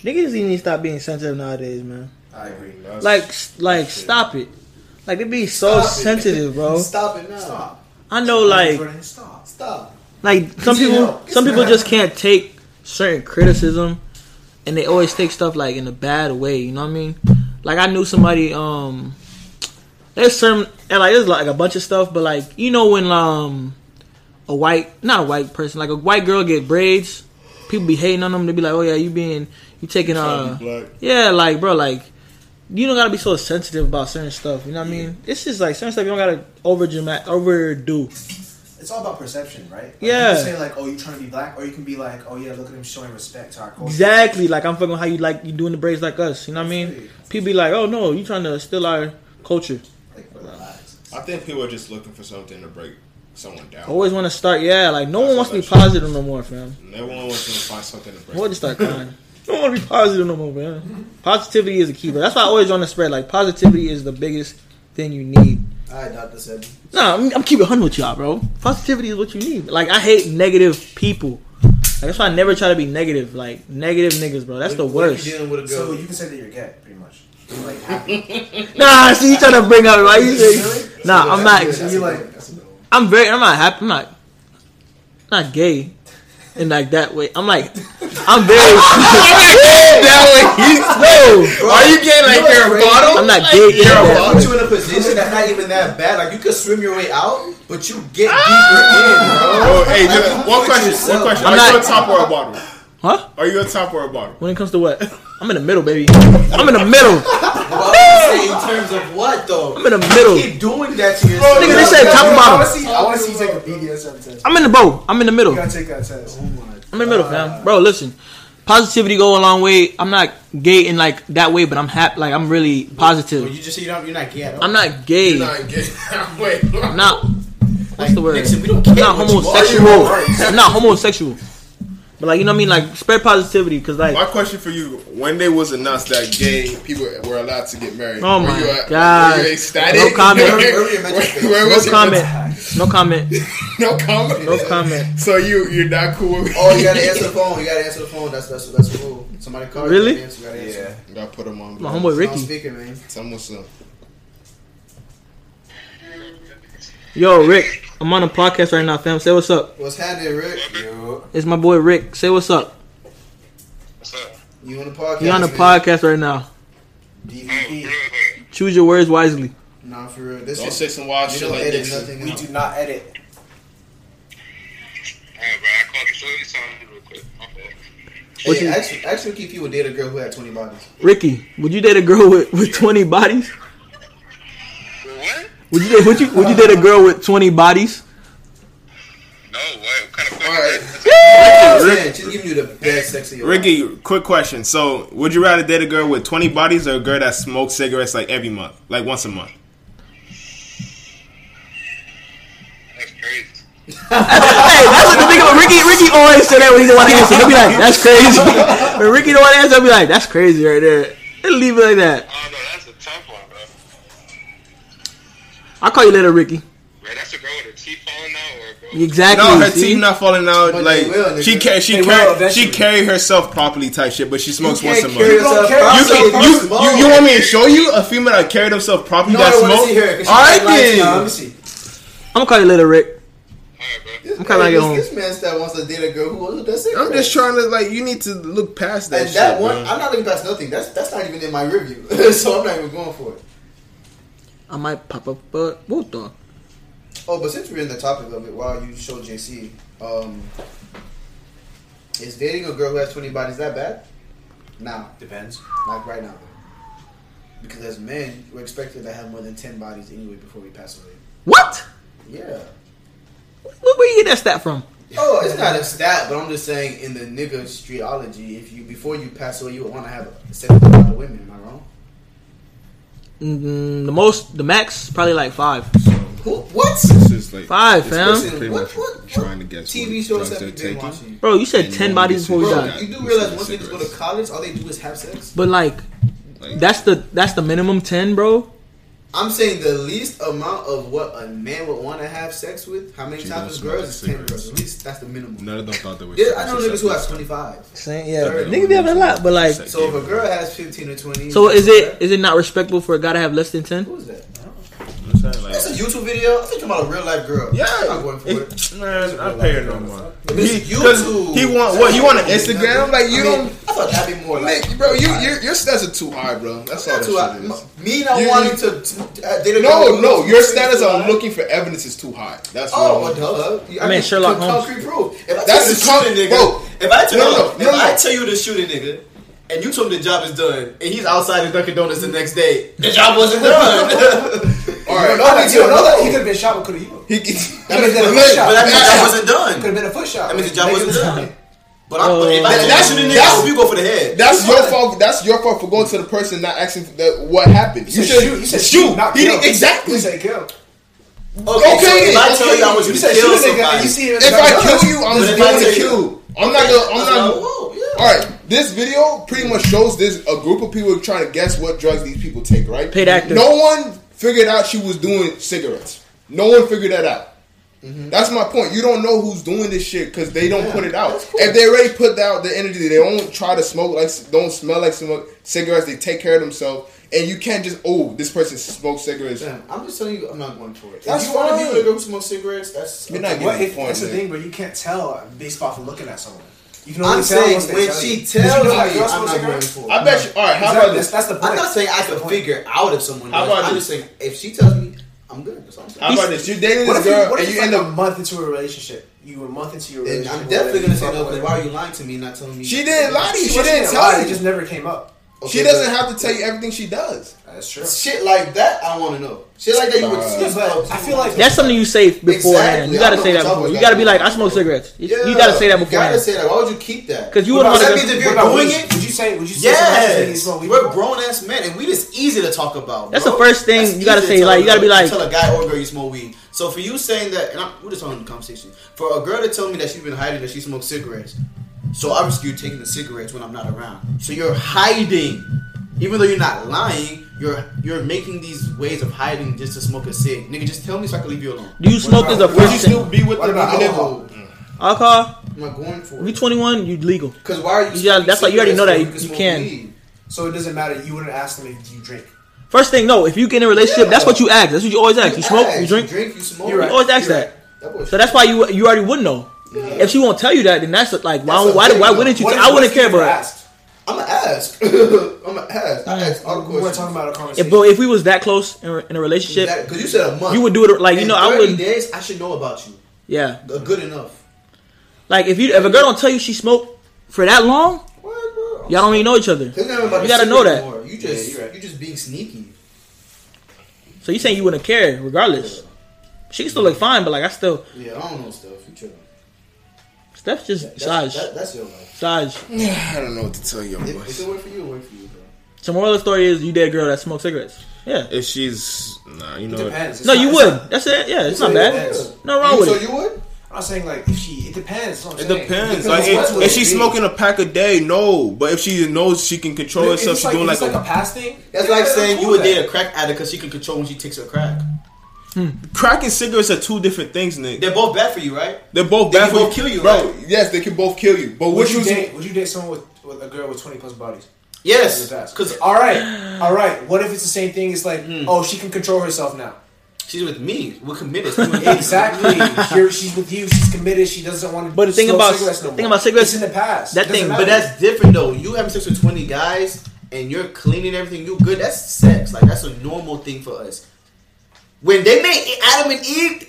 Speaker 4: Niggas even need to stop being sensitive nowadays, man.
Speaker 3: I agree.
Speaker 4: Like, s- like, stop it. Like they be so
Speaker 1: Stop it.
Speaker 4: sensitive, bro.
Speaker 1: Stop it now. Stop.
Speaker 3: Stop.
Speaker 4: I know, like,
Speaker 3: Stop.
Speaker 1: Stop.
Speaker 4: like some
Speaker 1: It's
Speaker 4: people,
Speaker 1: not-
Speaker 4: some
Speaker 1: it's
Speaker 4: people
Speaker 1: not.
Speaker 4: just can't take certain criticism, and they always take stuff like in a bad way. You know what I mean? Like I knew somebody. Um, there's certain and like there's like a bunch of stuff, but like you know when um a white not a white person like a white girl get braids, people be hating on them. They be like, oh yeah, you being you taking uh
Speaker 2: black.
Speaker 4: yeah like bro like. You don't gotta be so sensitive about certain stuff. You know what I mean? It's just like certain stuff you don't gotta over overdo.
Speaker 3: It's all about perception, right? Like,
Speaker 4: Yeah.
Speaker 3: You can say like, "Oh, you trying to be black," or you can be like, "Oh yeah, look at him showing respect to our culture."
Speaker 4: Exactly. Like I'm fucking how you like you doing the braids like us. You know what I mean?
Speaker 3: Absolutely.
Speaker 4: People be like, oh no, you trying to steal our culture.
Speaker 3: Like, relax.
Speaker 2: I think people are just looking for something to break someone down.
Speaker 4: Always want to start, yeah. Like no
Speaker 2: That's
Speaker 4: one wants to be
Speaker 2: what that shit
Speaker 4: positive no more, fam.
Speaker 2: Everyone wants to find something to break.
Speaker 4: I want to start crying. I don't want to be positive no more, man. Positivity is a key, but that's why I always want to spread. Like positivity is the biggest thing you need.
Speaker 1: All right, Doctor Sebi.
Speaker 4: Nah, I'm, I'm keeping hundred with y'all, bro. Positivity is what you need. Like I hate negative people. Like that's why I never try to be negative. Like negative niggas, bro. That's the
Speaker 1: What if
Speaker 4: worst.
Speaker 1: you dealing with a girl.
Speaker 3: So you can say that you're gay, pretty much. Like, happy.
Speaker 4: Nah, see you trying to bring up right? You
Speaker 3: Really?
Speaker 4: say, nah, I'm not.
Speaker 3: That's a good one.
Speaker 4: I'm very. I'm not happy. I'm not. Not gay, and like that way. I'm like. I'm very. that way.
Speaker 2: Are you getting like
Speaker 1: what's
Speaker 2: your
Speaker 1: crazy?
Speaker 2: bottle?
Speaker 4: I'm not gay.
Speaker 2: you're
Speaker 4: yeah.
Speaker 2: wrong.
Speaker 1: put you in a position that's not even that bad. Like you could swim your way out, but you get
Speaker 4: Ah!
Speaker 1: deeper in, bro.
Speaker 2: Oh, hey, just, one question. One
Speaker 1: yourself.
Speaker 2: question.
Speaker 4: I'm
Speaker 2: are you
Speaker 4: not-
Speaker 2: a top or a bottle?
Speaker 4: Huh?
Speaker 2: Are you a top or a bottle?
Speaker 4: When it comes to what? I'm in the middle, baby. I'm in the middle.
Speaker 1: Well, I'm saying in terms of what though?
Speaker 4: I'm in the middle.
Speaker 1: Keep doing that to yourself.
Speaker 4: Nigga, they said top
Speaker 3: I
Speaker 4: bottom.
Speaker 3: want to see. I want to see you take a BDSM test.
Speaker 4: I'm in the bro. I'm in the middle.
Speaker 3: You gotta take that test.
Speaker 4: I'm in the middle, fam. Bro, listen. Positivity go a long way. I'm not gay in like that way, but I'm happy. Like I'm really
Speaker 1: Well,
Speaker 4: positive.
Speaker 1: you just say you don't, you're not gay at all.
Speaker 4: I'm not gay.
Speaker 2: Not gay. Wait.
Speaker 4: I'm not. What's the word?
Speaker 1: Nixon, we don't care.
Speaker 4: I'm not
Speaker 1: what you are.
Speaker 4: homosexual. I'm not homosexual. But like you know what I mean? Like spread positivity because like
Speaker 2: My question for you: When they was announced that gay people were allowed to get married,
Speaker 4: Oh
Speaker 2: were
Speaker 4: my
Speaker 2: you, uh,
Speaker 4: God.
Speaker 2: were you ecstatic?
Speaker 4: No comment.
Speaker 2: where, where
Speaker 4: no
Speaker 2: was your-
Speaker 4: comment. No comment.
Speaker 2: No comment.
Speaker 4: No comment.
Speaker 2: So you you're not cool with?
Speaker 1: Oh, you gotta answer the phone. You gotta answer the phone. That's that's that's cool. Somebody called you.
Speaker 4: Really?
Speaker 1: You gotta answer. You gotta answer.
Speaker 3: Yeah.
Speaker 2: I put him on.
Speaker 4: My homeboy
Speaker 1: I'm
Speaker 4: Ricky.
Speaker 1: speaking, man.
Speaker 2: Tell him what's up.
Speaker 4: Yo, Rick. I'm on a podcast right now, fam. Say what's up.
Speaker 1: What's happening, Rick?
Speaker 3: Yo.
Speaker 4: It's my boy Rick. Say what's up.
Speaker 8: What's up?
Speaker 1: You on the podcast?
Speaker 4: He on a
Speaker 1: man?
Speaker 4: podcast right now.
Speaker 8: Oh,
Speaker 3: DVP.
Speaker 8: good.
Speaker 4: Choose your words wisely.
Speaker 1: Nah, for real. This
Speaker 2: Don't
Speaker 1: is
Speaker 2: say some wild
Speaker 1: we
Speaker 2: shit
Speaker 1: don't
Speaker 2: like
Speaker 1: edit
Speaker 2: this.
Speaker 1: nothing.
Speaker 3: We
Speaker 1: out.
Speaker 3: do not edit.
Speaker 8: Hey, bro, I called you. So let me tell you real quick. My fault.
Speaker 4: What
Speaker 1: Hey,
Speaker 4: you-
Speaker 1: actually, actually, keep you would date a girl who had twenty bodies.
Speaker 4: Ricky, would you date a girl with, with 20 bodies?
Speaker 8: What?
Speaker 4: Would you date, would you would you date a girl with 20 bodies?
Speaker 8: No, what? What kind of
Speaker 2: All right.
Speaker 8: question?
Speaker 1: Man, she's giving you the best sex of your life.
Speaker 5: Ricky, quick question. So, would you rather date a girl with 20 bodies or a girl that smokes cigarettes like every month, like once a month?
Speaker 8: That's crazy.
Speaker 4: Hey, that's what the thing about Ricky. Ricky always say that when he don't want to answer. He'll be like, "That's crazy." When Ricky don't want to answer, he'll be like, "That's crazy right there." He'll leave it like that.
Speaker 8: Oh, no, that's a tough one, bro.
Speaker 4: I'll call you later, Ricky.
Speaker 8: Bro, that's a girl with her teeth falling out or a girl
Speaker 4: Exactly.
Speaker 5: No, her
Speaker 4: see?
Speaker 5: teeth not falling out.
Speaker 1: But
Speaker 5: like
Speaker 1: they will, nigga.
Speaker 5: she ca- she
Speaker 3: They will
Speaker 5: carry,
Speaker 3: eventually.
Speaker 5: she carry herself properly type shit, but she smokes once a month.
Speaker 1: carry
Speaker 5: You,
Speaker 1: yourself
Speaker 3: care.
Speaker 1: properly.
Speaker 3: You
Speaker 5: can-
Speaker 1: First
Speaker 5: you,
Speaker 1: of all,
Speaker 5: you, you want me to show you a female that carried herself properly
Speaker 1: No, I
Speaker 5: that
Speaker 1: don't wanna
Speaker 5: smoked?
Speaker 1: see her, 'cause she
Speaker 5: All right
Speaker 1: got lights
Speaker 5: then.
Speaker 1: now.
Speaker 3: Let me see.
Speaker 4: I'm gonna call you later, Rick.
Speaker 8: Alright, bro.
Speaker 1: This,
Speaker 4: I'm kinda like
Speaker 1: this,
Speaker 4: at home.
Speaker 1: this man still wants to date a girl who who does sex.
Speaker 5: I'm just trying to like you need to look past that
Speaker 1: And
Speaker 5: shit.
Speaker 1: that one,
Speaker 5: bro.
Speaker 1: I'm not looking past nothing. That's that's not even in my review, so I'm not even going for it.
Speaker 4: I might pop up, but what the?
Speaker 1: Oh, but since we're in the topic of it, while you showed JC, um, Is dating a girl who has 20 bodies that bad? Now,
Speaker 3: Depends.
Speaker 1: like right now. Because as men, we're expected to have more than 10 bodies anyway before we pass away.
Speaker 4: What?
Speaker 1: Yeah.
Speaker 4: Where, where you get that stat from?
Speaker 1: Oh, it's not a stat, but I'm just saying in the nigga streetology, if you before you pass away, you would want to have sex with other women. Am I wrong?
Speaker 4: Mm, the most, the max, probably like five.
Speaker 1: Who? What?
Speaker 5: This is like
Speaker 4: Five,
Speaker 5: this
Speaker 4: fam.
Speaker 5: person is pretty
Speaker 1: What-
Speaker 5: much
Speaker 1: what- what
Speaker 5: trying to guess
Speaker 1: TV
Speaker 5: what
Speaker 1: shows
Speaker 5: drugs
Speaker 1: that
Speaker 5: they're
Speaker 1: we've been
Speaker 5: taking.
Speaker 1: watching.
Speaker 4: Bro, you said
Speaker 5: And
Speaker 4: ten
Speaker 5: then
Speaker 4: bodies before
Speaker 5: you
Speaker 4: we
Speaker 5: see-
Speaker 1: Bro,
Speaker 4: died.
Speaker 5: got
Speaker 1: you do
Speaker 5: most
Speaker 1: realize
Speaker 5: of the
Speaker 1: once niggas go
Speaker 5: cigarettes.
Speaker 1: to college, all they do is have sex.
Speaker 4: But like,
Speaker 5: Like,
Speaker 4: that's the that's the minimum ten, bro.
Speaker 1: I'm saying the least amount of what a man would want to have sex with. How many
Speaker 5: Gee,
Speaker 1: times with
Speaker 5: that's
Speaker 1: girls is
Speaker 5: not
Speaker 1: ten girls?
Speaker 5: cigarettes.
Speaker 1: At least that's the minimum.
Speaker 5: none of them thought they were.
Speaker 1: Yeah, I know
Speaker 5: serious
Speaker 1: niggas who
Speaker 5: at
Speaker 1: have
Speaker 5: that.
Speaker 1: twenty five.
Speaker 4: Same, yeah.
Speaker 1: Thirty.
Speaker 4: Niggas be having a lot, but like,
Speaker 5: Sex.
Speaker 1: So if a girl has fifteen or twenty,
Speaker 4: so is it is it not respectable for a guy to have less than ten?
Speaker 1: Who is that?
Speaker 5: You know what I'm
Speaker 1: That's a
Speaker 5: saying? Like,
Speaker 1: YouTube video. I think about a real life girl.
Speaker 5: yeah,
Speaker 1: I'm not going for it.
Speaker 5: it, man, I pay her no more.
Speaker 1: It's
Speaker 5: He- 'cause
Speaker 1: YouTube.
Speaker 5: He want what? He want an Instagram? Like you
Speaker 1: I mean,
Speaker 5: don't.
Speaker 1: I thought that'd be more like,
Speaker 2: Nick, bro, you, you, your stats are too high, bro. That's all
Speaker 1: That's who I,
Speaker 2: that shit is.
Speaker 1: me not
Speaker 2: You-
Speaker 1: wanting to, to uh, date a girl
Speaker 2: No,
Speaker 1: who
Speaker 2: no,
Speaker 1: looks
Speaker 2: your
Speaker 1: too
Speaker 2: status
Speaker 1: good.
Speaker 2: on looking for evidence is too high. That's
Speaker 1: Oh,
Speaker 2: what
Speaker 1: well,
Speaker 2: I'm-
Speaker 1: duh.
Speaker 4: I mean, Sherlock
Speaker 1: con-
Speaker 4: Holmes.
Speaker 1: Concrete proof. If I
Speaker 2: That's
Speaker 1: tell you to
Speaker 2: the
Speaker 1: shoot a
Speaker 2: con-
Speaker 1: nigga,
Speaker 2: bro.
Speaker 1: if I tell
Speaker 2: No, no,
Speaker 1: if
Speaker 2: no,
Speaker 1: I
Speaker 2: no.
Speaker 1: tell you to shoot a nigga, and you told him the job is done, and he's outside of Dunkin' Donuts the next day, the job wasn't done.
Speaker 2: All right,
Speaker 3: No,
Speaker 1: that.
Speaker 3: you don't know that. He
Speaker 1: He
Speaker 3: could have been shot with Kuda He
Speaker 2: He, he,
Speaker 3: That means that-
Speaker 2: Look,
Speaker 1: but that means the job wasn't
Speaker 3: could have
Speaker 1: done.
Speaker 3: been a foot shot.
Speaker 1: That means the job
Speaker 3: Niggas-
Speaker 1: wasn't done. But I'm, but if I
Speaker 4: That-
Speaker 1: tell you
Speaker 2: that's-
Speaker 1: to shoot a nigga, I
Speaker 2: that's-
Speaker 1: hope you go for the head.
Speaker 2: That's your fault. That's your fault for going to the person and not asking that what happened. You,
Speaker 3: You
Speaker 2: should
Speaker 3: said shoot. You said
Speaker 2: shoot.
Speaker 3: shoot, not
Speaker 2: He
Speaker 3: kill.
Speaker 2: didn't- exactly.
Speaker 3: You said kill.
Speaker 1: Okay, so
Speaker 2: okay,
Speaker 1: if I tell
Speaker 2: okay,
Speaker 1: you I want you
Speaker 3: You
Speaker 1: to
Speaker 3: said
Speaker 1: kill
Speaker 3: shoot a nigga and
Speaker 1: somebody,
Speaker 3: you see him.
Speaker 2: If I kill you, I'm
Speaker 1: But
Speaker 2: just
Speaker 1: if I
Speaker 2: going
Speaker 1: tell you-
Speaker 2: to kill. I'm not gonna. I'm
Speaker 1: I'm like,
Speaker 2: not.
Speaker 1: whoa, yeah.
Speaker 2: All right, this video pretty much shows this a group of people trying to guess what drugs these people take. Right?
Speaker 4: Paid actors.
Speaker 2: No one figured out she was doing cigarettes. No one figured that out.
Speaker 3: Mm-hmm.
Speaker 2: That's my point. You don't know who's doing this shit because they don't put it out. If they already put out the energy, they don't try to smoke like don't smell like smoke cigarettes. They take care of themselves, and you can't just oh this person smokes cigarettes.
Speaker 1: Damn, I'm just telling you, I'm not going for it.
Speaker 2: That's
Speaker 1: if you want to be
Speaker 2: fine.
Speaker 1: with a girl who smokes cigarettes, that's
Speaker 2: You're not
Speaker 3: What
Speaker 2: getting
Speaker 3: if
Speaker 2: the point.
Speaker 3: that's the
Speaker 2: man.
Speaker 3: thing, bro? You can't tell based off of looking at someone. You can only
Speaker 1: I'm
Speaker 3: tell
Speaker 1: saying
Speaker 3: once they
Speaker 1: when
Speaker 3: tell
Speaker 1: she
Speaker 3: you. 'Cause you know
Speaker 1: tells me,
Speaker 3: that girl
Speaker 1: I'm
Speaker 3: smokes
Speaker 1: not going
Speaker 3: cigarettes?
Speaker 1: for it.
Speaker 2: I bet you. All right, how about
Speaker 3: Exactly,
Speaker 2: this?
Speaker 3: That's, that's the point.
Speaker 1: I'm not saying I could
Speaker 3: Point.
Speaker 1: figure out if someone.
Speaker 2: How
Speaker 1: Does.
Speaker 2: about
Speaker 1: I'm
Speaker 2: this?
Speaker 1: just saying if she tells me, I'm good. That's all I'm saying.
Speaker 2: How about this? You're dating
Speaker 3: What if
Speaker 2: this
Speaker 3: you,
Speaker 2: girl
Speaker 3: what if
Speaker 2: and
Speaker 3: you
Speaker 2: you end
Speaker 3: like a
Speaker 2: up.
Speaker 3: month into a relationship? You were a month into your
Speaker 1: And
Speaker 3: relationship.
Speaker 1: I'm definitely
Speaker 3: whatever,
Speaker 1: gonna say
Speaker 3: you
Speaker 1: no
Speaker 3: fuck
Speaker 1: because why are you lying to me? and Not telling me
Speaker 2: She didn't lie to you.
Speaker 3: whatever.
Speaker 2: She didn't
Speaker 3: wasn't a lie,
Speaker 2: tell
Speaker 3: It just
Speaker 2: you.
Speaker 3: never came up.
Speaker 1: Okay,
Speaker 2: She doesn't
Speaker 1: but
Speaker 2: have to tell you everything she does.
Speaker 3: That's true.
Speaker 1: Shit like that, I want to know. Shit like that, you would.
Speaker 2: Nah.
Speaker 1: sneak
Speaker 3: But
Speaker 1: up to
Speaker 3: I
Speaker 1: me.
Speaker 3: feel like
Speaker 4: That's something you say beforehand.
Speaker 1: Exactly.
Speaker 4: You gotta
Speaker 1: I
Speaker 4: say
Speaker 1: know
Speaker 4: that
Speaker 1: what
Speaker 4: before.
Speaker 1: y'all
Speaker 4: You gotta
Speaker 1: was
Speaker 4: be like,
Speaker 1: like.
Speaker 4: I smoke cigarettes. You,
Speaker 1: Yeah,
Speaker 4: you gotta say that
Speaker 1: You gotta
Speaker 4: beforehand.
Speaker 1: say that. Why would you keep that?
Speaker 4: Because you
Speaker 3: What
Speaker 4: wouldn't
Speaker 3: about-
Speaker 1: that means
Speaker 4: want to go.
Speaker 1: if you're
Speaker 3: What about-
Speaker 1: doing
Speaker 3: would-
Speaker 1: it,
Speaker 3: Would you say? Would you say?
Speaker 1: Yes,
Speaker 3: something
Speaker 1: we're grown ass men, and weed is easy to talk about.
Speaker 4: That's
Speaker 1: bro.
Speaker 4: the first thing
Speaker 1: That's
Speaker 4: you gotta
Speaker 1: easy
Speaker 4: say,
Speaker 1: tell
Speaker 4: like,
Speaker 1: a
Speaker 4: you gotta be
Speaker 1: girl-
Speaker 4: like-
Speaker 1: tell a guy or a girl you smoke weed. So for you saying that, and I'm, we're just on the conversation. For a girl to tell me that she's been hiding that she smokes cigarettes, so obviously you're taking the cigarettes when I'm not around. So you're hiding, even though you're not lying. You're you're making these ways of hiding just to smoke a cig. Nigga, just tell me so I can leave you alone.
Speaker 4: Do you smoke as a
Speaker 3: about- would you
Speaker 4: person?
Speaker 2: be with
Speaker 3: What about
Speaker 2: even if-
Speaker 3: alcohol?
Speaker 4: Alcohol.
Speaker 1: I'm not going for
Speaker 4: If you
Speaker 1: it.
Speaker 4: 21, you legal.
Speaker 1: Because why are you?
Speaker 4: Yeah,
Speaker 1: smoking
Speaker 4: that's like- you already know that
Speaker 1: cigarettes
Speaker 4: you-
Speaker 1: when
Speaker 4: you
Speaker 1: smoke
Speaker 4: can.
Speaker 1: weed?
Speaker 3: So it doesn't matter. You wouldn't ask them if you drink.
Speaker 4: First thing, no. If you get in a relationship,
Speaker 1: Yeah.
Speaker 4: that's what you ask. That's what you always ask. You smoke,
Speaker 1: ask,
Speaker 4: you drink.
Speaker 1: you drink, you smoke.
Speaker 3: You're right.
Speaker 4: You always ask
Speaker 1: You're
Speaker 4: that.
Speaker 1: right. That boy-
Speaker 4: So that's why you you already would know. If she won't tell you that, then that's like why
Speaker 1: That's a
Speaker 4: why,
Speaker 1: big
Speaker 4: why
Speaker 1: one.
Speaker 4: wouldn't you?
Speaker 3: What
Speaker 4: tell
Speaker 3: if-
Speaker 4: I
Speaker 3: what
Speaker 4: wouldn't
Speaker 3: if you
Speaker 4: care,
Speaker 3: never
Speaker 4: but
Speaker 3: asked?
Speaker 1: I'm gonna ask. I'm gonna ask. I ask all the
Speaker 3: We
Speaker 1: questions.
Speaker 3: weren't talking about a
Speaker 4: if,
Speaker 3: conversation.
Speaker 4: but if we was that close in, a- in a relationship,
Speaker 1: because you said a month.
Speaker 4: you would do it like you
Speaker 1: In
Speaker 4: know I
Speaker 1: 30
Speaker 4: would. not
Speaker 1: days. I should know about you.
Speaker 4: Yeah,
Speaker 1: Uh, Good enough.
Speaker 4: like if you if a girl don't tell you she smoked for that long,
Speaker 1: What, bro?
Speaker 4: y'all don't even know each other.
Speaker 1: There's nothing about the
Speaker 4: You gotta know
Speaker 1: secret
Speaker 4: that.
Speaker 1: anymore. You just
Speaker 3: Yeah,
Speaker 1: you're,
Speaker 3: you're right.
Speaker 1: just being sneaky.
Speaker 4: So you saying you wouldn't care regardless? She can still look fine, but like I still
Speaker 1: Yeah, I don't know stuff. You tripping?
Speaker 4: Steph's just
Speaker 1: That's,
Speaker 4: size
Speaker 1: that- that's your life.
Speaker 4: size.
Speaker 2: I don't know what to tell you,
Speaker 1: If, if
Speaker 2: boys.
Speaker 1: it work for you, it work for you, bro.
Speaker 4: So moral of the story is you date a girl that smokes cigarettes. Yeah.
Speaker 5: If she's nah, you
Speaker 3: it
Speaker 5: know.
Speaker 3: depends. It's
Speaker 4: No,
Speaker 3: not-
Speaker 4: you
Speaker 3: it's
Speaker 4: would.
Speaker 3: not-
Speaker 4: That's it. Yeah, it's not
Speaker 3: it
Speaker 4: bad.
Speaker 3: depends.
Speaker 4: No wrong with
Speaker 1: so
Speaker 4: it.
Speaker 1: you would?
Speaker 3: I'm not saying like if she. It depends. that's what
Speaker 5: It
Speaker 3: I'm saying.
Speaker 5: depends.
Speaker 3: Because
Speaker 5: Like
Speaker 3: it's
Speaker 5: if,
Speaker 3: what
Speaker 5: if
Speaker 3: it
Speaker 5: she's
Speaker 3: is.
Speaker 5: smoking a pack a day, no. But if she knows she can control
Speaker 3: If it's
Speaker 5: herself, she's
Speaker 3: like-
Speaker 5: doing
Speaker 3: if
Speaker 5: like,
Speaker 3: it's like a
Speaker 5: a,
Speaker 3: past thing.
Speaker 1: That's
Speaker 3: yeah,
Speaker 1: like saying
Speaker 3: cool
Speaker 1: you would
Speaker 3: then.
Speaker 1: date a crack addict because she can control when she takes her crack.
Speaker 5: crack and cigarettes are two different things, Nick.
Speaker 1: They're both bad for you, right?
Speaker 5: They're both
Speaker 1: They
Speaker 5: bad
Speaker 1: can
Speaker 5: for
Speaker 1: both kill you,
Speaker 2: Bro,
Speaker 1: right?
Speaker 2: yes, they can both kill you. But
Speaker 3: Would
Speaker 2: what
Speaker 3: you
Speaker 2: you
Speaker 3: date? Would you date someone with, with a girl with twenty plus bodies?
Speaker 1: Yes,
Speaker 3: Because
Speaker 1: because
Speaker 3: all right, all right. What if it's the same thing? It's like,
Speaker 5: Hmm.
Speaker 3: oh, she can control herself now.
Speaker 1: she's with me. We're committed.
Speaker 3: Exactly. Here, she's with you. She's committed. She doesn't want to.
Speaker 4: But the thing
Speaker 3: smoke
Speaker 4: about-
Speaker 3: cigarettes no
Speaker 4: the thing
Speaker 3: more.
Speaker 4: about cigarettes-
Speaker 3: it's in the past.
Speaker 4: that
Speaker 3: It doesn't
Speaker 4: thing,
Speaker 3: matter.
Speaker 1: But that's different though. You having sex with twenty guys and you're cleaning everything, you good. That's sex. Like that's a normal thing for us. When they made Adam and Eve,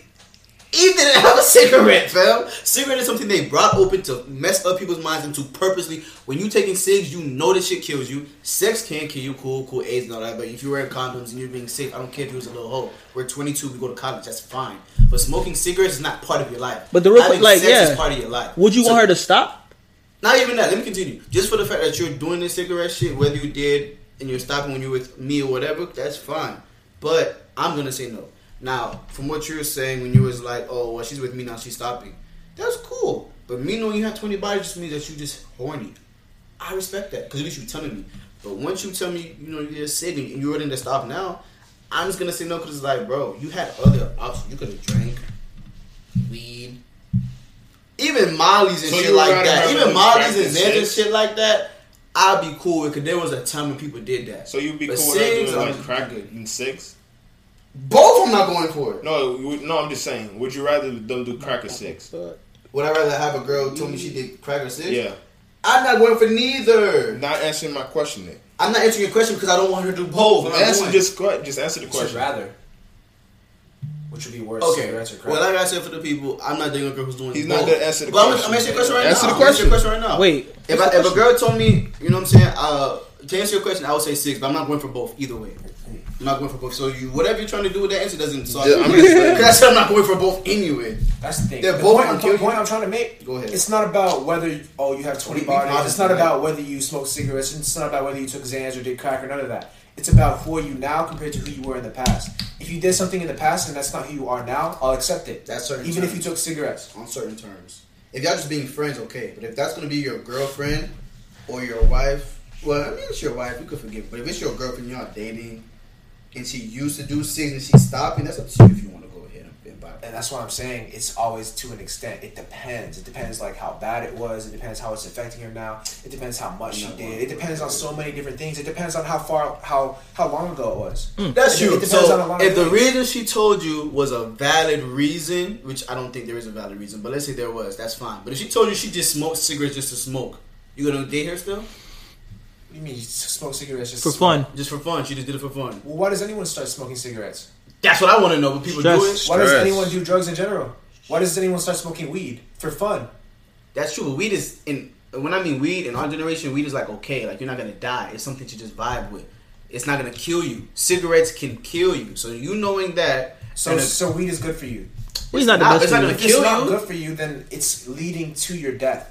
Speaker 1: Eve didn't have a cigarette, fam. Cigarette is something they brought open to mess up people's minds and to purposely. When you taking cigs, you know this shit kills you. Sex can kill you, cool, cool, AIDS and all that. But if you're wearing condoms and you're being sick, I don't care if you was a little hoe. We're 22, we go to college, that's fine. But smoking cigarettes is not part of your life.
Speaker 4: But the real-
Speaker 1: Having
Speaker 4: like,
Speaker 1: sex
Speaker 4: yeah.
Speaker 1: is part of your life.
Speaker 4: Would you
Speaker 1: So-
Speaker 4: want her to stop?
Speaker 1: not even that. Let me continue. Just for the fact that you're doing this cigarette shit, whether you did and you're stopping when you're with me or whatever, that's fine. But I'm gonna say no. Now, from what you're saying, when you was like, oh, well, she's with me now, she's stopping. That's cool. But me knowing you have 20 bodies just means that you just horny. I respect that because at least you telling me. But once you tell me, you know, you're sitting and you're willing to stop now, I'm just gonna say no because it's like, bro, you had other options. You could have drank weed, even Molly's and
Speaker 2: So
Speaker 1: shit
Speaker 2: you
Speaker 1: like
Speaker 2: rather
Speaker 1: that.
Speaker 2: have
Speaker 1: Even
Speaker 2: those
Speaker 1: Molly's and
Speaker 2: practice
Speaker 1: Zans and
Speaker 2: shits?
Speaker 1: shit like that. I'd be cool with because there was a time when people did that.
Speaker 2: So you'd be
Speaker 1: But
Speaker 2: cool with her
Speaker 1: cigs,
Speaker 2: doing like
Speaker 1: I'm
Speaker 2: crack
Speaker 1: good.
Speaker 2: and six?
Speaker 1: Both I'm not going for it.
Speaker 2: No, you would- no. I'm just saying. Would you rather them do crack or six?
Speaker 1: Would I rather have a girl tell me she did crack or six?
Speaker 2: Yeah.
Speaker 1: I'm not going for neither.
Speaker 2: Not answering my question. Then
Speaker 1: I'm not answering your question because I don't want her to do both. I'm not
Speaker 2: answer
Speaker 1: going.
Speaker 2: just que- just answer the
Speaker 3: Which would
Speaker 2: question.
Speaker 3: rather? Which would be worse?
Speaker 1: Okay.
Speaker 3: cigarettes or crack?
Speaker 1: Well, like I said, for the people, I'm not dating a girl who's doing.
Speaker 2: He's
Speaker 1: both.
Speaker 2: not gonna answer the
Speaker 1: But I'm-
Speaker 2: question.
Speaker 1: I'm answering your question right
Speaker 2: Answer
Speaker 1: now.
Speaker 2: the
Speaker 1: I'm answering your
Speaker 2: question.
Speaker 1: right now.
Speaker 4: Wait.
Speaker 1: If, I, if a girl told me, you know what I'm saying, uh, to answer your question, I would say six, but I'm not going for both either way. I'm not going for both. So you, whatever you're trying to do with that answer doesn't solve
Speaker 2: Yeah,
Speaker 1: it.
Speaker 2: I'm just saying.
Speaker 1: 'Cause I said I'm not going for both anyway.
Speaker 3: That's the thing.
Speaker 1: They're
Speaker 3: the
Speaker 1: both
Speaker 3: point,
Speaker 1: gonna
Speaker 3: I'm,
Speaker 1: kill you.
Speaker 3: point I'm trying to make.
Speaker 1: Go ahead.
Speaker 3: It's not about whether you- oh you have
Speaker 1: We-
Speaker 3: 20
Speaker 1: we
Speaker 3: bodies.
Speaker 1: honest,
Speaker 3: It's not
Speaker 1: man.
Speaker 3: about whether you smoke cigarettes. It's not about whether you took Xans or did crack or none of that. It's about who are you now compared to who you were in the past. If you did something in the past and that's not who you are now, I'll accept it.
Speaker 1: That's certain
Speaker 3: Even if you
Speaker 1: times.
Speaker 3: took cigarettes.
Speaker 1: On certain terms. If y'all just being friends, okay. But if that's going to be your girlfriend or your wife, well, I mean, it's your wife, you could forgive. But if it's your girlfriend, y'all dating, and she used to do six and she's stopping, that's up to you if you want to go ahead and- and buy that.
Speaker 3: And that's why I'm saying it's always to an extent. It depends. It depends like how bad it was. It depends how it's affecting her now. It depends how much she
Speaker 1: No.
Speaker 3: did. It depends on so many different things. It depends on how far how how long ago it was.
Speaker 1: That's
Speaker 3: It- it
Speaker 1: true.
Speaker 3: depends on a
Speaker 1: So
Speaker 3: lot of
Speaker 1: if the
Speaker 3: things.
Speaker 1: reason she told you was a valid reason, which I don't think there is a valid reason, but let's say there was, that's fine. But if she told you she just smoked cigarettes just to smoke, you gonna date her still?
Speaker 3: You mean you smoke cigarettes just
Speaker 4: For
Speaker 3: to smoke?
Speaker 4: fun.
Speaker 1: Just for fun? She just did it for fun.
Speaker 3: Well, why does anyone start smoking cigarettes?
Speaker 1: That's what I want to know. But people do
Speaker 4: Stress.
Speaker 1: it.
Speaker 3: Why does
Speaker 9: Stress.
Speaker 3: anyone do drugs in general? Why does anyone start smoking weed for fun?
Speaker 1: That's true. But weed is in when I mean weed in our generation, weed is like okay, like you're not gonna die. It's something to just vibe with. It's not gonna kill you. Cigarettes can kill you. So you knowing that.
Speaker 3: So,
Speaker 1: and a-
Speaker 3: so weed is good for you.
Speaker 4: He's not the
Speaker 1: Nah,
Speaker 4: best.
Speaker 1: it's not
Speaker 4: for you.
Speaker 1: gonna
Speaker 3: If it's
Speaker 1: Kill
Speaker 3: not
Speaker 1: you?
Speaker 3: good for you, then it's leading to your death.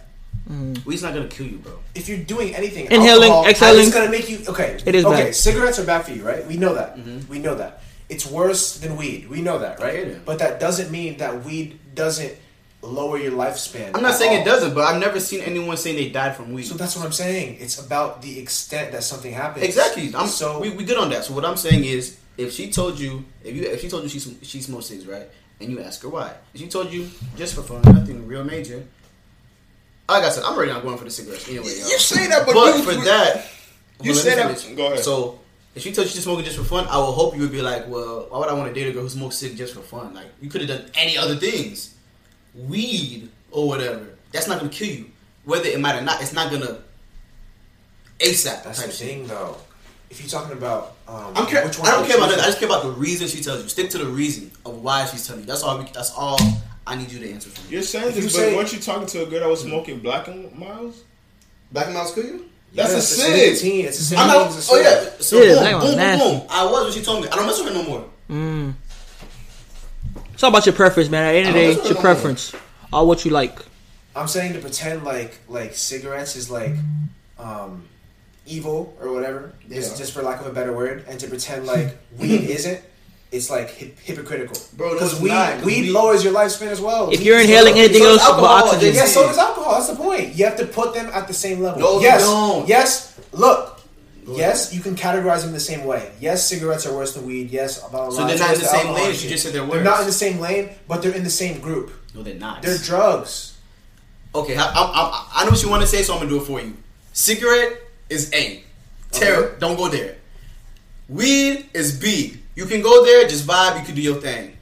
Speaker 1: weed's not gonna kill you, bro.
Speaker 3: If you're doing anything,
Speaker 4: Inhaling,
Speaker 3: alcohol,
Speaker 4: exhaling.
Speaker 3: it's gonna make you okay.
Speaker 4: It is
Speaker 3: okay.
Speaker 4: bad.
Speaker 3: Cigarettes are bad for you, right? We know that.
Speaker 1: Mm-hmm.
Speaker 3: We know that. It's worse than weed. We know that,
Speaker 1: hear
Speaker 3: right?
Speaker 1: that.
Speaker 3: But that doesn't mean that weed doesn't lower your lifespan.
Speaker 1: I'm not
Speaker 3: at
Speaker 1: saying
Speaker 3: all.
Speaker 1: it doesn't, but I've never seen anyone saying they died from weed.
Speaker 3: Oh. So that's what I'm saying. It's about the extent that something happens.
Speaker 1: Exactly. I'm
Speaker 3: so
Speaker 1: we, we good on that. So what I'm saying is, if she told you, if you, if she told you she sm- she smokes cigs, right, and you ask her why, if she told you just for fun, nothing real major. Like I said, I'm already not going for the cigarettes anyway. Y'all.
Speaker 2: You say that, but
Speaker 1: but
Speaker 2: you-
Speaker 1: for that,
Speaker 2: You
Speaker 1: Well, let
Speaker 2: say
Speaker 1: me
Speaker 2: that-
Speaker 1: finish.
Speaker 2: go ahead.
Speaker 1: So if she told you she's smoking just for fun, I would hope you would be like, well, why would I want to date a girl who smokes cig just for fun? Like you could have done any other things, weed or whatever. That's not gonna kill you, whether it might or not. It's not gonna ASAP.
Speaker 3: That's
Speaker 1: type
Speaker 3: the
Speaker 1: shit.
Speaker 3: thing, though. If you're talking about, um,
Speaker 1: I'm care-
Speaker 3: which one
Speaker 1: I don't
Speaker 3: are
Speaker 1: care about
Speaker 3: choosing?
Speaker 1: that. I just care about the reason she tells you. Stick to the reason of why she's telling you. That's all. We, that's all I need you to answer for me.
Speaker 2: You're saying
Speaker 3: If you
Speaker 2: this,
Speaker 3: say- Mm.
Speaker 2: but weren't you talking to a girl that was smoking black and miles?
Speaker 1: Black and Miles kill you?
Speaker 3: Yeah,
Speaker 2: That's a
Speaker 3: it's
Speaker 2: sin.
Speaker 3: nicotine. It's a sin.
Speaker 1: I'm not.
Speaker 3: It's a
Speaker 1: Oh
Speaker 3: sin.
Speaker 1: yeah. So
Speaker 4: Yeah,
Speaker 1: boom,
Speaker 4: that
Speaker 1: boom,
Speaker 4: was
Speaker 1: boom,
Speaker 4: nasty.
Speaker 1: boom. I was when she told me. I don't mess with her no more.
Speaker 4: It's all about your preference, man. At the end of the
Speaker 1: I
Speaker 4: day,
Speaker 1: don't
Speaker 4: it's
Speaker 1: know
Speaker 4: your
Speaker 1: what
Speaker 4: preference. Or what you like.
Speaker 3: I'm saying to pretend like like cigarettes is like um, evil or whatever, just,
Speaker 1: Yeah.
Speaker 3: just for lack of a better word, and to pretend like weed isn't. It's like hip- hypocritical,
Speaker 1: Bro, no,
Speaker 3: Because
Speaker 1: it's
Speaker 3: weed,
Speaker 1: not, 'cause
Speaker 3: weed
Speaker 1: weed-
Speaker 3: lowers your lifespan as well.
Speaker 4: If
Speaker 3: Weed
Speaker 4: you're
Speaker 3: is
Speaker 4: inhaling
Speaker 3: lower-
Speaker 4: anything
Speaker 1: so
Speaker 4: else
Speaker 1: it's
Speaker 4: but
Speaker 1: alcohol,
Speaker 4: oxygen,
Speaker 1: then
Speaker 3: yeah, so
Speaker 1: Yeah.
Speaker 3: does alcohol. That's the point. You have to put them at the same level.
Speaker 1: No, you
Speaker 3: yes,
Speaker 1: don't.
Speaker 3: yes, look. Yes, you can categorize them the same way. Yes, cigarettes are worse than weed. Yes, blah, blah,
Speaker 1: So
Speaker 3: blah.
Speaker 1: they're
Speaker 3: It's
Speaker 1: not in
Speaker 3: worse
Speaker 1: the
Speaker 3: than
Speaker 1: same
Speaker 3: alcohol
Speaker 1: lane.
Speaker 3: and
Speaker 1: You
Speaker 3: shit.
Speaker 1: just said they're
Speaker 3: They're
Speaker 1: worse.
Speaker 3: not in the same lane, but they're in the same group.
Speaker 1: No, they're not.
Speaker 3: They're drugs.
Speaker 1: Okay, I, I, I, I know what you want to say, so I'm gonna do it for you. Cigarette is A. Terror,
Speaker 3: Okay.
Speaker 1: don't go there. Weed is B. You can go there, just vibe. You can do your thing.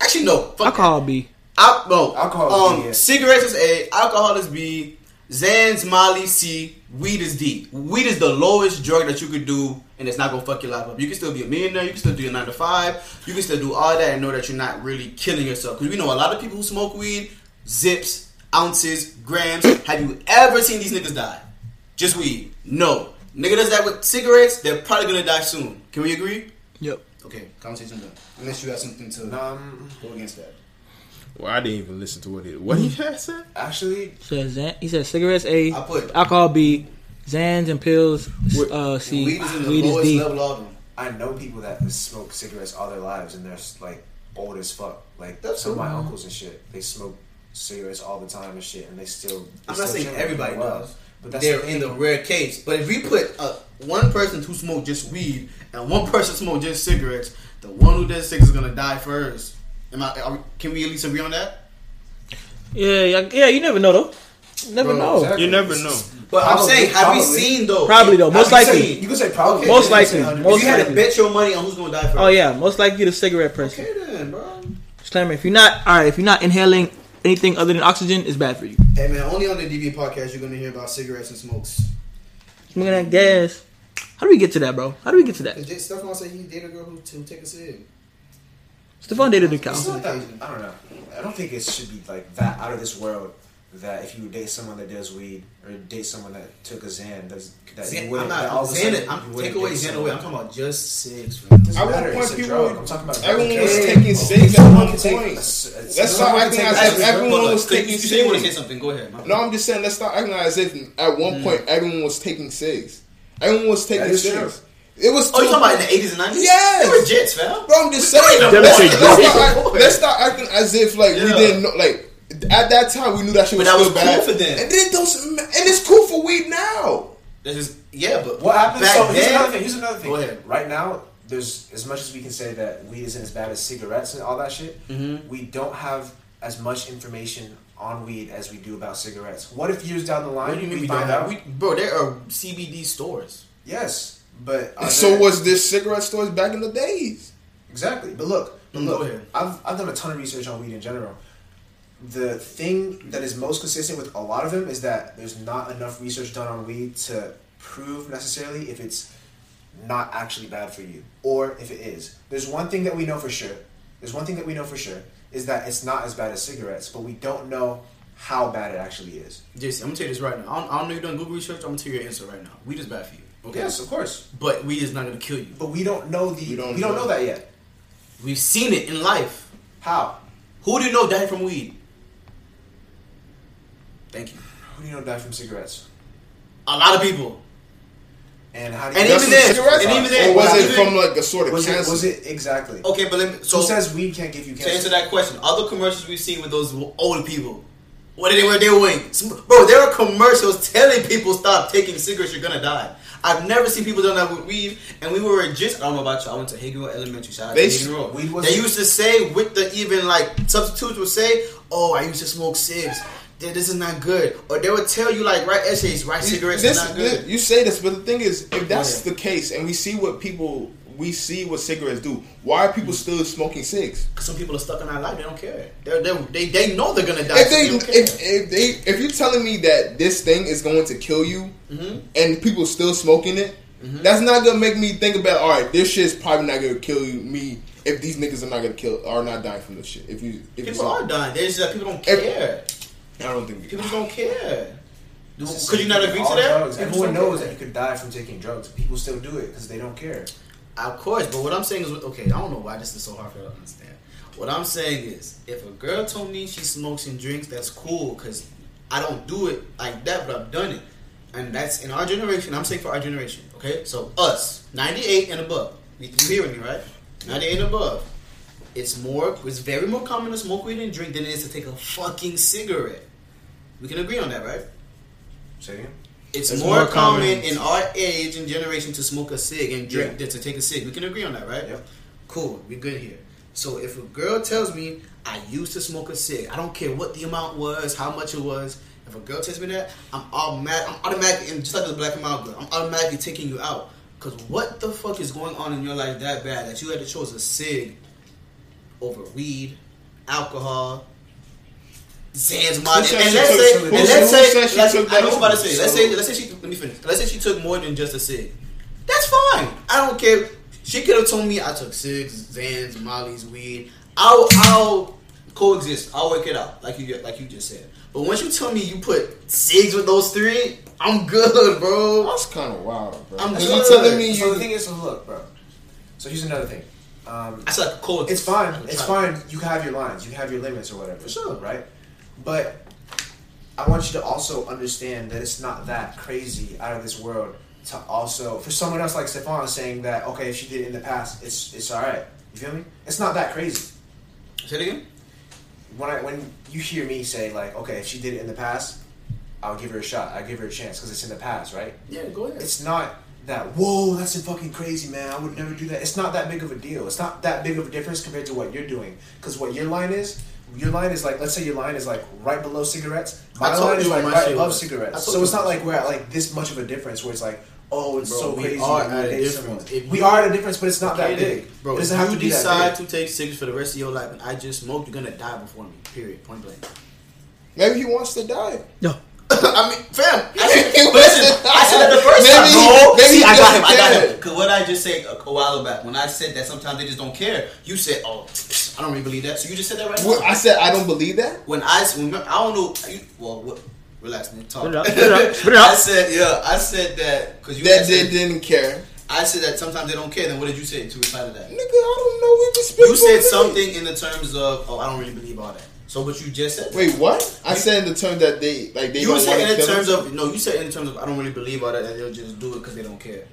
Speaker 1: Actually, no. Fuck
Speaker 4: Alcohol B.
Speaker 1: Al- no.
Speaker 3: Alcohol is
Speaker 1: um,
Speaker 3: B, yeah.
Speaker 1: Cigarettes is A. Alcohol is B. Zans, Molly, C, weed is D. Weed is the lowest drug that you could do, and it's not gonna fuck your life up. You can still be a millionaire. You can still do your nine to five. You can still do all that and know that you're not really killing yourself. Because we know a lot of people who smoke weed, zips, ounces, grams. Have you ever seen these niggas die? Just weed? No. Nigga does that with cigarettes. They're probably gonna die soon. Can we agree?
Speaker 4: Yep.
Speaker 1: Okay, conversation done. Unless you have something to
Speaker 3: Um,
Speaker 1: go against that.
Speaker 5: Well, I didn't even listen to what it what he had said.
Speaker 3: actually,
Speaker 4: So Zan, he said cigarettes A,
Speaker 1: I put
Speaker 4: alcohol B, Zans and pills uh, C,
Speaker 1: weed is in the
Speaker 4: weed is
Speaker 1: lowest
Speaker 4: D.
Speaker 1: level of them.
Speaker 3: I know people that smoke cigarettes all their lives, and they're like old as fuck. Like
Speaker 1: That's
Speaker 3: some of my
Speaker 1: cool.
Speaker 3: uncles and shit, they smoke cigarettes all the time and shit, and they still. they
Speaker 1: I'm
Speaker 3: still
Speaker 1: not saying
Speaker 3: chilling.
Speaker 1: everybody
Speaker 3: Wow.
Speaker 1: does,
Speaker 3: but
Speaker 1: but
Speaker 3: that's
Speaker 1: they're
Speaker 3: the
Speaker 1: in the
Speaker 3: thing.
Speaker 1: rare case. But if we put uh, one person who smoked just weed and one person smoked just cigarettes, the one who does cigarettes is gonna die first. Am I? Are, we- can we at least agree on that?
Speaker 4: Yeah, yeah, yeah. You never know though. Never
Speaker 3: Bro,
Speaker 4: know.
Speaker 3: exactly.
Speaker 5: Oh, You never know.
Speaker 1: But I'm
Speaker 3: Probably,
Speaker 1: saying, have we
Speaker 3: probably.
Speaker 1: seen though?
Speaker 4: Probably though.
Speaker 3: I
Speaker 4: Most
Speaker 3: can say-
Speaker 4: likely.
Speaker 3: you can say probably.
Speaker 4: Most
Speaker 3: You can say
Speaker 4: likely.
Speaker 3: 100%.
Speaker 4: Most
Speaker 1: If you had to
Speaker 4: likely.
Speaker 1: bet your money on who's gonna die first.
Speaker 4: Oh yeah, most likely the cigarette person.
Speaker 1: Okay then, bro.
Speaker 4: Disclaimer: If you're not all right, if you're not inhaling anything other than oxygen, it's bad for you.
Speaker 1: Hey man, only on the DB podcast you're gonna hear about cigarettes and smokes.
Speaker 4: Smoking that gas. How do we get to that, bro? How do we get to that?
Speaker 1: Jake Stephon said he dated a girl who to take a cig.
Speaker 4: Stephon dated a cow.
Speaker 3: It's not that, I don't know. I don't think it should be like that out of this world. That if you date someone that does weed or date someone that took a Xan, that's, that
Speaker 1: Xan,
Speaker 3: you
Speaker 1: I'm
Speaker 3: wouldn't.
Speaker 1: not.
Speaker 3: that all of a
Speaker 1: Xan,
Speaker 3: sudden
Speaker 1: I'm,
Speaker 3: you
Speaker 1: take
Speaker 3: wouldn't
Speaker 1: away
Speaker 3: date
Speaker 1: Xan
Speaker 3: someone.
Speaker 1: away. I'm talking about just cigs.
Speaker 3: Doesn't
Speaker 2: I wouldn't
Speaker 3: matter,
Speaker 2: want
Speaker 3: it's a
Speaker 2: people-
Speaker 3: drug. I'm talking about
Speaker 2: everyone was
Speaker 3: cocaine.
Speaker 2: taking cigs at
Speaker 3: Someone
Speaker 2: one
Speaker 3: can take-
Speaker 2: point.
Speaker 3: it's- it's-
Speaker 2: That's
Speaker 3: someone
Speaker 2: why I
Speaker 3: can
Speaker 2: think
Speaker 3: take
Speaker 2: I said
Speaker 3: acid.
Speaker 2: everyone
Speaker 1: Hold on,
Speaker 2: was
Speaker 1: you-
Speaker 2: taking
Speaker 1: you say you want to say
Speaker 2: cigs.
Speaker 1: something? Go ahead. my
Speaker 2: No, I'm just saying, let's not acting as if at
Speaker 1: Mm.
Speaker 2: one point everyone was taking cigs. Everyone was taking
Speaker 3: is
Speaker 2: cigs. It was.
Speaker 1: Oh, you
Speaker 2: two-
Speaker 1: talking about in the eighties and nineties?
Speaker 2: Yes.
Speaker 1: they were jets, fam.
Speaker 2: Bro, I'm just saying.
Speaker 1: Them
Speaker 2: Let's,
Speaker 5: shit
Speaker 2: let's,
Speaker 1: good.
Speaker 2: not, let's not acting as if like we
Speaker 1: Yeah.
Speaker 2: didn't know. Like at that time, we knew that shit
Speaker 1: But that
Speaker 2: was
Speaker 1: was cool
Speaker 2: still bad.
Speaker 1: for them.
Speaker 2: And then those, and it's cool for weed now.
Speaker 1: This is yeah, but
Speaker 3: What happened?
Speaker 1: back
Speaker 3: so here's
Speaker 1: then-
Speaker 3: another thing. Here's another thing.
Speaker 1: Go ahead.
Speaker 3: Right now, there's as much as we can say that weed isn't as bad as cigarettes and all that shit.
Speaker 2: Mm-hmm.
Speaker 3: We don't have as much information on weed as we do about cigarettes. What if years down the line
Speaker 1: What do you mean we
Speaker 3: find
Speaker 1: don't
Speaker 3: out?
Speaker 1: have? We, bro, there are CBD stores.
Speaker 3: yes, but
Speaker 1: Oh,
Speaker 3: are
Speaker 2: So
Speaker 3: there-
Speaker 2: was this cigarette stores back in the days?
Speaker 3: Exactly. But look, but
Speaker 1: Mm, go
Speaker 3: look
Speaker 1: ahead.
Speaker 3: I've, I've done a ton of research on weed in general. The thing that is most consistent with a lot of them is that there's not enough research done on weed to prove necessarily if it's not actually bad for you or if it is. There's one thing that we know for sure. There's one thing that we know for sure is that it's not as bad as cigarettes, but we don't know how bad it actually is.
Speaker 1: Jason, I'm gonna tell you this right now. I don't, I don't know you done Google research. I'm gonna tell you your answer right now. Weed is bad for you. Okay,
Speaker 3: Yes, of course.
Speaker 1: but weed is not gonna kill you.
Speaker 3: But we don't know the we
Speaker 2: don't
Speaker 3: don't, we don't
Speaker 2: know.
Speaker 3: know that yet.
Speaker 1: We've seen it in life.
Speaker 3: How?
Speaker 1: Who do you know died from weed? Thank you.
Speaker 3: Who do you know died from cigarettes?
Speaker 1: A lot of people.
Speaker 3: And how do you
Speaker 1: And
Speaker 2: That's
Speaker 1: even
Speaker 2: what
Speaker 1: then-
Speaker 2: cigarettes
Speaker 1: and
Speaker 2: are.
Speaker 1: even then-
Speaker 2: or was it
Speaker 1: even-
Speaker 2: from like a sort of
Speaker 3: was it,
Speaker 2: cancer?
Speaker 3: was it exactly?
Speaker 1: Okay, but let me, so
Speaker 3: Who says weed can't give you cancer?
Speaker 1: to answer that question, other commercials we've seen with those old people, what are they were doing? Sm- Bro, there are commercials telling people stop taking cigarettes, you're gonna die. I've never seen people doing that with weed, and we were just I don't know about you. I went to Higgin Road Elementary. Shout out
Speaker 2: They
Speaker 1: to
Speaker 2: s-
Speaker 1: Higgin Road.
Speaker 3: weed was-
Speaker 1: they used to say with the even like substitutes would say, "Oh, I used to smoke cigs. Th- This is not good." Or they would tell you like write essays, write cigarettes
Speaker 2: This-
Speaker 1: is not good.
Speaker 2: this- you say this, but the thing is, if that's
Speaker 1: Yeah.
Speaker 2: the case, and we see what people, we see what cigarettes do. Why are people still smoking cigs?
Speaker 1: Some people are stuck in that life. They don't care. They're, they're, they they know they're gonna die.
Speaker 2: If
Speaker 1: so
Speaker 2: they,
Speaker 1: don't care.
Speaker 2: if, if they, if you're telling me that this thing is going to kill you,
Speaker 1: Mm-hmm.
Speaker 2: and people still smoking it, that's not gonna make me think about. All right, this shit's probably not gonna kill you, me if these niggas are not gonna kill, are not dying from this shit. If you, if you
Speaker 1: people
Speaker 2: smoke-
Speaker 1: are dying. There's just that people don't
Speaker 2: If-
Speaker 1: care.
Speaker 2: I don't think.
Speaker 1: People just don't care.
Speaker 3: It's the
Speaker 1: Could you
Speaker 3: same
Speaker 1: not
Speaker 3: thing
Speaker 1: agree
Speaker 3: with
Speaker 1: to
Speaker 3: all
Speaker 1: that?
Speaker 3: drugs.
Speaker 1: People
Speaker 3: Everyone
Speaker 1: don't
Speaker 3: knows
Speaker 1: care.
Speaker 3: that you could die from taking drugs. People still do it because they don't care.
Speaker 1: Of course, but what I'm saying is, okay, I don't know why this is so hard for you to understand. What I'm saying is, if a girl told me she smokes and drinks, that's cool because I don't do it like that, but I've done it, and that's in our generation. I'm saying for our generation, okay? So us, 98 and above, you you hearing me right? 98 and above, it's more, it's very more common to smoke weed and drink than it is to take a fucking cigarette. We can agree on that, right?
Speaker 3: Say again?
Speaker 1: It's,
Speaker 4: It's
Speaker 1: more,
Speaker 4: more
Speaker 1: common,
Speaker 4: common.
Speaker 1: in our age and generation to smoke a cig and drink than to take a cig. We can agree on that, right?
Speaker 3: Yep.
Speaker 1: Cool, we're good here. So if a girl tells me I used to smoke a cig, I don't care what the amount was, how much it was. If a girl tells me that, I'm automatic, I'm automatically, and just like the black and mild girl, I'm automatically taking you out. Cause what the fuck is going on in your life that bad that you had to choose a cig over weed, alcohol, Zan's money.
Speaker 2: said
Speaker 1: And
Speaker 2: she
Speaker 1: let's
Speaker 2: took-
Speaker 1: say,
Speaker 2: who-
Speaker 1: and
Speaker 2: who
Speaker 1: let's
Speaker 2: said
Speaker 1: say,
Speaker 2: she
Speaker 1: let's,
Speaker 2: took
Speaker 1: I
Speaker 2: that
Speaker 1: know what I'm about to
Speaker 2: over?
Speaker 1: say. Let's
Speaker 2: So-
Speaker 1: say, let's say she. Let me finish. Let's say she took more than just a cig. That's fine. I don't care. She could have told me I took cigs, Zans, Molly's, weed. I'll, I'll coexist. I'll work it out, like you, like you just said. But once you tell me you put cigs with those three, I'm good, bro.
Speaker 2: That's kind of wild, bro.
Speaker 1: I'm
Speaker 2: Cause
Speaker 1: good.
Speaker 2: you telling me
Speaker 3: So
Speaker 2: you
Speaker 3: the thing is, so look, bro. So here's another thing. Um,
Speaker 1: That's like coexist.
Speaker 3: it's fine. It's
Speaker 1: Try-
Speaker 3: fine. You have your lines. You have your limits or whatever.
Speaker 1: sure.
Speaker 3: right? But I want you to also understand that it's not that crazy out of this world to also for someone else like Stefan saying that okay, if she did it in the past, it's it's all right. You feel me? It's not that crazy.
Speaker 1: Say it again.
Speaker 3: When I when you hear me say like okay, if she did it in the past, I'll give her a shot. I'll give her a chance because it's in the past, right?
Speaker 1: Yeah, go ahead.
Speaker 3: it's not that whoa that's a fucking crazy man i would never do that it's not that big of a deal it's not that big of a difference compared to what you're doing because what your line is your line is like let's say your line is like right below cigarettes
Speaker 1: I
Speaker 3: my
Speaker 1: told
Speaker 3: line is
Speaker 1: you
Speaker 3: like
Speaker 1: my
Speaker 3: right
Speaker 1: shit
Speaker 3: above
Speaker 1: was- I
Speaker 3: cigarettes
Speaker 1: told
Speaker 3: so
Speaker 1: you
Speaker 3: it's not
Speaker 1: my
Speaker 3: like we're at like this much of a difference where it's like oh it's
Speaker 1: Bro,
Speaker 3: so
Speaker 1: we
Speaker 3: crazy
Speaker 1: are
Speaker 3: when you
Speaker 1: at a
Speaker 3: date
Speaker 1: difference.
Speaker 3: someone.
Speaker 1: If
Speaker 3: we
Speaker 1: you-
Speaker 3: are at a difference but it's not that
Speaker 1: Get it.
Speaker 3: big
Speaker 1: Bro,
Speaker 3: it
Speaker 1: if
Speaker 3: doesn't have
Speaker 1: you
Speaker 3: to be
Speaker 1: decide
Speaker 3: that big.
Speaker 1: to take cigs for the rest of your life and I just smoke, you're gonna die before me. Period. Point blank.
Speaker 2: maybe he wants to die.
Speaker 1: I mean, fam. I said,
Speaker 2: He
Speaker 1: but
Speaker 2: wants
Speaker 1: listen,
Speaker 2: to die.
Speaker 1: I said that the first
Speaker 2: Maybe
Speaker 1: time.
Speaker 2: he-
Speaker 1: No,
Speaker 2: maybe
Speaker 1: see,
Speaker 2: he
Speaker 1: I got him. I
Speaker 2: doesn't
Speaker 1: got
Speaker 2: care.
Speaker 1: him. Cause what I just said a, a while back when I said that sometimes they just don't care. You said, "Oh, I don't really believe that." So you just said that right
Speaker 2: What-
Speaker 1: now.
Speaker 2: I said I don't believe that.
Speaker 1: when I when, I don't know. You, well, what, relax and talk.
Speaker 4: Spit it out, spit it out, spit it out.
Speaker 1: I said, yeah, I said that because you.
Speaker 2: That
Speaker 1: said-
Speaker 2: they didn't care.
Speaker 1: I said that sometimes they don't care. Then what did you say to reply to that?
Speaker 2: Nigga, I don't know. We just
Speaker 1: You
Speaker 2: spoke
Speaker 1: said
Speaker 2: over this.
Speaker 1: something in the terms of, oh, I don't really believe all that. So what you just said?
Speaker 2: Wait, what? I said in the term that they like they
Speaker 1: you
Speaker 2: don't want
Speaker 1: said
Speaker 2: to
Speaker 1: in
Speaker 2: kill
Speaker 1: terms
Speaker 2: him.
Speaker 1: of no, you said in terms of I don't really believe all that, and they'll just do it because they don't care.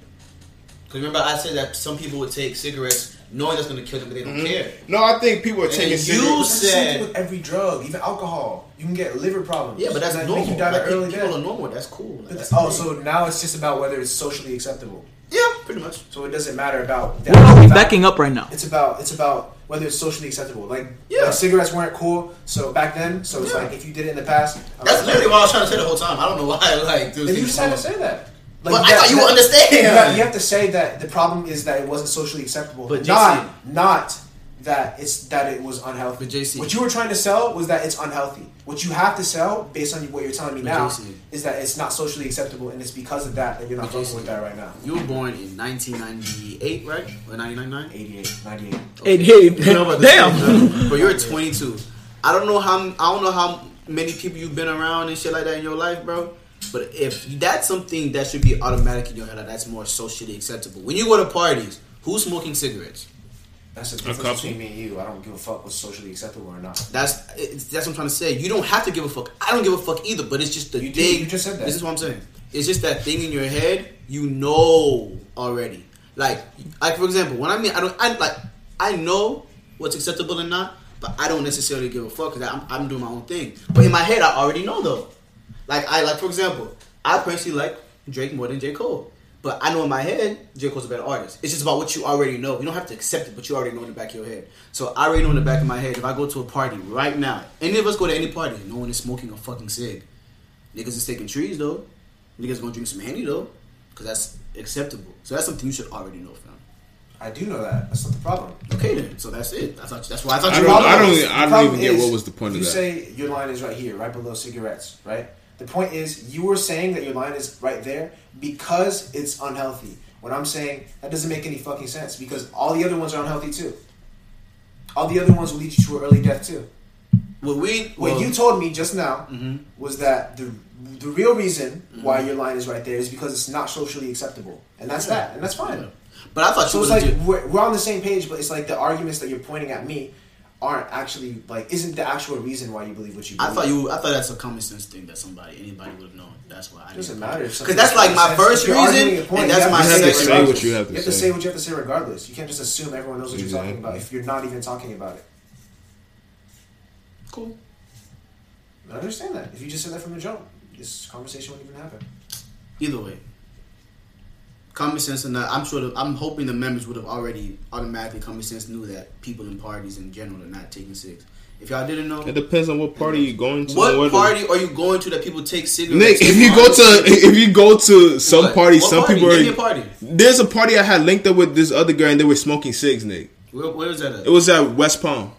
Speaker 1: Because remember, I said that some people would take cigarettes knowing that's going to kill them, but they don't
Speaker 3: Mm-hmm.
Speaker 1: care.
Speaker 2: No, I think people are
Speaker 1: And
Speaker 2: taking
Speaker 1: you
Speaker 2: cigarettes.
Speaker 3: That's the same thing
Speaker 1: said-
Speaker 3: with every drug even alcohol you can get liver problems
Speaker 1: Yeah, but that's
Speaker 3: Like, make
Speaker 1: normal.
Speaker 3: you die
Speaker 1: Like,
Speaker 3: like early
Speaker 1: people
Speaker 3: death.
Speaker 1: are normal. That's cool. Like, that's
Speaker 3: oh
Speaker 1: the thing.
Speaker 3: so now it's just about whether it's socially acceptable
Speaker 1: yeah, pretty much.
Speaker 3: So it doesn't matter about that.
Speaker 4: We're not
Speaker 3: It's
Speaker 4: we
Speaker 3: about-
Speaker 4: backing up right now.
Speaker 3: It's about it's about whether it's socially acceptable. Like
Speaker 1: Yeah.
Speaker 3: like, cigarettes weren't cool. So back then, so it's
Speaker 1: Yeah.
Speaker 3: like if you did it in the past, I'm
Speaker 1: That's
Speaker 3: like,
Speaker 1: literally what I was trying to say the whole time. I don't know why. Like, dude,
Speaker 3: Then you just had to say that. Like,
Speaker 1: But I thought you would understand.
Speaker 3: You have, you have to say that the problem is that it wasn't socially acceptable.
Speaker 1: But
Speaker 3: not
Speaker 1: JC
Speaker 3: not that it's that it was unhealthy.
Speaker 1: But JC
Speaker 3: what you were trying to sell was that it's unhealthy. What you have to sell, based on what you're telling me
Speaker 1: But
Speaker 3: now,
Speaker 1: JC
Speaker 3: is that it's not socially acceptable, and it's because of that that you're not
Speaker 1: But
Speaker 3: fucking
Speaker 1: JC
Speaker 3: with that right now.
Speaker 1: you were born in 1998, right? Or 1999?
Speaker 3: 88, 98.
Speaker 4: Hey, hey,
Speaker 1: You know about this
Speaker 4: damn.
Speaker 1: shit, bro. but you're 22. I don't know how I don't know how many people you've been around and shit like that in your life, bro. But if that's something that should be automatic in your head, like that's more socially acceptable. When you go to parties, who's smoking cigarettes?
Speaker 3: That's the
Speaker 5: couple.
Speaker 3: difference between me and you. I don't give a fuck what's socially acceptable or not.
Speaker 1: That's it's, that's what I'm trying to say. You don't have to give a fuck. I don't give a fuck either. But it's just the
Speaker 3: You did-
Speaker 1: thing.
Speaker 3: you just said that.
Speaker 1: This is what I'm saying. It's just that thing in your head. You know already. Like like for example, when I mean I don't I like I know what's acceptable and not, but I don't necessarily give a fuck because I'm I'm doing my own thing. But in my head, I already know though. Like I like for example, I personally like Drake more than J Cole. But I know in my head, J. Cole's a better artist. It's just about what you already know. You don't have to accept it, but you already know in the back of your head. So I already know in the back of my head, if I go to a party right now, any of us go to any party, no one is smoking a fucking cig. Niggas is taking trees though. Niggas gonna drink some handy though, because that's acceptable. So that's something you should already know, fam.
Speaker 3: I do know that. That's not the problem.
Speaker 1: Okay then. So that's it. I thought that's why I thought
Speaker 5: I
Speaker 1: you
Speaker 5: don't-
Speaker 1: were
Speaker 5: I don't-
Speaker 3: The
Speaker 5: I don't
Speaker 3: problem
Speaker 5: even get
Speaker 3: is,
Speaker 5: what was the point of
Speaker 3: you
Speaker 5: that.
Speaker 3: say your line is right here, right below cigarettes, right? The point is, you were saying that your line is right there because it's unhealthy. What I'm saying, that doesn't make any fucking sense because all the other ones are unhealthy too. All the other ones will lead you to early death too.
Speaker 1: Well, we
Speaker 3: What
Speaker 1: well,
Speaker 3: you told me just now
Speaker 5: Mm-hmm.
Speaker 3: was that the the real reason why your line is right there is because it's not socially acceptable, and that's that, and that's fine.
Speaker 1: but I thought you
Speaker 3: So
Speaker 1: was
Speaker 3: it's like
Speaker 1: legit.
Speaker 3: we're, we're on the same page, but it's like the arguments that you're pointing at me aren't actually like isn't the actual reason why you believe what you
Speaker 1: I
Speaker 3: believe.
Speaker 1: thought you. I thought that's a common sense thing that somebody, anybody would have known. That's why I
Speaker 3: It
Speaker 1: didn't.
Speaker 3: doesn't matter
Speaker 1: Because that's like my first reason, and that's my
Speaker 5: You have to
Speaker 1: second.
Speaker 5: say
Speaker 1: reason.
Speaker 5: what you have to
Speaker 3: You have to
Speaker 5: say.
Speaker 3: say what you have to say regardless. You can't just assume everyone knows what you're talking about
Speaker 5: Exactly.
Speaker 3: if you're not even talking about it.
Speaker 1: Cool.
Speaker 3: I understand that. If you just said that from the jump, this conversation wouldn't even happen.
Speaker 1: Either way, common sense and not, I'm sure. The, I'm hoping the members would have already automatically common sense knew that people in parties in general are not taking six. If y'all didn't know,
Speaker 5: It depends on what party you're going to.
Speaker 1: what
Speaker 5: and where the-
Speaker 1: party are you going to that people take cigarettes?
Speaker 5: Nick, if you go to if you go to some
Speaker 1: What?
Speaker 5: party,
Speaker 1: What
Speaker 5: some
Speaker 1: party?
Speaker 5: people
Speaker 1: Give me a
Speaker 5: are.
Speaker 1: party.
Speaker 5: There's a party I had linked up with this other girl, and they were smoking cigs. Nick,
Speaker 1: Where, where was that at?
Speaker 5: it was at West Palm.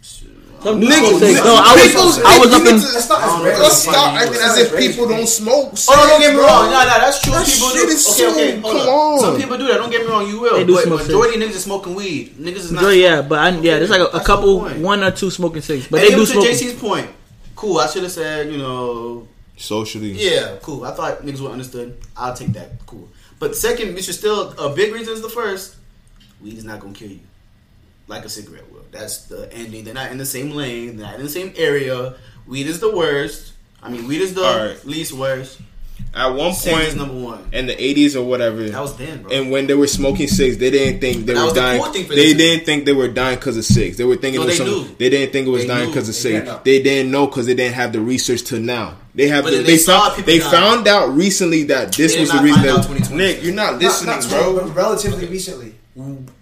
Speaker 1: Shit,
Speaker 4: Some
Speaker 10: Niggas-
Speaker 4: people say-
Speaker 10: niggas-
Speaker 4: no, I was,
Speaker 10: people's-
Speaker 4: I was up in.
Speaker 10: niggas-
Speaker 3: That's not as rare.
Speaker 10: Let's stop
Speaker 3: It's
Speaker 10: acting
Speaker 3: not
Speaker 10: as if
Speaker 3: rare
Speaker 10: people
Speaker 3: thing.
Speaker 10: don't smoke.
Speaker 1: Oh, don't get me
Speaker 10: bro.
Speaker 1: wrong. No, no, that's true.
Speaker 10: That
Speaker 1: people
Speaker 10: shit
Speaker 1: do.
Speaker 10: is
Speaker 1: okay,
Speaker 10: so
Speaker 1: okay, hold
Speaker 10: cologne.
Speaker 1: up. Some people do that. Don't get me wrong. You will.
Speaker 4: They do
Speaker 1: but
Speaker 4: smoke
Speaker 1: majority of niggas is smoking weed. Niggas is not.
Speaker 4: No, yeah, but I, yeah, there's like a, a
Speaker 1: That's the
Speaker 4: couple,
Speaker 1: point.
Speaker 4: one or two smoking cigs, but
Speaker 1: and
Speaker 4: they do
Speaker 1: even to
Speaker 4: smoke.
Speaker 1: JC's point. Cool. I should have said, you know,
Speaker 2: Socially.
Speaker 1: yeah, cool. I thought niggas would understood. I'll take that. Cool. But second, which is still a big reason is the first. Weed is not gonna kill you, like a cigarette will. That's the ending. They're not in the same lane. They're not in the same area. Weed is the worst. I mean, weed is the
Speaker 2: All right.
Speaker 1: least worst.
Speaker 2: At one
Speaker 1: Cigs is
Speaker 2: point
Speaker 1: number one.
Speaker 2: in the 80s or whatever.
Speaker 1: That was then, bro.
Speaker 2: and when they were smoking cigs, they didn't think they
Speaker 1: That
Speaker 2: were
Speaker 1: was the
Speaker 2: dying.
Speaker 1: cool thing for
Speaker 2: they
Speaker 1: them.
Speaker 2: didn't think they were dying because of cigs. They were thinking
Speaker 1: No,
Speaker 2: it was
Speaker 1: they
Speaker 2: something.
Speaker 1: knew.
Speaker 2: They didn't think it was
Speaker 1: They
Speaker 2: dying
Speaker 1: knew.
Speaker 2: because of
Speaker 1: They
Speaker 2: cigs.
Speaker 3: didn't know.
Speaker 2: They didn't know because they didn't have the research till now. They have.
Speaker 1: But
Speaker 2: The,
Speaker 1: then
Speaker 2: they
Speaker 1: they saw
Speaker 2: found.
Speaker 1: people
Speaker 2: They
Speaker 1: dying.
Speaker 2: found out recently that this
Speaker 1: They
Speaker 2: was
Speaker 1: did
Speaker 2: the
Speaker 1: not
Speaker 2: reason.
Speaker 1: find out
Speaker 2: That,
Speaker 1: 2020.
Speaker 2: Nick, you're not
Speaker 3: Not,
Speaker 2: listening,
Speaker 3: not
Speaker 2: bro.
Speaker 3: bro. Relatively recently.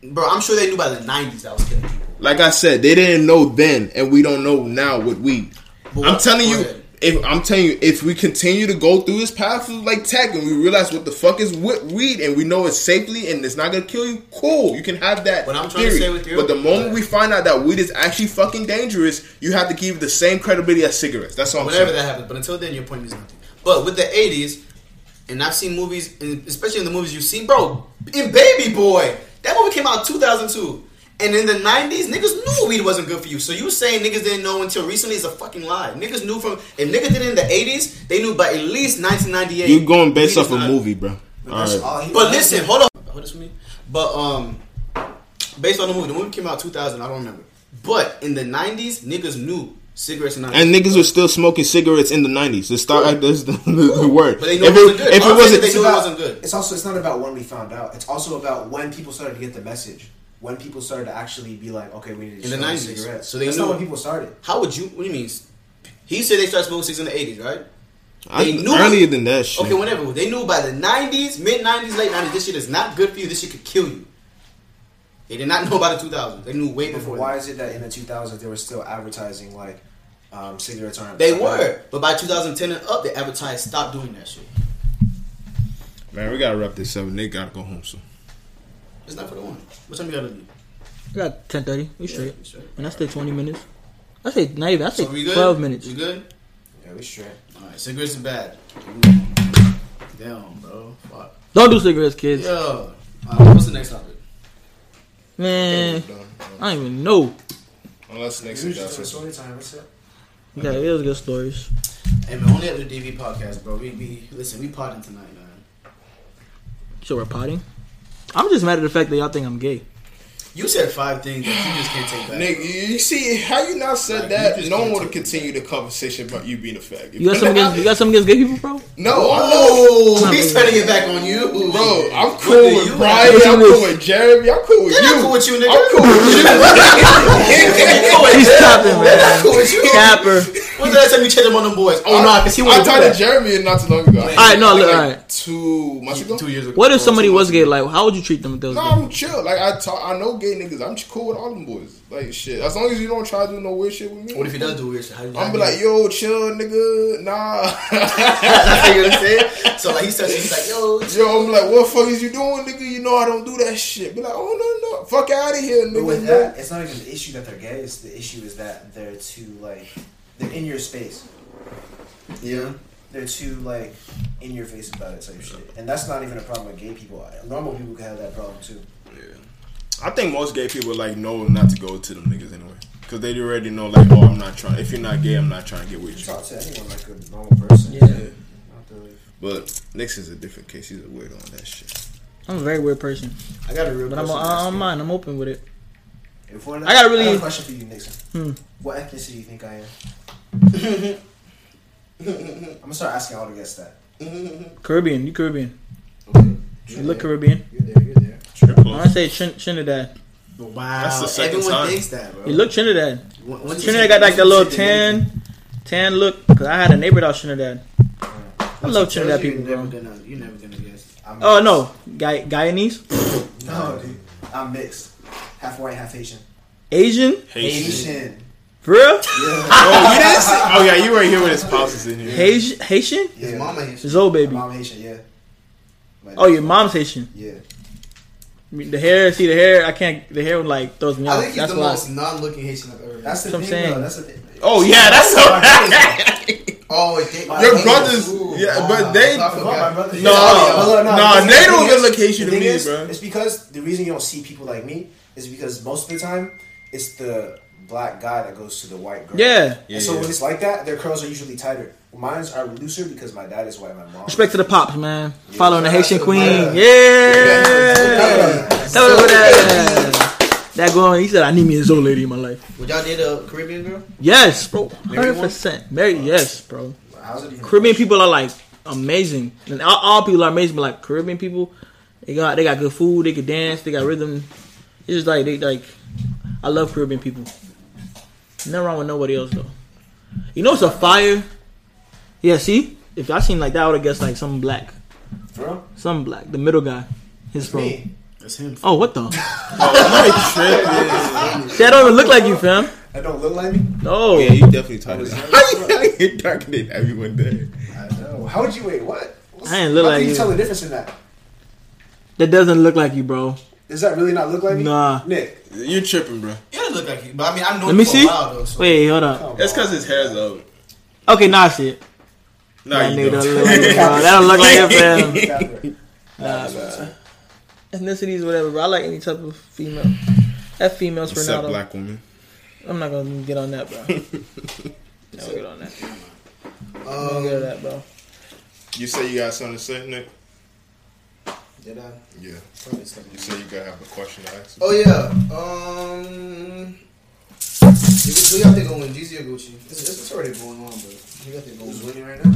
Speaker 1: Bro, I'm sure they knew by the 90s that was killing people.
Speaker 2: Like I said, they didn't know then, and we don't know now with weed.
Speaker 1: But
Speaker 2: I'm
Speaker 1: what-
Speaker 2: telling
Speaker 1: go
Speaker 2: you,
Speaker 1: ahead.
Speaker 2: if I'm telling you, if we continue to go through this path of like tech, and we realize what the fuck is with weed, and we know it's safely and it's not gonna kill you, cool. You can have that.
Speaker 1: What I'm trying to say with you-
Speaker 2: but the moment we find out that weed is actually fucking dangerous, you have to give the same credibility as cigarettes. That's all I'm
Speaker 1: whenever
Speaker 2: saying.
Speaker 1: that happens. But until then, your point means nothing. But with the 80s, and I've seen movies, and especially in the movies you've seen, bro, in Baby Boy, that movie came out in 2002. And in the 90s, niggas knew weed wasn't good for you. So you saying niggas didn't know until recently is a fucking lie. Niggas knew from, if niggas did it in the 80s, they knew by at least 1998.
Speaker 2: You're going based
Speaker 1: weed
Speaker 2: off
Speaker 1: is
Speaker 2: a
Speaker 1: not-
Speaker 2: movie, bro. All
Speaker 3: That's
Speaker 2: right.
Speaker 3: all he-
Speaker 1: But listen, hold on. Hold this for me. But um, based on the movie, the movie came out 2000, I don't remember. But in the 90s, niggas knew cigarettes and
Speaker 2: And niggas were still smoking cigarettes in the nineties. Let's start like this. The, the word.
Speaker 1: But they know
Speaker 2: if
Speaker 1: it wasn't good.
Speaker 2: if
Speaker 1: All
Speaker 2: it
Speaker 1: I'm saying is
Speaker 2: wasn't,
Speaker 1: they
Speaker 3: It's
Speaker 1: knew it
Speaker 3: about-
Speaker 1: wasn't good.
Speaker 3: It's also it's not about when we found out. It's also about when people started to get the message. When people started to actually be like, okay, we need to
Speaker 1: In the
Speaker 3: smoke
Speaker 1: 90s,
Speaker 3: cigarettes.
Speaker 1: so they
Speaker 3: That's
Speaker 1: knew.
Speaker 3: not when people started.
Speaker 1: How would you? What do you mean? He said they started smoking cigs in the eighties, right?
Speaker 2: I,
Speaker 1: They knew-
Speaker 2: earlier than that shit.
Speaker 1: Okay, whenever they knew by the nineties, mid nineties, late nineties, this shit is not good for you. This shit could kill you. They did not know about the 2000s. They knew way before.
Speaker 3: Why
Speaker 1: that.
Speaker 3: is it that in the 2000s they were still advertising like um, cigarettes aren't?
Speaker 1: They were, but by 2010 and up, the advertised stopped doing that shit.
Speaker 2: Man, we gotta wrap this up. Nick gotta go home soon.
Speaker 1: It's not for the one. What time you gotta leave?
Speaker 4: I got ten thirty. We straight.
Speaker 1: Yeah, sure.
Speaker 4: And I say twenty minutes. I say not even. I say
Speaker 1: So we good?
Speaker 4: twelve minutes.
Speaker 1: We good?
Speaker 3: Yeah, we straight.
Speaker 1: All right. Cigarettes are bad. Damn, bro. Fuck.
Speaker 4: Don't do cigarettes, kids.
Speaker 1: Yo. All right, what's the next topic?
Speaker 4: Man, I don't even know.
Speaker 2: Unless
Speaker 3: We
Speaker 2: next
Speaker 3: were just doing story time. That's it.
Speaker 4: Yeah, it was good stories.
Speaker 1: Hey man, only at the DV podcast, bro. We be listen. We potting tonight, man.
Speaker 4: So we're potting. I'm just mad at the fact that y'all think I'm gay.
Speaker 1: You said five things that you just can't take back.
Speaker 2: Nick, you you see how you not
Speaker 1: Like,
Speaker 2: said
Speaker 1: you
Speaker 2: that?
Speaker 1: just
Speaker 2: No one
Speaker 1: can't
Speaker 2: would have
Speaker 1: take it
Speaker 2: continued the conversation about you being a fag.
Speaker 4: You got something against you got something against gay people, bro?
Speaker 2: no,
Speaker 1: Oh,
Speaker 4: no.
Speaker 1: he's trying to get back on you,
Speaker 2: I'm bro. I'm
Speaker 1: What
Speaker 2: cool
Speaker 1: do
Speaker 2: with
Speaker 1: you have?
Speaker 2: Brian. I'm cool with Jeremy. I'm cool with
Speaker 1: They're
Speaker 2: you.
Speaker 1: not cool with you, nigga.
Speaker 2: I'm cool with you.
Speaker 4: He's capping,
Speaker 1: That's cool
Speaker 4: man.
Speaker 1: with you.
Speaker 4: Capper.
Speaker 1: When's the last time you checked him on them boys? Oh
Speaker 2: I-
Speaker 1: no, because he
Speaker 2: I
Speaker 1: wanted to. do
Speaker 2: talked to
Speaker 1: that.
Speaker 2: Jeremy not too long ago. All
Speaker 4: right, no, look, all right.
Speaker 2: two months ago.
Speaker 1: Two years ago.
Speaker 4: What if somebody was gay? Like, how would you treat them if they was
Speaker 2: No,
Speaker 4: gay?
Speaker 2: I'm chill. Like I talk, I know gay niggas. I'm cool with all them boys. Like shit, as long as you don't try to do no weird shit with me.
Speaker 1: What if he does do weird shit? How do you
Speaker 2: I'm be like, yo, chill, nigga. Nah.
Speaker 1: you know what I'm saying? So like he says, he's like, yo,
Speaker 2: Yo, I'm like, what fuck is you doing, nigga? You know I don't do that shit. Be like, oh no, no, fuck out of here,
Speaker 3: But
Speaker 2: nigga.
Speaker 3: with that, it's not even the issue that they're gay. It's the issue is that they're too like they're in your space.
Speaker 1: yeah.
Speaker 3: They're too like in your face about it type shit. And that's not even a problem with gay people. Normal people can have that problem too.
Speaker 2: I think most gay people like know not to go to them niggas anyway, because they already know like, oh, I'm not trying. If you're not gay, I'm not trying to get with
Speaker 3: Talk to anyone like a normal person. Yeah. Not the,
Speaker 2: But Nick's is a different case. He's a weird on that shit.
Speaker 4: I'm a very weird person,
Speaker 1: I got a real.
Speaker 4: but I'm
Speaker 1: person
Speaker 4: I-
Speaker 1: that's
Speaker 4: I'm
Speaker 1: gay.
Speaker 4: mine. I'm open with it.
Speaker 3: If we're not,
Speaker 4: I gotta really-
Speaker 3: have a question for you, Nixon.
Speaker 4: Hmm.
Speaker 3: What ethnicity do you think I am? I'm gonna start asking all the guests that.
Speaker 4: Caribbean, you Caribbean. You look
Speaker 3: You're
Speaker 4: Caribbean.
Speaker 3: there. You're there.
Speaker 4: I wanna say Trin- Trinidad.
Speaker 1: Wow,
Speaker 2: That's the second
Speaker 1: everyone
Speaker 2: time.
Speaker 1: thinks that, bro.
Speaker 4: You look Trinidad.
Speaker 1: When- when you
Speaker 4: Trinidad
Speaker 1: see-
Speaker 4: got like that
Speaker 1: when you
Speaker 4: little
Speaker 1: see the nigga-
Speaker 4: tan, tan look. Cause I had a neighbor that was Trinidad. I love Trinidad
Speaker 1: You're
Speaker 4: people,
Speaker 1: never
Speaker 4: bro.
Speaker 1: gonna- You're never gonna guess.
Speaker 3: I'm
Speaker 4: Oh no, Guy, Guyanese,
Speaker 3: mixed. No, dude. I'm mixed. Half white, half Asian.
Speaker 4: Asian,
Speaker 3: Asian.
Speaker 4: bro,
Speaker 2: Oh, you didn't see- oh yeah, you right here with his pauses in here.
Speaker 4: Haitian, Haitian,
Speaker 3: Yeah.
Speaker 1: His mama is.
Speaker 4: Zoe
Speaker 3: My
Speaker 4: baby.
Speaker 3: mom Haitian. Yeah.
Speaker 4: Oh, your mom's Haitian.
Speaker 3: Yeah.
Speaker 4: The hair, see the hair. I can't. The hair like throws me
Speaker 1: I
Speaker 4: off.
Speaker 1: think he's
Speaker 4: That's
Speaker 1: the
Speaker 4: why.
Speaker 1: most non-looking Haitian I've ever.
Speaker 3: That's the
Speaker 4: That's what I'm
Speaker 3: thing,
Speaker 4: saying.
Speaker 3: though. That's the thing.
Speaker 5: Oh yeah, that's so.
Speaker 1: Oh, they,
Speaker 3: Your
Speaker 5: Your
Speaker 1: they-
Speaker 5: brothers,
Speaker 1: Ooh,
Speaker 5: yeah,
Speaker 1: wow.
Speaker 5: but they.
Speaker 1: Oh, I
Speaker 3: Come
Speaker 1: forgot.
Speaker 3: on, my brother.
Speaker 5: No,
Speaker 3: Yeah,
Speaker 5: nah,
Speaker 3: listen,
Speaker 5: they
Speaker 3: the
Speaker 5: don't
Speaker 3: thing
Speaker 5: give
Speaker 3: is-
Speaker 5: location
Speaker 3: the
Speaker 5: to
Speaker 3: thing
Speaker 5: me,
Speaker 3: is,
Speaker 5: bro.
Speaker 3: It's because the reason you don't see people like me is because most of the time it's the black guy that goes to the white girl.
Speaker 4: Yeah.
Speaker 3: And
Speaker 5: Yeah,
Speaker 3: so
Speaker 5: yeah.
Speaker 3: when it's like that, their curls are usually tighter. Mine's are looser because my dad is white. My mom.
Speaker 4: Respect to the pops, man. Following the
Speaker 3: shout out
Speaker 4: Haitian
Speaker 3: to
Speaker 4: queen.
Speaker 3: my-
Speaker 4: Yeah.
Speaker 3: Yeah.
Speaker 4: Tell her that. That going. He said, "I need me as old lady in my life."
Speaker 1: Would y'all date a Caribbean girl?
Speaker 4: Yes, bro.
Speaker 1: Married
Speaker 4: Hundred
Speaker 1: one?
Speaker 4: percent. Married. Yes, bro.
Speaker 3: How's it even?
Speaker 4: Caribbean people are like amazing, and all, all people are amazing. But like Caribbean people, they got they got good food, they could dance, they got rhythm. It's just like they like. I love Caribbean people. Nothing wrong with nobody else though. You know it's a fire. Yeah, see, if I seen like that, I would have guessed like some black,
Speaker 3: For real?
Speaker 4: some black, the middle guy, his bro.
Speaker 3: Me.
Speaker 11: That's him.
Speaker 4: Oh, what the? See, I don't even look like you, fam.
Speaker 3: That don't look like me.
Speaker 4: No.
Speaker 5: Yeah, you definitely talked about. You're darker than everyone there.
Speaker 3: I know. How would you wait? What? What's-
Speaker 4: I ain't look
Speaker 3: how
Speaker 4: like
Speaker 3: can you.
Speaker 4: you.
Speaker 3: Tell the difference in that.
Speaker 4: That doesn't look like you, bro.
Speaker 3: Does that really not look like me?
Speaker 4: Nah.
Speaker 3: Nick.
Speaker 5: You're tripping, bro.
Speaker 1: Yeah, it look like you. But I mean, I know
Speaker 4: Let
Speaker 1: you
Speaker 4: me
Speaker 1: for
Speaker 4: see.
Speaker 1: a while though. So.
Speaker 4: Wait, hold up.
Speaker 5: That's because his hair's up.
Speaker 4: Okay, nah, shit.
Speaker 5: Nah,
Speaker 4: that
Speaker 5: you
Speaker 4: nigga
Speaker 5: don't.
Speaker 4: don't look like you, bro. That don't look like you, fam. Nah, bro. Ethnicities, whatever, bro. I like any type of female. F females for
Speaker 5: Except
Speaker 4: now.
Speaker 5: black woman.
Speaker 4: I'm not gonna get on that, bro. Never get on that. Don't get on that, bro.
Speaker 2: You say you got something to say, Nick?
Speaker 1: Did I?
Speaker 2: Yeah.
Speaker 1: Probably something.
Speaker 2: You say you gotta have a question to ask.
Speaker 1: Oh yeah. Um. We got to go with Jeezy or Gucci. It's, it's, it's already going on, but we got to go
Speaker 3: Who's
Speaker 1: with.
Speaker 3: winning right now?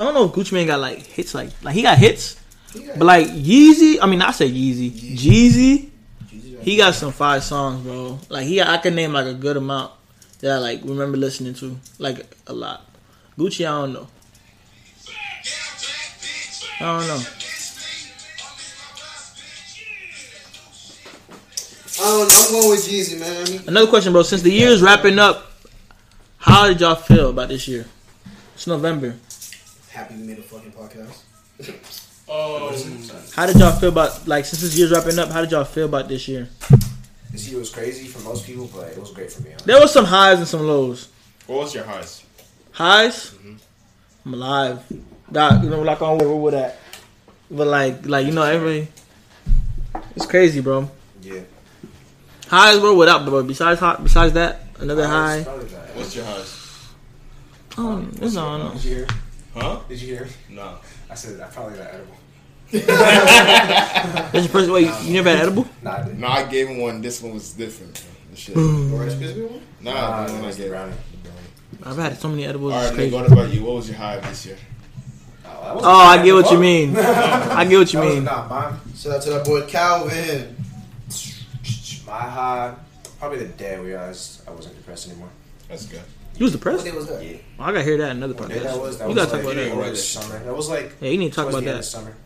Speaker 4: I don't know if Gucci Mane got like hits, like like he got hits,
Speaker 1: Yeah.
Speaker 4: but like Yeezy. I mean, I say Yeezy, Jeezy.
Speaker 1: Jeezy,
Speaker 4: He got some fire songs, bro. Like he, I can name like a good amount that I like remember listening to, like a lot. Gucci, I don't know. I don't know.
Speaker 1: I don't know. I'm going with Jeezy, man.
Speaker 4: Another question, bro. Since the year is wrapping up, how did y'all feel about this year? It's November.
Speaker 1: Happy we made a fucking podcast.
Speaker 4: How did y'all feel about like since this year's wrapping up? How did y'all feel about this year?
Speaker 3: This year was crazy for most people, but it was great for me. honestly.
Speaker 4: There was some highs and some lows.
Speaker 2: What was your Mm-hmm. highest?
Speaker 4: Highs, I'm alive. Doc, you know, like on where we're at. But like, like you know, everybody, it's crazy, bro.
Speaker 3: Yeah.
Speaker 4: Highs, bro. What up, bro? Besides, hot, besides that, another high.
Speaker 3: It's probably that.
Speaker 2: What's your highest?
Speaker 4: Oh, it's not. no.
Speaker 3: Did you hear?
Speaker 2: Huh?
Speaker 3: Did you hear?
Speaker 2: No.
Speaker 3: I said I probably got edible.
Speaker 4: That's your first. Wait, you never had edible?
Speaker 3: Nah, I didn't.
Speaker 2: No, I gave him one. This one was different. The shit.
Speaker 1: Rice Krispie one?
Speaker 2: Nah,
Speaker 3: Nah,
Speaker 2: the one I
Speaker 3: that's the
Speaker 2: gave.
Speaker 3: brownie.
Speaker 4: I've had so many edibles.
Speaker 2: All
Speaker 4: It's
Speaker 2: right, Nick.
Speaker 4: crazy.
Speaker 2: What about you? What was your high this year?
Speaker 3: Oh, that wasn't
Speaker 4: Oh, I
Speaker 3: bad.
Speaker 4: get what you
Speaker 3: Oh.
Speaker 4: mean. I get what you
Speaker 3: That was-
Speaker 4: mean.
Speaker 3: Nah, mine.
Speaker 1: Shout out to that boy Calvin.
Speaker 3: My high, probably the day I realized I wasn't depressed anymore.
Speaker 2: That's good.
Speaker 4: You was
Speaker 1: What
Speaker 4: depressed. Oh,
Speaker 1: day was that?
Speaker 3: Yeah.
Speaker 4: I gotta hear that in another
Speaker 3: What day
Speaker 4: podcast.
Speaker 3: that was? That
Speaker 4: We
Speaker 3: was
Speaker 4: gotta talk
Speaker 3: like
Speaker 4: about that.
Speaker 3: over the summer. That was like
Speaker 4: Yeah, you need to talk
Speaker 3: towards
Speaker 4: about
Speaker 3: the end of
Speaker 4: that.
Speaker 3: summer.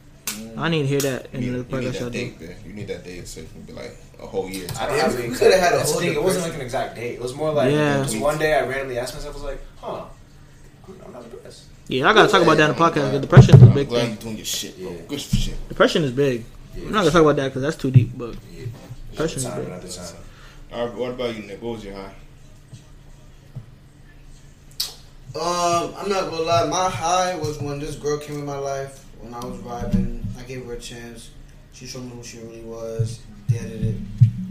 Speaker 4: I need to hear that in
Speaker 2: You
Speaker 4: another
Speaker 2: need, you need
Speaker 4: podcast. y'all
Speaker 2: that
Speaker 4: do.
Speaker 2: date, man. You need that date so it can be like a whole year.
Speaker 3: I don't
Speaker 1: Yeah,
Speaker 3: have
Speaker 1: we-
Speaker 3: an
Speaker 1: we
Speaker 3: exact-
Speaker 1: could've had a
Speaker 3: that's the
Speaker 1: whole
Speaker 3: thing, It wasn't like an exact date. It was more like
Speaker 4: Yeah.
Speaker 3: just one day I randomly asked myself, I was like, huh, I'm- I'm not depressed.
Speaker 4: Yeah, I gotta talk about that in the podcast. 'cause Depression is a
Speaker 2: I'm
Speaker 4: big
Speaker 2: glad you're
Speaker 4: thing.
Speaker 2: doing your shit, bro.
Speaker 3: Yeah.
Speaker 2: Good shit.
Speaker 4: Depression is big. I'm not gonna talk about that because that's too deep. But
Speaker 3: Another
Speaker 4: depression is
Speaker 3: time,
Speaker 4: big.
Speaker 3: another time.
Speaker 2: All right, what about you, Nick? What was your high?
Speaker 1: Um, I'm not gonna lie. My high was when this girl came in my life when I was vibing. I gave her a chance. She showed me who she really was. Deaded it.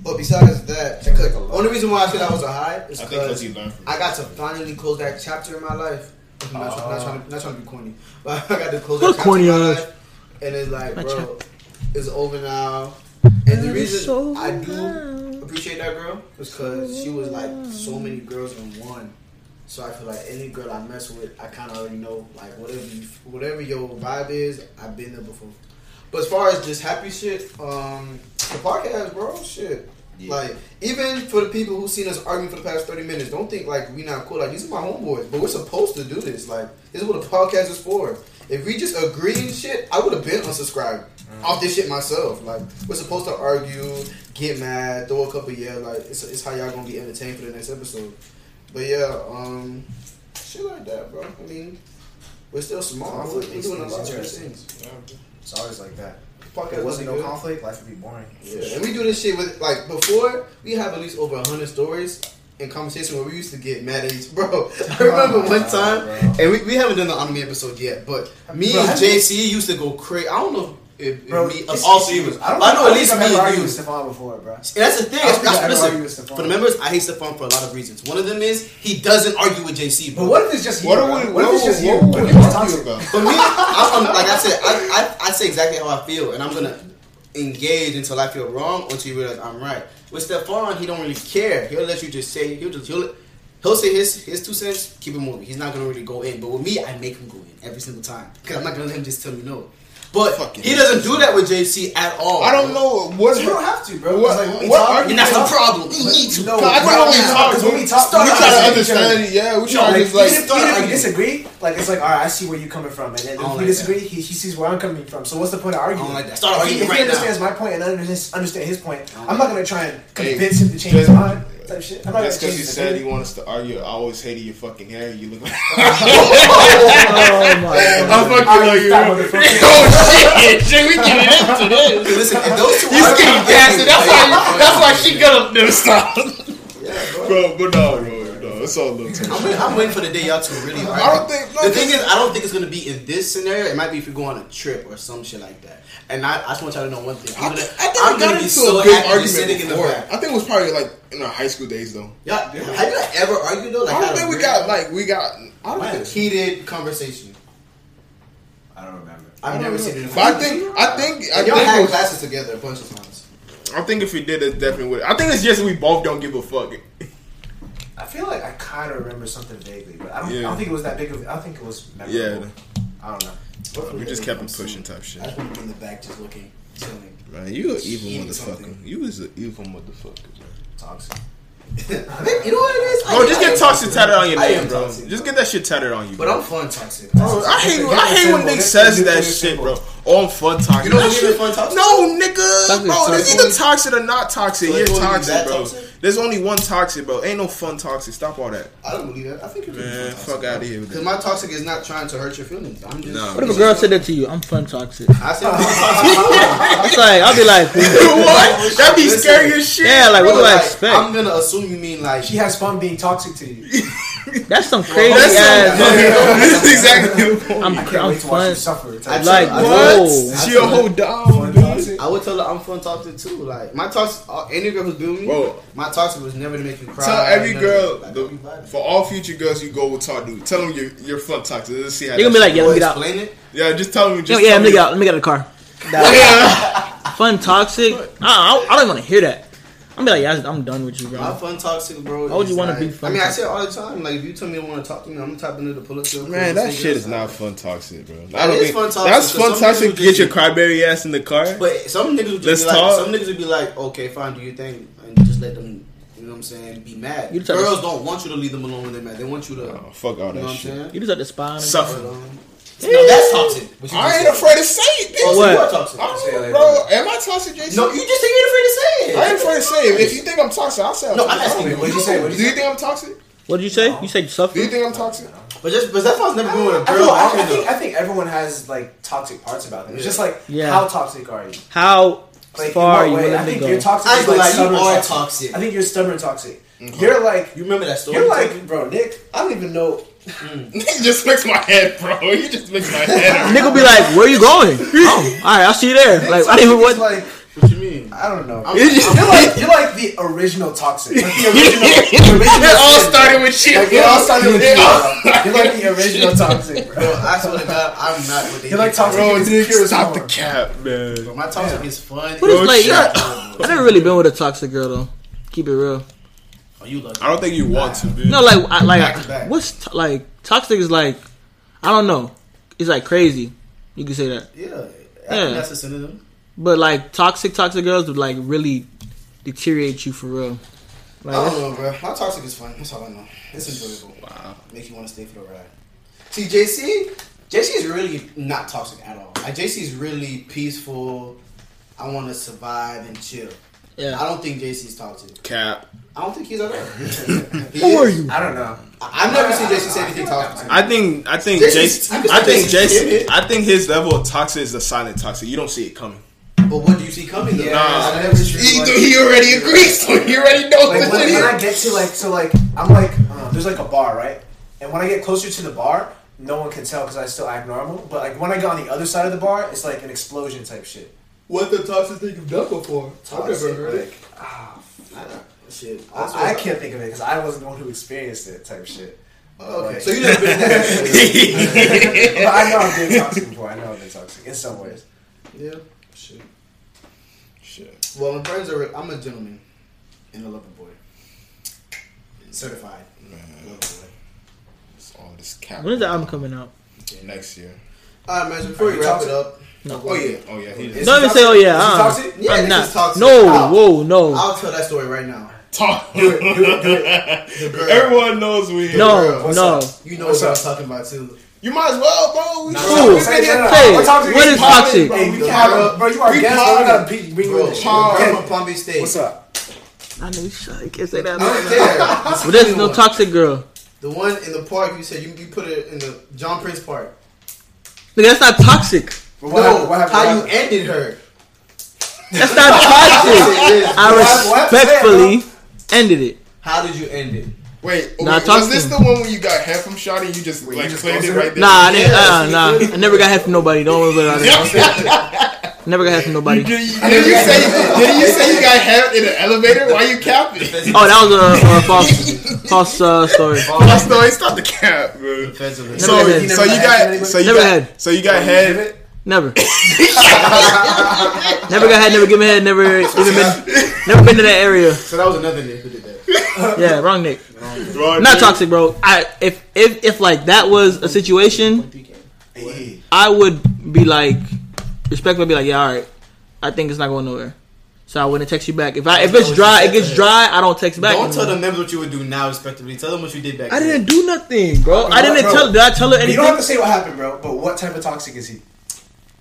Speaker 1: But besides that,
Speaker 3: Seems like a lot.
Speaker 1: only reason why I said that was a high is
Speaker 2: I think because
Speaker 1: because
Speaker 2: you learned from
Speaker 1: I
Speaker 2: it.
Speaker 1: got to finally close that chapter in my life. I'm not, trying, not,
Speaker 3: Oh.
Speaker 1: trying to, not trying to be corny, but I got to close
Speaker 4: What
Speaker 1: that chapter
Speaker 4: corny
Speaker 1: in my
Speaker 4: ass.
Speaker 1: life. And it's like,
Speaker 4: My
Speaker 1: bro, it's over now. And the reason I do appreciate that girl is because she was like so many girls in one. So I feel like any girl I mess with, I kind of already know like whatever you, whatever your vibe is, I've been there before. But as far as just happy shit, um, the podcast, bro, shit. Like even for the people who seen us arguing for the past thirty minutes, don't think like we not cool. Like these are my homeboys, but we're supposed to do this. Like this is what a podcast is for. If we just agree and shit, I would have been unsubscribed off this shit myself. Like we're supposed to argue, get mad, throw a couple yeah. Like it's, it's how y'all gonna be entertained for the next episode. But yeah, um, shit like that, bro. I mean, we're still small. We're, we're doing a lot of great things.
Speaker 3: It's always like that.
Speaker 1: fuck
Speaker 3: If it
Speaker 1: it
Speaker 3: wasn't
Speaker 1: wasn't
Speaker 3: no
Speaker 1: good.
Speaker 3: conflict, life would be boring.
Speaker 1: yeah. And we do this shit with like before we have at least over hundred stories in conversation where we used to get mad at each bro. I remember one time and we, we haven't done the anime episode yet, but me
Speaker 3: Bro,
Speaker 1: and
Speaker 3: I-
Speaker 1: JC used to go crazy. I don't know if, if
Speaker 3: Bro,
Speaker 1: me
Speaker 3: it's-
Speaker 1: also even
Speaker 3: I don't.
Speaker 1: I know at least
Speaker 3: I've
Speaker 1: me
Speaker 3: never
Speaker 1: and
Speaker 3: argued
Speaker 1: you.
Speaker 3: with Stefan before, bro.
Speaker 1: And that's the thing.
Speaker 3: I
Speaker 1: That's,
Speaker 3: don't think
Speaker 1: that's,
Speaker 3: I ever
Speaker 1: listen,
Speaker 3: argued with Stephon.
Speaker 1: for the members, I hate Stephon for a lot of reasons. One of them is he doesn't argue with JC. Bro.
Speaker 3: But what if it's just you?
Speaker 2: What
Speaker 3: bro?
Speaker 2: are we?
Speaker 3: What if it's just you?
Speaker 2: What are
Speaker 3: What
Speaker 2: we
Speaker 3: if it's
Speaker 2: talking
Speaker 3: toxic?
Speaker 2: about?
Speaker 1: For me, I'm, I'm- like I said, I, I, I say exactly how I feel, and I'm gonna engage until I feel wrong, or until you realize I'm right. With Stephon, he don't really care. He'll let you just say he'll just he'll he'll say his his two cents, keep it moving. He's not gonna really go in. But with me, I make him go in every single time because I'm not gonna let him just tell me no. But
Speaker 2: Fucking
Speaker 1: he doesn't do that with JC at all.
Speaker 2: I don't know what.
Speaker 3: You don't have to, bro. 'cause,
Speaker 2: What-
Speaker 3: Like, we
Speaker 2: what
Speaker 3: talk-
Speaker 2: argument-
Speaker 1: And that's the
Speaker 3: talk-
Speaker 1: problem. We need to.
Speaker 3: No,
Speaker 2: I think
Speaker 3: we're
Speaker 2: when we
Speaker 3: not-
Speaker 2: talk,
Speaker 3: 'cause when we talk,
Speaker 2: we
Speaker 3: we're
Speaker 2: try to
Speaker 3: not
Speaker 2: understand it. Yeah, we try
Speaker 3: Like,
Speaker 2: to
Speaker 3: even
Speaker 2: just like.
Speaker 3: if, even if we disagree, like it's like, all right, I see where you're coming from, and then if
Speaker 1: don't
Speaker 3: we
Speaker 1: like
Speaker 3: disagree, he, he sees where I'm coming from. So what's the point of arguing?
Speaker 1: like that. Start
Speaker 3: If he-
Speaker 1: arguing
Speaker 3: if
Speaker 1: right
Speaker 3: he
Speaker 1: now.
Speaker 3: understands my point and I understand, understand his point, I'm not gonna try and
Speaker 2: Hey,
Speaker 3: convince him to change his
Speaker 2: just-
Speaker 3: mind. Type shit. I'm not
Speaker 2: That's
Speaker 3: gonna change
Speaker 2: because you
Speaker 3: his
Speaker 2: said
Speaker 3: opinion.
Speaker 2: you want us to argue. I always hated your fucking hair. You look. like...
Speaker 4: Oh my god.
Speaker 2: fucking
Speaker 3: I already stopped motherfucking-
Speaker 2: Oh shit! Shit, we get into this.
Speaker 1: Listen, if those two
Speaker 2: He's
Speaker 1: are-
Speaker 2: getting gassed. That's why. That's why she got up there. Stop. Bro, but no, no, no. It's all little.
Speaker 1: I'm waiting, I'm waiting for the day y'all two really. Argue.
Speaker 2: I don't think- no,
Speaker 1: the thing
Speaker 2: this-
Speaker 1: is, I don't think it's gonna be in this scenario. It might be if you go on a trip or some shit like that. And I, I just want y'all to know one thing. I'm gonna,
Speaker 2: I
Speaker 1: am
Speaker 2: got
Speaker 1: gonna
Speaker 2: into
Speaker 1: be so
Speaker 2: a big
Speaker 1: happy just
Speaker 2: argument
Speaker 1: sitting in the
Speaker 2: before.
Speaker 1: back.
Speaker 2: I think it was probably like in our high school days, though.
Speaker 1: Y'all, have you ever argued though? Like,
Speaker 2: I
Speaker 1: had
Speaker 2: don't
Speaker 1: a
Speaker 2: think we
Speaker 1: real-
Speaker 2: got like we got. I don't
Speaker 1: like a
Speaker 2: think.
Speaker 1: heated conversation.
Speaker 3: I don't remember.
Speaker 1: I've never seen it.
Speaker 2: But I think I think I
Speaker 1: And y'all
Speaker 2: think,
Speaker 1: had
Speaker 2: it was-
Speaker 1: classes together a bunch of times.
Speaker 2: I think if we did, it definitely would. I think it's just we both don't give a fuck.
Speaker 3: I feel like I kind of remember something vaguely, but I don't, I
Speaker 2: Yeah.
Speaker 3: don't think it was that big of. I don't think it was. Memorable.
Speaker 2: Yeah,
Speaker 3: I don't know.
Speaker 2: we just kept it pushing type shit.
Speaker 1: I just want to be in the back, just looking, chilling.
Speaker 2: Man, you an evil
Speaker 1: Eating
Speaker 2: motherfucker.
Speaker 1: something.
Speaker 2: You was an evil motherfucker.
Speaker 3: Toxic.
Speaker 1: I think- you know what it is? I-
Speaker 2: Bro, just
Speaker 1: I-
Speaker 2: get toxic tatted on your
Speaker 1: I am
Speaker 2: name, bro.
Speaker 1: toxic,
Speaker 2: Just
Speaker 1: bro.
Speaker 2: get that shit tatted on you.
Speaker 1: But
Speaker 2: Bro.
Speaker 1: I'm fun toxic.
Speaker 2: Bro, I hate
Speaker 3: That's
Speaker 2: I
Speaker 3: the
Speaker 2: hate when
Speaker 3: symbol.
Speaker 2: niggas
Speaker 3: That's
Speaker 2: says
Speaker 3: the
Speaker 2: that
Speaker 3: nuclear
Speaker 2: shit,
Speaker 3: symbol.
Speaker 2: bro. Oh, I'm fun toxic.
Speaker 1: You don't
Speaker 2: That
Speaker 1: believe in
Speaker 2: shit-
Speaker 1: fun toxic?
Speaker 2: No, nigga,
Speaker 4: Toxic
Speaker 2: bro. This
Speaker 4: toxic.
Speaker 2: either toxic or not toxic.
Speaker 1: So
Speaker 2: You're
Speaker 1: it's only
Speaker 2: toxic,
Speaker 1: that
Speaker 2: bro.
Speaker 1: toxic?
Speaker 2: There's only one toxic, bro. Ain't no fun toxic. Stop all that,
Speaker 1: I don't believe that. I think you can be
Speaker 2: man.
Speaker 1: fun toxic.
Speaker 2: Fuck out of here. with
Speaker 1: Because
Speaker 2: that.
Speaker 1: my toxic is not trying to hurt your feelings. I'm just.
Speaker 2: Nah.
Speaker 4: What if a girl said that to you? I'm fun toxic.
Speaker 1: I said I'm toxic.
Speaker 4: It's like I'll be like,
Speaker 2: What? That'd be
Speaker 1: Listen.
Speaker 2: scary as shit.
Speaker 4: yeah, like what do I
Speaker 1: Like,
Speaker 4: expect?
Speaker 1: I'm gonna assume you mean like
Speaker 3: She has fun being toxic to you.
Speaker 4: That's some crazy
Speaker 2: That's
Speaker 4: ass.
Speaker 2: some- this is exactly.
Speaker 4: I'm,
Speaker 3: I can't
Speaker 4: I'm
Speaker 3: wait to watch
Speaker 4: fun.
Speaker 3: you suffer. type
Speaker 1: I'd
Speaker 3: shit.
Speaker 4: Like
Speaker 1: I-
Speaker 4: whoa.
Speaker 2: What? She a whole dog.
Speaker 3: Fun toxic.
Speaker 1: I would tell her I'm fun toxic too. Like my toxic, uh, any girl who's been with me,
Speaker 2: Whoa.
Speaker 1: my toxic was never to make you cry.
Speaker 2: Tell every
Speaker 1: never-
Speaker 2: girl,
Speaker 1: like,
Speaker 2: the,
Speaker 1: don't be vibing.
Speaker 2: for all future girls you go with talk dude, tell them you're, you're fun toxic. Let's see how
Speaker 4: They gonna
Speaker 2: that
Speaker 4: be like, yeah,
Speaker 1: Or
Speaker 4: let me get out.
Speaker 1: explain it.
Speaker 2: Yeah, just tell them.
Speaker 4: Yeah,
Speaker 2: Just
Speaker 4: Oh, yeah, let
Speaker 2: tell
Speaker 4: me
Speaker 2: them
Speaker 4: get out. Let me get out of the car. Fun toxic. I, I, I don't want to hear that. I'm be like, yeah, I'm done with you,
Speaker 1: My
Speaker 4: bro.
Speaker 1: fun toxic, bro.
Speaker 4: Why would
Speaker 1: is
Speaker 4: you wanna
Speaker 1: like-
Speaker 4: be fun
Speaker 1: I mean, I
Speaker 4: toxic?
Speaker 1: say it all the time. Like, if you tell me you want to talk to me, I'm typing into the pull up.
Speaker 2: Man, that shit is not fun toxic, bro. I
Speaker 1: It
Speaker 2: don't
Speaker 1: is
Speaker 2: think
Speaker 1: fun toxic,
Speaker 2: that's
Speaker 1: 'cause
Speaker 2: fun
Speaker 1: some
Speaker 2: toxic.
Speaker 1: people
Speaker 2: Get your
Speaker 1: do-
Speaker 2: cryberry ass in the car.
Speaker 1: But some niggas would just
Speaker 2: Let's
Speaker 1: be like,
Speaker 2: talk.
Speaker 1: some niggas would be like, okay, fine, do you think, and just let them. You know what I'm saying? Be mad.
Speaker 4: You the type of-
Speaker 1: Girls don't want you to leave them alone when they're mad. They want you to.
Speaker 2: oh, fuck all
Speaker 1: you know
Speaker 2: that
Speaker 1: what I'm
Speaker 2: shit.
Speaker 1: saying?
Speaker 4: You just at the spine.
Speaker 2: Suffer.
Speaker 1: No, that's toxic. But you
Speaker 2: I
Speaker 1: just
Speaker 2: ain't
Speaker 1: said-
Speaker 2: afraid to say
Speaker 1: Oh,
Speaker 2: it, bitch.
Speaker 1: so you
Speaker 4: What?
Speaker 1: are toxic.
Speaker 2: I don't-
Speaker 3: Say it
Speaker 2: bro, am I toxic, Jason?
Speaker 1: No, you just ain't afraid to say it.
Speaker 2: I ain't afraid to say it. If you think I'm toxic, I'll say.
Speaker 1: No,
Speaker 2: toxic.
Speaker 1: I'm asking
Speaker 3: Wait,
Speaker 1: you.
Speaker 3: what'd you say? What'd
Speaker 2: Do
Speaker 3: you
Speaker 2: you
Speaker 3: say?
Speaker 2: think I'm toxic?
Speaker 4: What did you say? You said suffer.
Speaker 2: Do you think I'm toxic?
Speaker 1: But just but that's why I was never going with a
Speaker 3: I,
Speaker 1: girl.
Speaker 3: feel- I- I
Speaker 1: I
Speaker 3: think, I think everyone has like toxic parts about them. It's just like
Speaker 4: Yeah.
Speaker 3: how toxic are you?
Speaker 4: How
Speaker 3: Like,
Speaker 4: far are
Speaker 3: in
Speaker 4: you
Speaker 3: what way? I
Speaker 4: willing
Speaker 3: think
Speaker 4: to go?
Speaker 3: you're toxic.
Speaker 1: I
Speaker 3: is,
Speaker 1: ain't
Speaker 3: like,
Speaker 1: gonna lie, you
Speaker 3: stubborn
Speaker 1: are
Speaker 3: toxic.
Speaker 1: toxic.
Speaker 3: I think you're stubborn toxic. You're like
Speaker 1: you remember that story?
Speaker 3: you're like bro, Nick. I don't even know.
Speaker 2: You just fix my head, bro. You just fix my head.
Speaker 4: Nigga be like, where you going? oh, all right, I'll see you there. Like, I didn't even
Speaker 3: It's
Speaker 4: what.
Speaker 3: like
Speaker 1: what you mean?
Speaker 3: I don't know.
Speaker 1: I'm-
Speaker 3: you're like you're like the original toxic. Like, the original.
Speaker 2: it all started with shit.
Speaker 3: Like, it all started with you.
Speaker 2: Yeah.
Speaker 3: bro. You're like the original toxic,
Speaker 1: Bro,
Speaker 3: bro.
Speaker 1: I swear to God, I'm not what they
Speaker 3: You're like
Speaker 1: think.
Speaker 3: toxic.
Speaker 2: Bro,
Speaker 3: is
Speaker 2: Nick,
Speaker 3: pure as
Speaker 2: stop the
Speaker 3: porn.
Speaker 2: cap, man.
Speaker 1: My toxic is fun.
Speaker 4: What is
Speaker 2: Bro,
Speaker 4: like?
Speaker 2: shut
Speaker 4: I never really been with a toxic girl though. Keep it real.
Speaker 1: Oh, you love
Speaker 2: I don't think you want to, bitch.
Speaker 4: No, like, I, like,
Speaker 1: Back to back.
Speaker 4: what's to- like toxic is like, I don't know. It's like crazy. You can say that,
Speaker 1: it. Yeah. I
Speaker 4: Yeah.
Speaker 1: think that's a synonym.
Speaker 4: but like toxic, toxic girls would like really deteriorate you for real.
Speaker 1: I
Speaker 4: Like,
Speaker 1: don't know, bro. My toxic is fun. That's all I know. It's enjoyable. Wow. Make you want to stay for the ride. See, JC, JC is really not toxic at all. Like, JC is really peaceful. I want to survive and chill. I
Speaker 4: yeah.
Speaker 1: don't think JC's toxic.
Speaker 2: Cap.
Speaker 1: I don't think he's at all. He
Speaker 4: Who are
Speaker 1: is.
Speaker 4: you?
Speaker 3: I don't know.
Speaker 1: I- I've never seen JC say anything toxic.
Speaker 2: I think I think
Speaker 1: This is-
Speaker 2: Jason.
Speaker 1: I can
Speaker 2: I think
Speaker 1: say this is
Speaker 2: Jason.
Speaker 1: it.
Speaker 2: I think his level of toxic is the silent toxic. You don't see it coming.
Speaker 1: But what do you see coming though?
Speaker 3: Yeah,
Speaker 5: Nah,
Speaker 3: I never
Speaker 2: He,
Speaker 3: like-
Speaker 2: he already agrees, so he already knows
Speaker 3: like
Speaker 2: what
Speaker 3: when,
Speaker 2: it
Speaker 3: when I
Speaker 2: is.
Speaker 3: get to like so like I'm like uh, there's like a bar right, and when I get closer to the bar, no one can tell because I still act normal. But like when I get on the other side of the bar, it's like an explosion type shit.
Speaker 1: What the toxic thing you've done before?
Speaker 3: Toxic, like,
Speaker 1: ah, Shit.
Speaker 3: I, I can't think of it because I wasn't the one who experienced it type shit.
Speaker 1: Okay. So you never been in that
Speaker 3: But I know I've been toxic before. I know I've been toxic in some ways.
Speaker 1: Yeah. Shit.
Speaker 2: Shit.
Speaker 1: Well, my friends are. I'm a gentleman and a lover boy. Certified lover boy.
Speaker 2: It's all this cap.
Speaker 4: When is the album coming out?
Speaker 2: Next year.
Speaker 1: All right, man. so Before we wrap it up,
Speaker 2: Oh yeah. Oh yeah. He
Speaker 3: Is
Speaker 2: just
Speaker 4: Don't
Speaker 3: he
Speaker 4: even
Speaker 3: toxic?
Speaker 4: say, oh, yeah,
Speaker 3: Is he
Speaker 4: uh,
Speaker 3: toxic?
Speaker 1: yeah,
Speaker 4: I'm
Speaker 1: this
Speaker 4: not.
Speaker 1: is toxic.
Speaker 4: No,
Speaker 1: I'll,
Speaker 4: whoa, no,
Speaker 1: I'll tell that story right now.
Speaker 2: talk.
Speaker 1: The girl,
Speaker 2: Everyone knows we.
Speaker 4: no,
Speaker 3: what's
Speaker 4: no.
Speaker 3: up?
Speaker 1: you know
Speaker 3: What's
Speaker 1: what I'm
Speaker 3: up?
Speaker 1: talking about too.
Speaker 2: You might as well, bro. We
Speaker 3: No, no,
Speaker 4: Ooh,
Speaker 3: no, no, no, no.
Speaker 4: hey,
Speaker 3: We're toxic.
Speaker 4: what is
Speaker 3: We're popping.
Speaker 4: toxic?
Speaker 3: Hey, we
Speaker 1: Bro,
Speaker 3: can't, bro. You are
Speaker 2: we
Speaker 3: a guest. Bro, we
Speaker 2: popping.
Speaker 3: gotta be- bring you
Speaker 1: Bro,
Speaker 3: in.
Speaker 1: the
Speaker 2: Paul.
Speaker 1: girl
Speaker 3: Okay,
Speaker 1: from Palm Beach State.
Speaker 3: What's up?
Speaker 4: I know you suck. I can't say that.
Speaker 1: I don't care.
Speaker 4: But there's no toxic girl.
Speaker 1: The one in the park you said you, you put it in the John Prince Park.
Speaker 4: Nigga, that's not toxic.
Speaker 3: What
Speaker 1: No,
Speaker 3: happened? What happened?
Speaker 1: how you
Speaker 3: What happened?
Speaker 1: ended her.
Speaker 4: That's not toxic. I
Speaker 3: What- what-
Speaker 4: respectfully ended it.
Speaker 1: How did you end it?
Speaker 2: Wait,
Speaker 4: Nah,
Speaker 2: wait,
Speaker 4: talk
Speaker 2: was this
Speaker 4: to
Speaker 2: the
Speaker 4: him.
Speaker 2: one where you got half from shot and you just
Speaker 3: Wait,
Speaker 2: like
Speaker 3: you just
Speaker 2: claimed it
Speaker 3: closed it?
Speaker 2: right there?
Speaker 4: Nah, I didn't.
Speaker 1: Yeah,
Speaker 4: uh, nah, I never got half from nobody. Don't worry about it. Never got half from nobody.
Speaker 2: Did you, did you say did you say you got half in an elevator? Why you capping?
Speaker 4: Oh, that was a, a false, false uh, story.
Speaker 2: My story, stop the cap, bro.
Speaker 1: Defensively.
Speaker 2: So,
Speaker 4: Never had.
Speaker 2: so you got so you
Speaker 4: Never
Speaker 2: got
Speaker 4: had.
Speaker 2: so Oh, you got head.
Speaker 4: Never. never got had. Never given head. Never even been. Never been to that area.
Speaker 1: So that was another nigga who did that.
Speaker 4: Yeah, wrong Nick. Not toxic, bro. I if if if like that was a situation,
Speaker 3: Hey,
Speaker 4: I would be like, respectfully be like, yeah, all right. I think it's not going nowhere. So I wouldn't text you back. If I if it's dry, it gets dry. I don't text back.
Speaker 1: Don't
Speaker 4: anymore.
Speaker 1: tell the members what you would do now, respectively. Tell them what you did back
Speaker 4: I
Speaker 1: then.
Speaker 4: didn't do nothing, bro.
Speaker 3: Bro,
Speaker 4: I didn't
Speaker 3: bro.
Speaker 4: tell. Did I tell her
Speaker 3: You don't have to
Speaker 4: anything?
Speaker 3: say what happened, bro. But what type of toxic is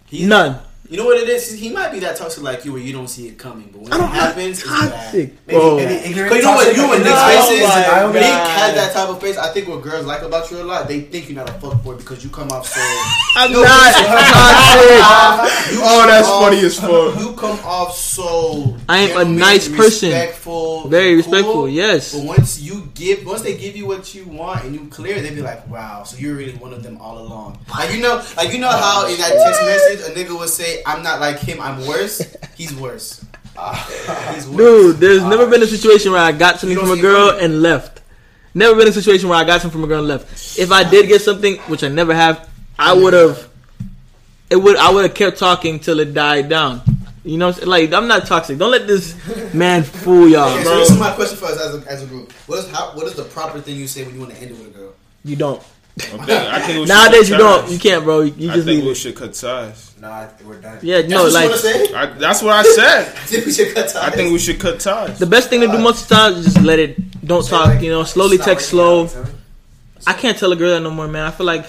Speaker 3: he?
Speaker 4: None.
Speaker 1: You know what it is? He might be that toxic like you, where you don't see it coming, but when
Speaker 4: I
Speaker 1: it
Speaker 4: don't have
Speaker 1: happens, it's bad.
Speaker 4: toxic,
Speaker 3: Maybe,
Speaker 4: bro.
Speaker 3: maybe ignorant.
Speaker 1: But you know what?
Speaker 3: toxic,
Speaker 1: You
Speaker 3: like, Oh
Speaker 1: and
Speaker 3: no,
Speaker 1: Nick's
Speaker 3: I don't
Speaker 1: faces.
Speaker 3: like- I don't
Speaker 1: Nick
Speaker 3: like-
Speaker 1: has that type of face. I think what girls like about you a lot, they think you're not a fuckboy because you come off so.
Speaker 4: I'm
Speaker 1: No,
Speaker 4: not
Speaker 1: but-
Speaker 4: toxic.
Speaker 1: You
Speaker 2: Oh, that's
Speaker 1: come
Speaker 2: funny
Speaker 1: off-
Speaker 2: as fuck.
Speaker 1: You come off so.
Speaker 4: I am a
Speaker 1: gentleman,
Speaker 4: nice person.
Speaker 1: Respectful.
Speaker 4: Very
Speaker 1: cool.
Speaker 4: respectful. Yes.
Speaker 1: But once you give, once they give you what you want and you clear, they be like, "Wow, so you're really one of them all along." Like you know, like you know how
Speaker 4: Oh,
Speaker 1: in that text message a nigga would say, "I'm not like him. I'm worse. He's worse. He's worse."
Speaker 4: Dude, there's never been a situation where I got
Speaker 1: You
Speaker 4: something
Speaker 1: don't
Speaker 4: from a
Speaker 1: see
Speaker 4: girl
Speaker 1: women.
Speaker 4: and left. Never been a situation where I got something from a girl and left. If I did get something, which I never have, I would have. It would. I would have kept talking till it died down. You know, what I'm saying? like I'm not toxic. Don't let this man fool y'all.
Speaker 1: Okay, so this is my question for us as a, as a group. What is how, what is the proper thing you say when you want to end it with a girl?
Speaker 4: You don't.
Speaker 5: I think we should
Speaker 4: Nowadays,
Speaker 5: cut
Speaker 4: you don't.
Speaker 5: ties.
Speaker 4: You can't, bro. You you
Speaker 5: I
Speaker 4: just
Speaker 5: think
Speaker 4: leave
Speaker 5: we
Speaker 4: it.
Speaker 5: should cut ties.
Speaker 3: Nah, we're done.
Speaker 4: Yeah, no,
Speaker 1: That's what you
Speaker 4: like
Speaker 1: want to say?
Speaker 5: I, that's what I said.
Speaker 1: I think we should cut ties.
Speaker 5: I think we should cut ties.
Speaker 4: The best thing to do most of the time is just let it. Don't
Speaker 3: So,
Speaker 4: talk.
Speaker 3: like,
Speaker 4: You know,
Speaker 3: it's
Speaker 4: slowly
Speaker 3: not
Speaker 4: text
Speaker 3: working
Speaker 4: slow.
Speaker 3: out, huh?
Speaker 4: I can't tell a girl that no more, man. I feel like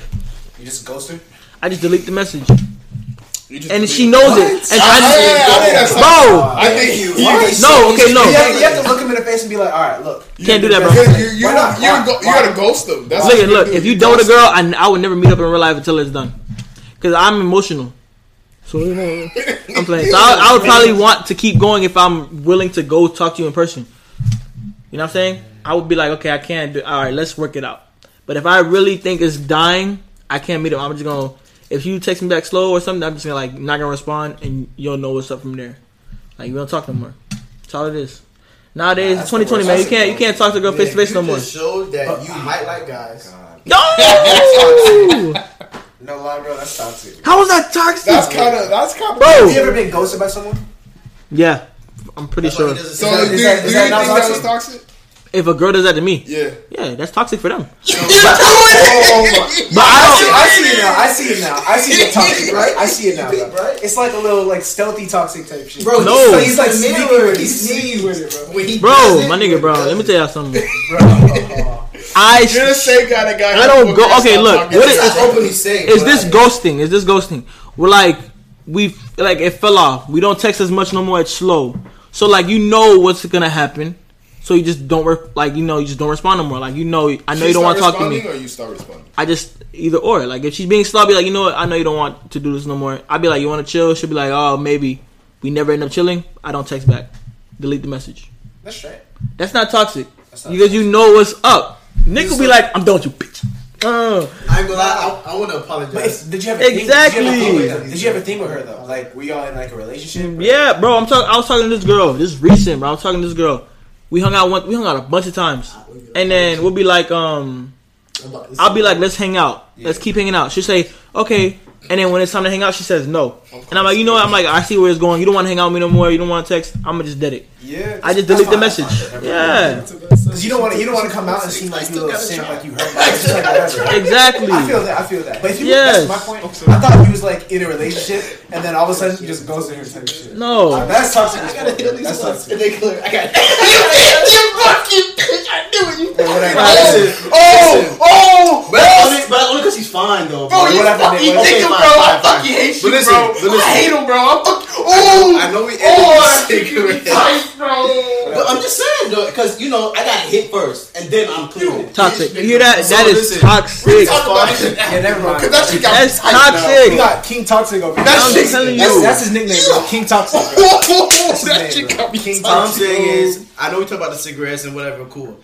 Speaker 3: You just ghost her.
Speaker 4: I just delete the message,
Speaker 2: You just
Speaker 4: and
Speaker 2: believe-
Speaker 4: she knows it. And
Speaker 2: I,
Speaker 4: she, I
Speaker 2: I- I think that's
Speaker 4: just, bro,
Speaker 2: I think you.
Speaker 4: no, okay, no.
Speaker 3: You have, you have to look him in the face and be like, all right, look.
Speaker 2: you-
Speaker 4: Can't do that, bro.
Speaker 2: You, you, you,
Speaker 3: Why not? Why?
Speaker 2: go, you
Speaker 3: Why?
Speaker 2: gotta ghost them. That's what you
Speaker 4: Look, look.
Speaker 2: do.
Speaker 4: If you done with a girl, I, I would never meet up in real life until it's done, because I'm emotional. So you know, I'm playing. So I, I would probably want to keep going if I'm willing to go talk to you in person. You know what I'm saying? I would be like, okay, I can't do. All right, let's work it out. But if I really think it's dying, I can't meet up. I'm just gonna. If you text me back slow or something, I'm just gonna like not gonna respond, and you'll know what's up from there. Like you don't talk no more. That's all it is. Nowadays,
Speaker 3: Nah, that's
Speaker 4: it's
Speaker 3: the
Speaker 4: 2020,
Speaker 3: worst.
Speaker 4: man. You can't you can't talk to a girl face to face no
Speaker 1: You
Speaker 4: more.
Speaker 1: just showed that you might like guys.
Speaker 4: No.
Speaker 3: No lie, bro. That's toxic.
Speaker 4: How was that toxic?
Speaker 2: That's kind of that's kind of
Speaker 4: Bro.
Speaker 1: Oh,
Speaker 3: Have you ever been ghosted by someone?
Speaker 4: yeah, I'm pretty
Speaker 1: That's why
Speaker 4: sure.
Speaker 1: he doesn't
Speaker 2: So
Speaker 1: say
Speaker 3: that-
Speaker 2: do, do
Speaker 3: is
Speaker 2: you
Speaker 3: that-
Speaker 2: think
Speaker 3: is that not
Speaker 2: that was
Speaker 3: toxic?
Speaker 2: toxic?
Speaker 4: If a girl does that to me,
Speaker 2: Yeah.
Speaker 4: yeah, that's toxic for them.
Speaker 2: Oh,
Speaker 4: But I
Speaker 3: I see it now. I see it now. I see the toxic, right? I see it now, bro. It's like a little like stealthy toxic type shit.
Speaker 1: Bro,
Speaker 4: No.
Speaker 1: he's,
Speaker 4: So
Speaker 1: so
Speaker 3: he's like
Speaker 1: sneaky
Speaker 3: sneaky with it.
Speaker 1: He's sneaky with it, bro. When he
Speaker 4: don't, bro, my nigga, bro. Let me tell y'all something. I
Speaker 2: you're the same kind of guy.
Speaker 4: I don't go- okay, look, what
Speaker 1: What
Speaker 4: is-
Speaker 1: is openly saying?
Speaker 4: is
Speaker 1: bro.
Speaker 4: this ghosting? Is this ghosting? We're like we like it fell off. We don't text as much no more. It's slow. So like you know what's gonna happen. So you just don't re- like you know you just don't respond no more. Like you know I know you don't want to talk to me.
Speaker 2: Or you start responding.
Speaker 4: I just either or. Like if she's being slow, I'll be like, you know what? I know you don't want to do this no more. I'd be like, you want to chill? She'll be like, oh, maybe. we never end up chilling, I don't text back. Delete the message.
Speaker 3: That's straight.
Speaker 4: That's not toxic.
Speaker 3: That's not
Speaker 4: because you know what's up. Nick will be like, I'm done with you, bitch. Uh,
Speaker 1: I ain't gonna lie, I, I want to
Speaker 3: But
Speaker 1: apologize.
Speaker 3: it's, did you have a thing- did you have a thing with her?
Speaker 1: Exactly. Mm,
Speaker 3: Did you have a thing with her though? Like, were y'all in like a relationship? or-
Speaker 4: yeah, bro, I'm talking I was talking to this girl. This is recent, bro. I was talking to this girl. We hung out one we hung out a bunch of times.
Speaker 3: Ah,
Speaker 4: And then we'll be like, um, I'll be like, let's hang out. Let's keep hanging out. She'll say, okay. And then when it's time to hang out, she says no. And I'm like, you know what? I'm like, I see where it's going. You don't want to hang out with me no more. You don't want to text. I'm gonna just dead it.
Speaker 3: yeah.
Speaker 4: I just
Speaker 3: That's
Speaker 4: delete
Speaker 3: fine,
Speaker 4: the
Speaker 3: that's
Speaker 4: message.
Speaker 3: fine.
Speaker 4: Yeah,
Speaker 3: Because you don't want to, you don't want to come out and seem like you a little simp, like you hurt. Like, just like whatever.
Speaker 4: exactly.
Speaker 3: I feel that. I feel that. But if you
Speaker 4: Yes.
Speaker 3: that's my point. I thought he was like in a relationship, and then all of a sudden he just goes to her type of shit.
Speaker 4: No,
Speaker 3: That's toxic.
Speaker 1: I gotta hit at
Speaker 3: That's
Speaker 1: least once.
Speaker 3: toxic.
Speaker 1: And they clear. I got. You fucking bitch! I knew it. You.
Speaker 3: Or whatever.
Speaker 1: Listen,
Speaker 2: Oh, oh,
Speaker 1: but that's only, but that's only because he's fine though.
Speaker 2: bro, you
Speaker 3: Whatever,
Speaker 2: fucking
Speaker 3: nigga.
Speaker 2: dick him, bro.
Speaker 1: Okay,
Speaker 2: I
Speaker 1: fine, fine,
Speaker 2: fucking hate you,
Speaker 1: But listen,
Speaker 2: bro.
Speaker 1: but listen.
Speaker 2: I hate him, bro. I fucking. Oh,
Speaker 1: I know we ended
Speaker 2: Oh,
Speaker 1: with
Speaker 2: I think you
Speaker 1: cigarettes.
Speaker 2: tight, bro.
Speaker 1: But I'm just saying though, because you know I got hit first, and then I'm clear.
Speaker 4: toxic. You hear that?
Speaker 1: So
Speaker 4: That is
Speaker 1: listen,
Speaker 4: toxic.
Speaker 2: Talk about this shit
Speaker 3: Yeah, never mind.
Speaker 2: because that shit got me
Speaker 4: That's
Speaker 2: tight,
Speaker 3: We
Speaker 4: toxic.
Speaker 3: got King Toxic over here.
Speaker 2: That
Speaker 4: I'm
Speaker 2: shit-
Speaker 4: telling
Speaker 3: That's,
Speaker 4: you.
Speaker 3: that's his nickname, bro. King Toxic.
Speaker 2: bro.
Speaker 3: Bro.
Speaker 2: That shit got me
Speaker 3: King
Speaker 2: tight.
Speaker 1: All I'm
Speaker 3: Toxic.
Speaker 1: saying is, I know we talk about the cigarettes and whatever, cool.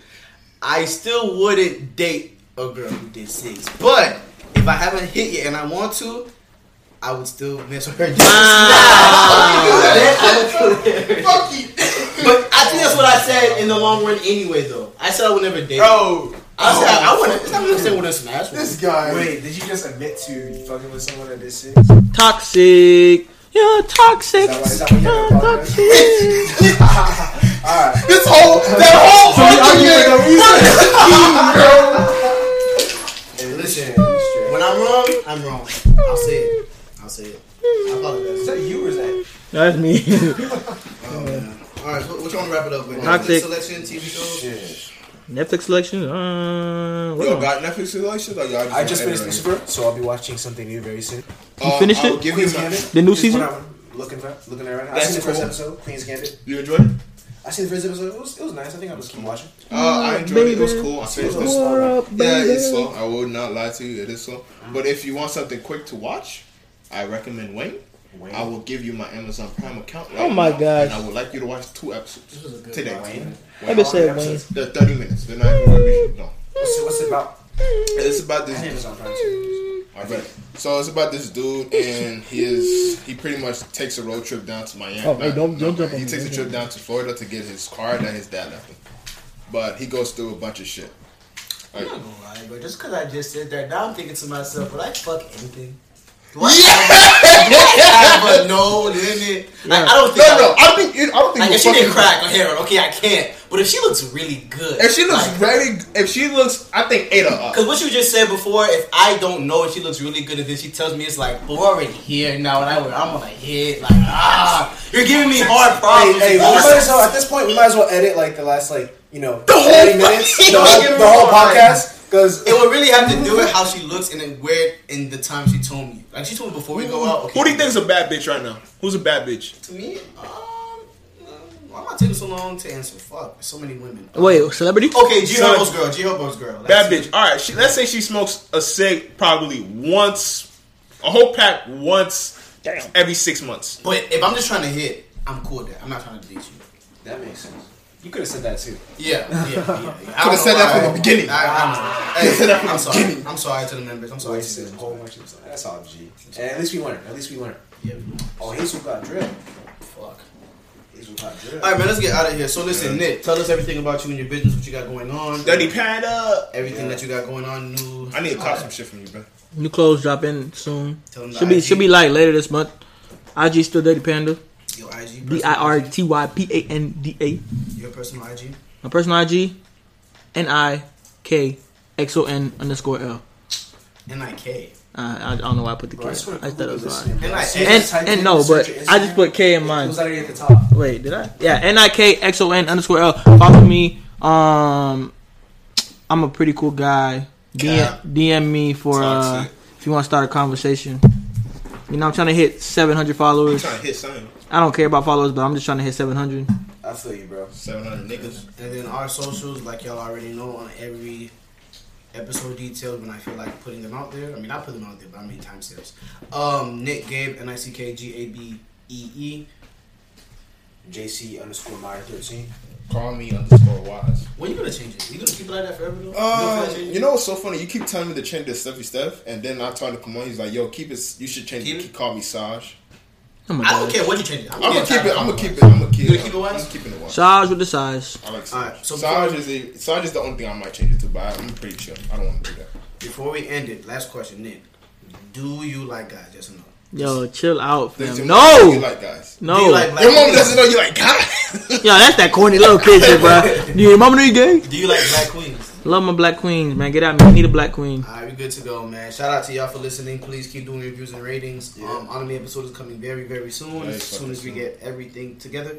Speaker 1: I still wouldn't date a girl who did six, but if I haven't hit yet and I want to, I would still mess with her. Just
Speaker 2: Fuck you.
Speaker 1: But I think that's what I said in the long run anyway, though. I said I would never date.
Speaker 2: Bro,
Speaker 1: I said I wouldn't. It's not gonna say I wouldn't smash. one.
Speaker 2: this guy.
Speaker 3: Wait, did you just admit to fucking with someone at this shit?
Speaker 4: Toxic. You're toxic.
Speaker 3: Is that why- is that why you have a problem?
Speaker 4: You're
Speaker 2: This whole, that whole fucking year.
Speaker 4: toxic.
Speaker 1: Listen, when I'm wrong, I'm wrong. I'll say it. I'll say it. I
Speaker 3: Is
Speaker 1: apologize.
Speaker 3: that you or is that?
Speaker 4: That's me.
Speaker 1: Oh, man. All right, so what you want to wrap it up with?
Speaker 4: Toxic.
Speaker 1: Selection, TV shows.
Speaker 3: Shit.
Speaker 4: Netflix selection. Uh, what
Speaker 2: Yo,
Speaker 4: else?
Speaker 2: got Netflix relations? Or y'all just
Speaker 3: I just
Speaker 2: wanna
Speaker 3: finished
Speaker 2: iterate?
Speaker 3: Lucifer, so I'll be watching something new very soon.
Speaker 2: Uh,
Speaker 4: You finished
Speaker 2: I'll
Speaker 4: it?
Speaker 2: Give you,
Speaker 3: Queen's
Speaker 2: my,
Speaker 3: Gambit.
Speaker 4: The new
Speaker 3: is
Speaker 4: season?
Speaker 3: what I'm Looking for, looking at right now. I
Speaker 2: That's
Speaker 3: seen the first
Speaker 2: cool.
Speaker 3: episode, Queen's Gambit.
Speaker 2: you enjoyed it?
Speaker 3: I seen the first episode. It was, it was nice. I think I'll just keep watching.
Speaker 2: Uh, I enjoyed it. It was cool. I
Speaker 3: Baby.
Speaker 2: finished this.
Speaker 3: Pour
Speaker 4: up,
Speaker 2: Yeah,
Speaker 4: baby.
Speaker 2: it's slow. I will not lie to you. It is slow. But if you want something quick to watch, I recommend Wayne.
Speaker 3: Wayne.
Speaker 2: I will give you my Amazon Prime account.
Speaker 4: Oh my
Speaker 2: now,
Speaker 4: gosh.
Speaker 2: And I would like you to watch two episodes today.
Speaker 3: Wayne.
Speaker 4: I just said Wayne.
Speaker 3: Episodes.
Speaker 2: They're 30 minutes. They're not even really, no.
Speaker 3: What's, it- what's it about?
Speaker 2: It's about
Speaker 3: I
Speaker 2: this
Speaker 3: think it's on Prime too.
Speaker 2: Alright. So it's about this dude, and he is he pretty much takes a road trip down to Miami.
Speaker 4: Oh, hey, don't- don't jump on
Speaker 2: He
Speaker 4: me,
Speaker 2: takes a
Speaker 4: don't
Speaker 2: trip down to Florida to get his car that his dad left him. But he goes through a bunch of shit. Like,
Speaker 1: I'm not gonna lie, bro. Just because I just said that, now I'm thinking to myself, would I fuck anything? I have a no limit. I, I don't
Speaker 2: no,
Speaker 1: think. I-
Speaker 2: no, I think it, I don't think
Speaker 1: Like,
Speaker 2: we're
Speaker 1: if she didn't
Speaker 2: fucking-
Speaker 1: crack on heroin, okay, I can't. But if she looks really good,
Speaker 2: If she looks
Speaker 1: like,
Speaker 2: really, if she looks, I think Ada up.
Speaker 1: Cause what you just said before, if I don't know if she looks really good, and then she tells me it's like, well, we're already here now, and I, I'm gonna hit like, ah, you're giving me hard problems.
Speaker 3: Hey, hey, we
Speaker 1: bro.
Speaker 3: might as well, at this point, we might as well edit like the last like you know the
Speaker 1: whole
Speaker 3: minutes,
Speaker 1: fucking-
Speaker 3: the whole, the whole podcast, because
Speaker 1: It would really have to do with how she looks and then where in the time she told me. Like she told me before we go out. Okay,
Speaker 5: Who do you think's a bad bitch right now? Who's a bad bitch?
Speaker 1: To me, um, why am I taking so long to answer? Fuck, so many women.
Speaker 4: Wait, celebrity?
Speaker 1: Okay, G
Speaker 5: Son.
Speaker 1: Herbo's girl. G Herbo's girl.
Speaker 5: Bad
Speaker 1: That's it.
Speaker 5: bitch. All right. She, let's say she smokes a cig probably once, a whole pack once every six months.
Speaker 1: But if I'm just trying to hit, I'm cool with that. I'm not trying to date you.
Speaker 3: that makes sense. You could have said that too.
Speaker 1: Yeah, yeah, yeah. yeah.
Speaker 2: Coulda said that from the beginning.
Speaker 1: I, I'm, hey, I'm sorry. I'm sorry to the members. I'm sorry to
Speaker 3: Wasted
Speaker 1: the
Speaker 3: a whole bunch of That's all G. And at least we learned. At least we learned.
Speaker 1: Yeah,
Speaker 3: Oh, Hazel got drilled.
Speaker 1: fuck.
Speaker 3: Hazel got drilled.
Speaker 1: All right, man, let's get out of here. So listen, Nick, tell us everything about you and your business, what you got going on.
Speaker 5: Dirty pad up.
Speaker 1: Everything that you got going on, new.
Speaker 5: I need to cop some shit from you, bro.
Speaker 4: New clothes dropping soon.
Speaker 1: Tell them the
Speaker 4: Should be
Speaker 1: IG.
Speaker 4: should be like later this month. IG still Dirty Panda.
Speaker 1: Your IG.
Speaker 4: D I R T Y P A N D A.
Speaker 1: Your personal IG.
Speaker 4: My personal IG, N I K X O N underscore L.
Speaker 1: N I K.
Speaker 4: Uh, I I don't know why I put the K. I just thought it was fine.
Speaker 1: And I-
Speaker 4: And, and no, but I just put K in
Speaker 3: It
Speaker 4: mine.
Speaker 3: was already at the top.
Speaker 4: Wait, did I? Yeah, N I K X O N underscore L. Follow me. Um, I'm a pretty cool guy. DM,
Speaker 5: Cap.
Speaker 4: DM me for uh,
Speaker 5: Toxic.
Speaker 4: if you want to start a conversation. You know, I'm trying to hit 700 followers.
Speaker 5: Trying to hit something.
Speaker 4: I don't care about followers, but I'm just trying to hit 700.
Speaker 3: I feel you, bro.
Speaker 5: Seven hundred niggas.
Speaker 1: And then our socials, like y'all already know, on every episode details when I feel like putting them out there. I mean, I put them out there, but I made timestamps. Um, Nick Gabe, N I C K G A B E E.
Speaker 12: JC underscore Meyer thirteen.
Speaker 2: Call me underscore wise.
Speaker 1: When you gonna change it? You gonna keep it like that forever though?
Speaker 2: Um,
Speaker 1: you
Speaker 2: you know what's so funny? You keep telling me to change this stuffy stuff, and then I tell him to come on. He's like, "Yo, keep it. You should change.
Speaker 1: Keep
Speaker 2: it.
Speaker 1: it?
Speaker 2: Keep, call me Saj.
Speaker 4: Oh my
Speaker 1: I don't
Speaker 4: God.
Speaker 1: care what you change it. I'm
Speaker 2: Uh, I'm gonna
Speaker 1: getting
Speaker 2: keep
Speaker 1: tired
Speaker 2: it.
Speaker 1: of
Speaker 2: I'm gonna
Speaker 1: it.
Speaker 2: keep it. I'm gonna keep
Speaker 1: You
Speaker 2: it.
Speaker 1: keep it wise?
Speaker 2: I'm keeping it wise.
Speaker 4: Size with the size.
Speaker 2: I like
Speaker 1: All right,
Speaker 2: Saj.
Speaker 1: so
Speaker 2: Saj is a, Saj is the only thing I might change it to, but I'm pretty sure I don't want to do that.
Speaker 1: Before we end it, last question, Nick. Do you like guys? Yes or no?
Speaker 4: Yo, chill out,
Speaker 2: There's
Speaker 4: fam.
Speaker 2: your mom, you
Speaker 4: No,
Speaker 2: like guys.
Speaker 1: Do you
Speaker 4: no.
Speaker 1: like black
Speaker 2: Your mom
Speaker 1: queens?
Speaker 2: doesn't know you like guys.
Speaker 4: Yo, that's that corny little kid shit, bro. Do your mama know you gay?
Speaker 1: Do you like black queens?
Speaker 4: Love my black queens, man. Get at me. I need a black queen.
Speaker 1: All right, we good to go, man. Shout out to y'all for listening. Please keep doing reviews and ratings. Um, anime episode is coming very, very soon.
Speaker 2: Very
Speaker 1: as soon as we
Speaker 2: fucking
Speaker 1: get everything together.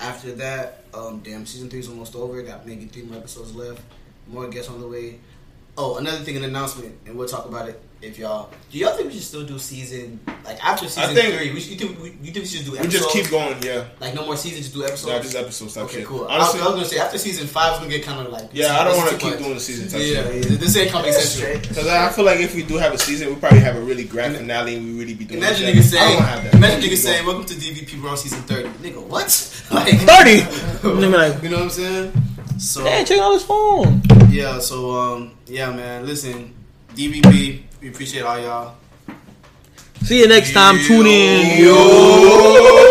Speaker 1: After that, um, damn, season three is almost over. Got maybe three more episodes left. More guests on the way. Oh, another thing, an announcement, and we'll talk about it if y'all. Do y'all think we should still do season like after season
Speaker 2: think-
Speaker 1: three? We should, you think we, you think we should do
Speaker 2: we
Speaker 1: episodes?
Speaker 2: just keep going. Yeah,
Speaker 1: like no more seasons, just do episodes.
Speaker 2: yeah. This episode stuff.
Speaker 1: okay,
Speaker 2: shit.
Speaker 1: cool. I-
Speaker 2: Honestly,
Speaker 1: I, was gonna say after season five, it's gonna get kind of like
Speaker 2: yeah. I don't
Speaker 1: this
Speaker 2: want to
Speaker 1: is too
Speaker 2: keep
Speaker 1: much.
Speaker 2: doing season type
Speaker 1: Yeah,
Speaker 2: shit.
Speaker 1: yeah, this ain't comic central.
Speaker 2: Because I feel like if we do have a season, we probably have a really grand finale and we really be doing
Speaker 1: Imagine niggas
Speaker 2: shit. I don't
Speaker 1: saying,
Speaker 2: wanna have that.
Speaker 1: imagine niggas saying, "Welcome to DVP Raw Season 30." Nigga, what? Like
Speaker 4: 30? Nigga like-
Speaker 1: you know what I'm saying? So
Speaker 4: Hey, check out his phone.
Speaker 1: yeah, so um, yeah, man. Listen, DVP, we appreciate all y'all.
Speaker 4: See you next time. Tune in.
Speaker 1: Yo.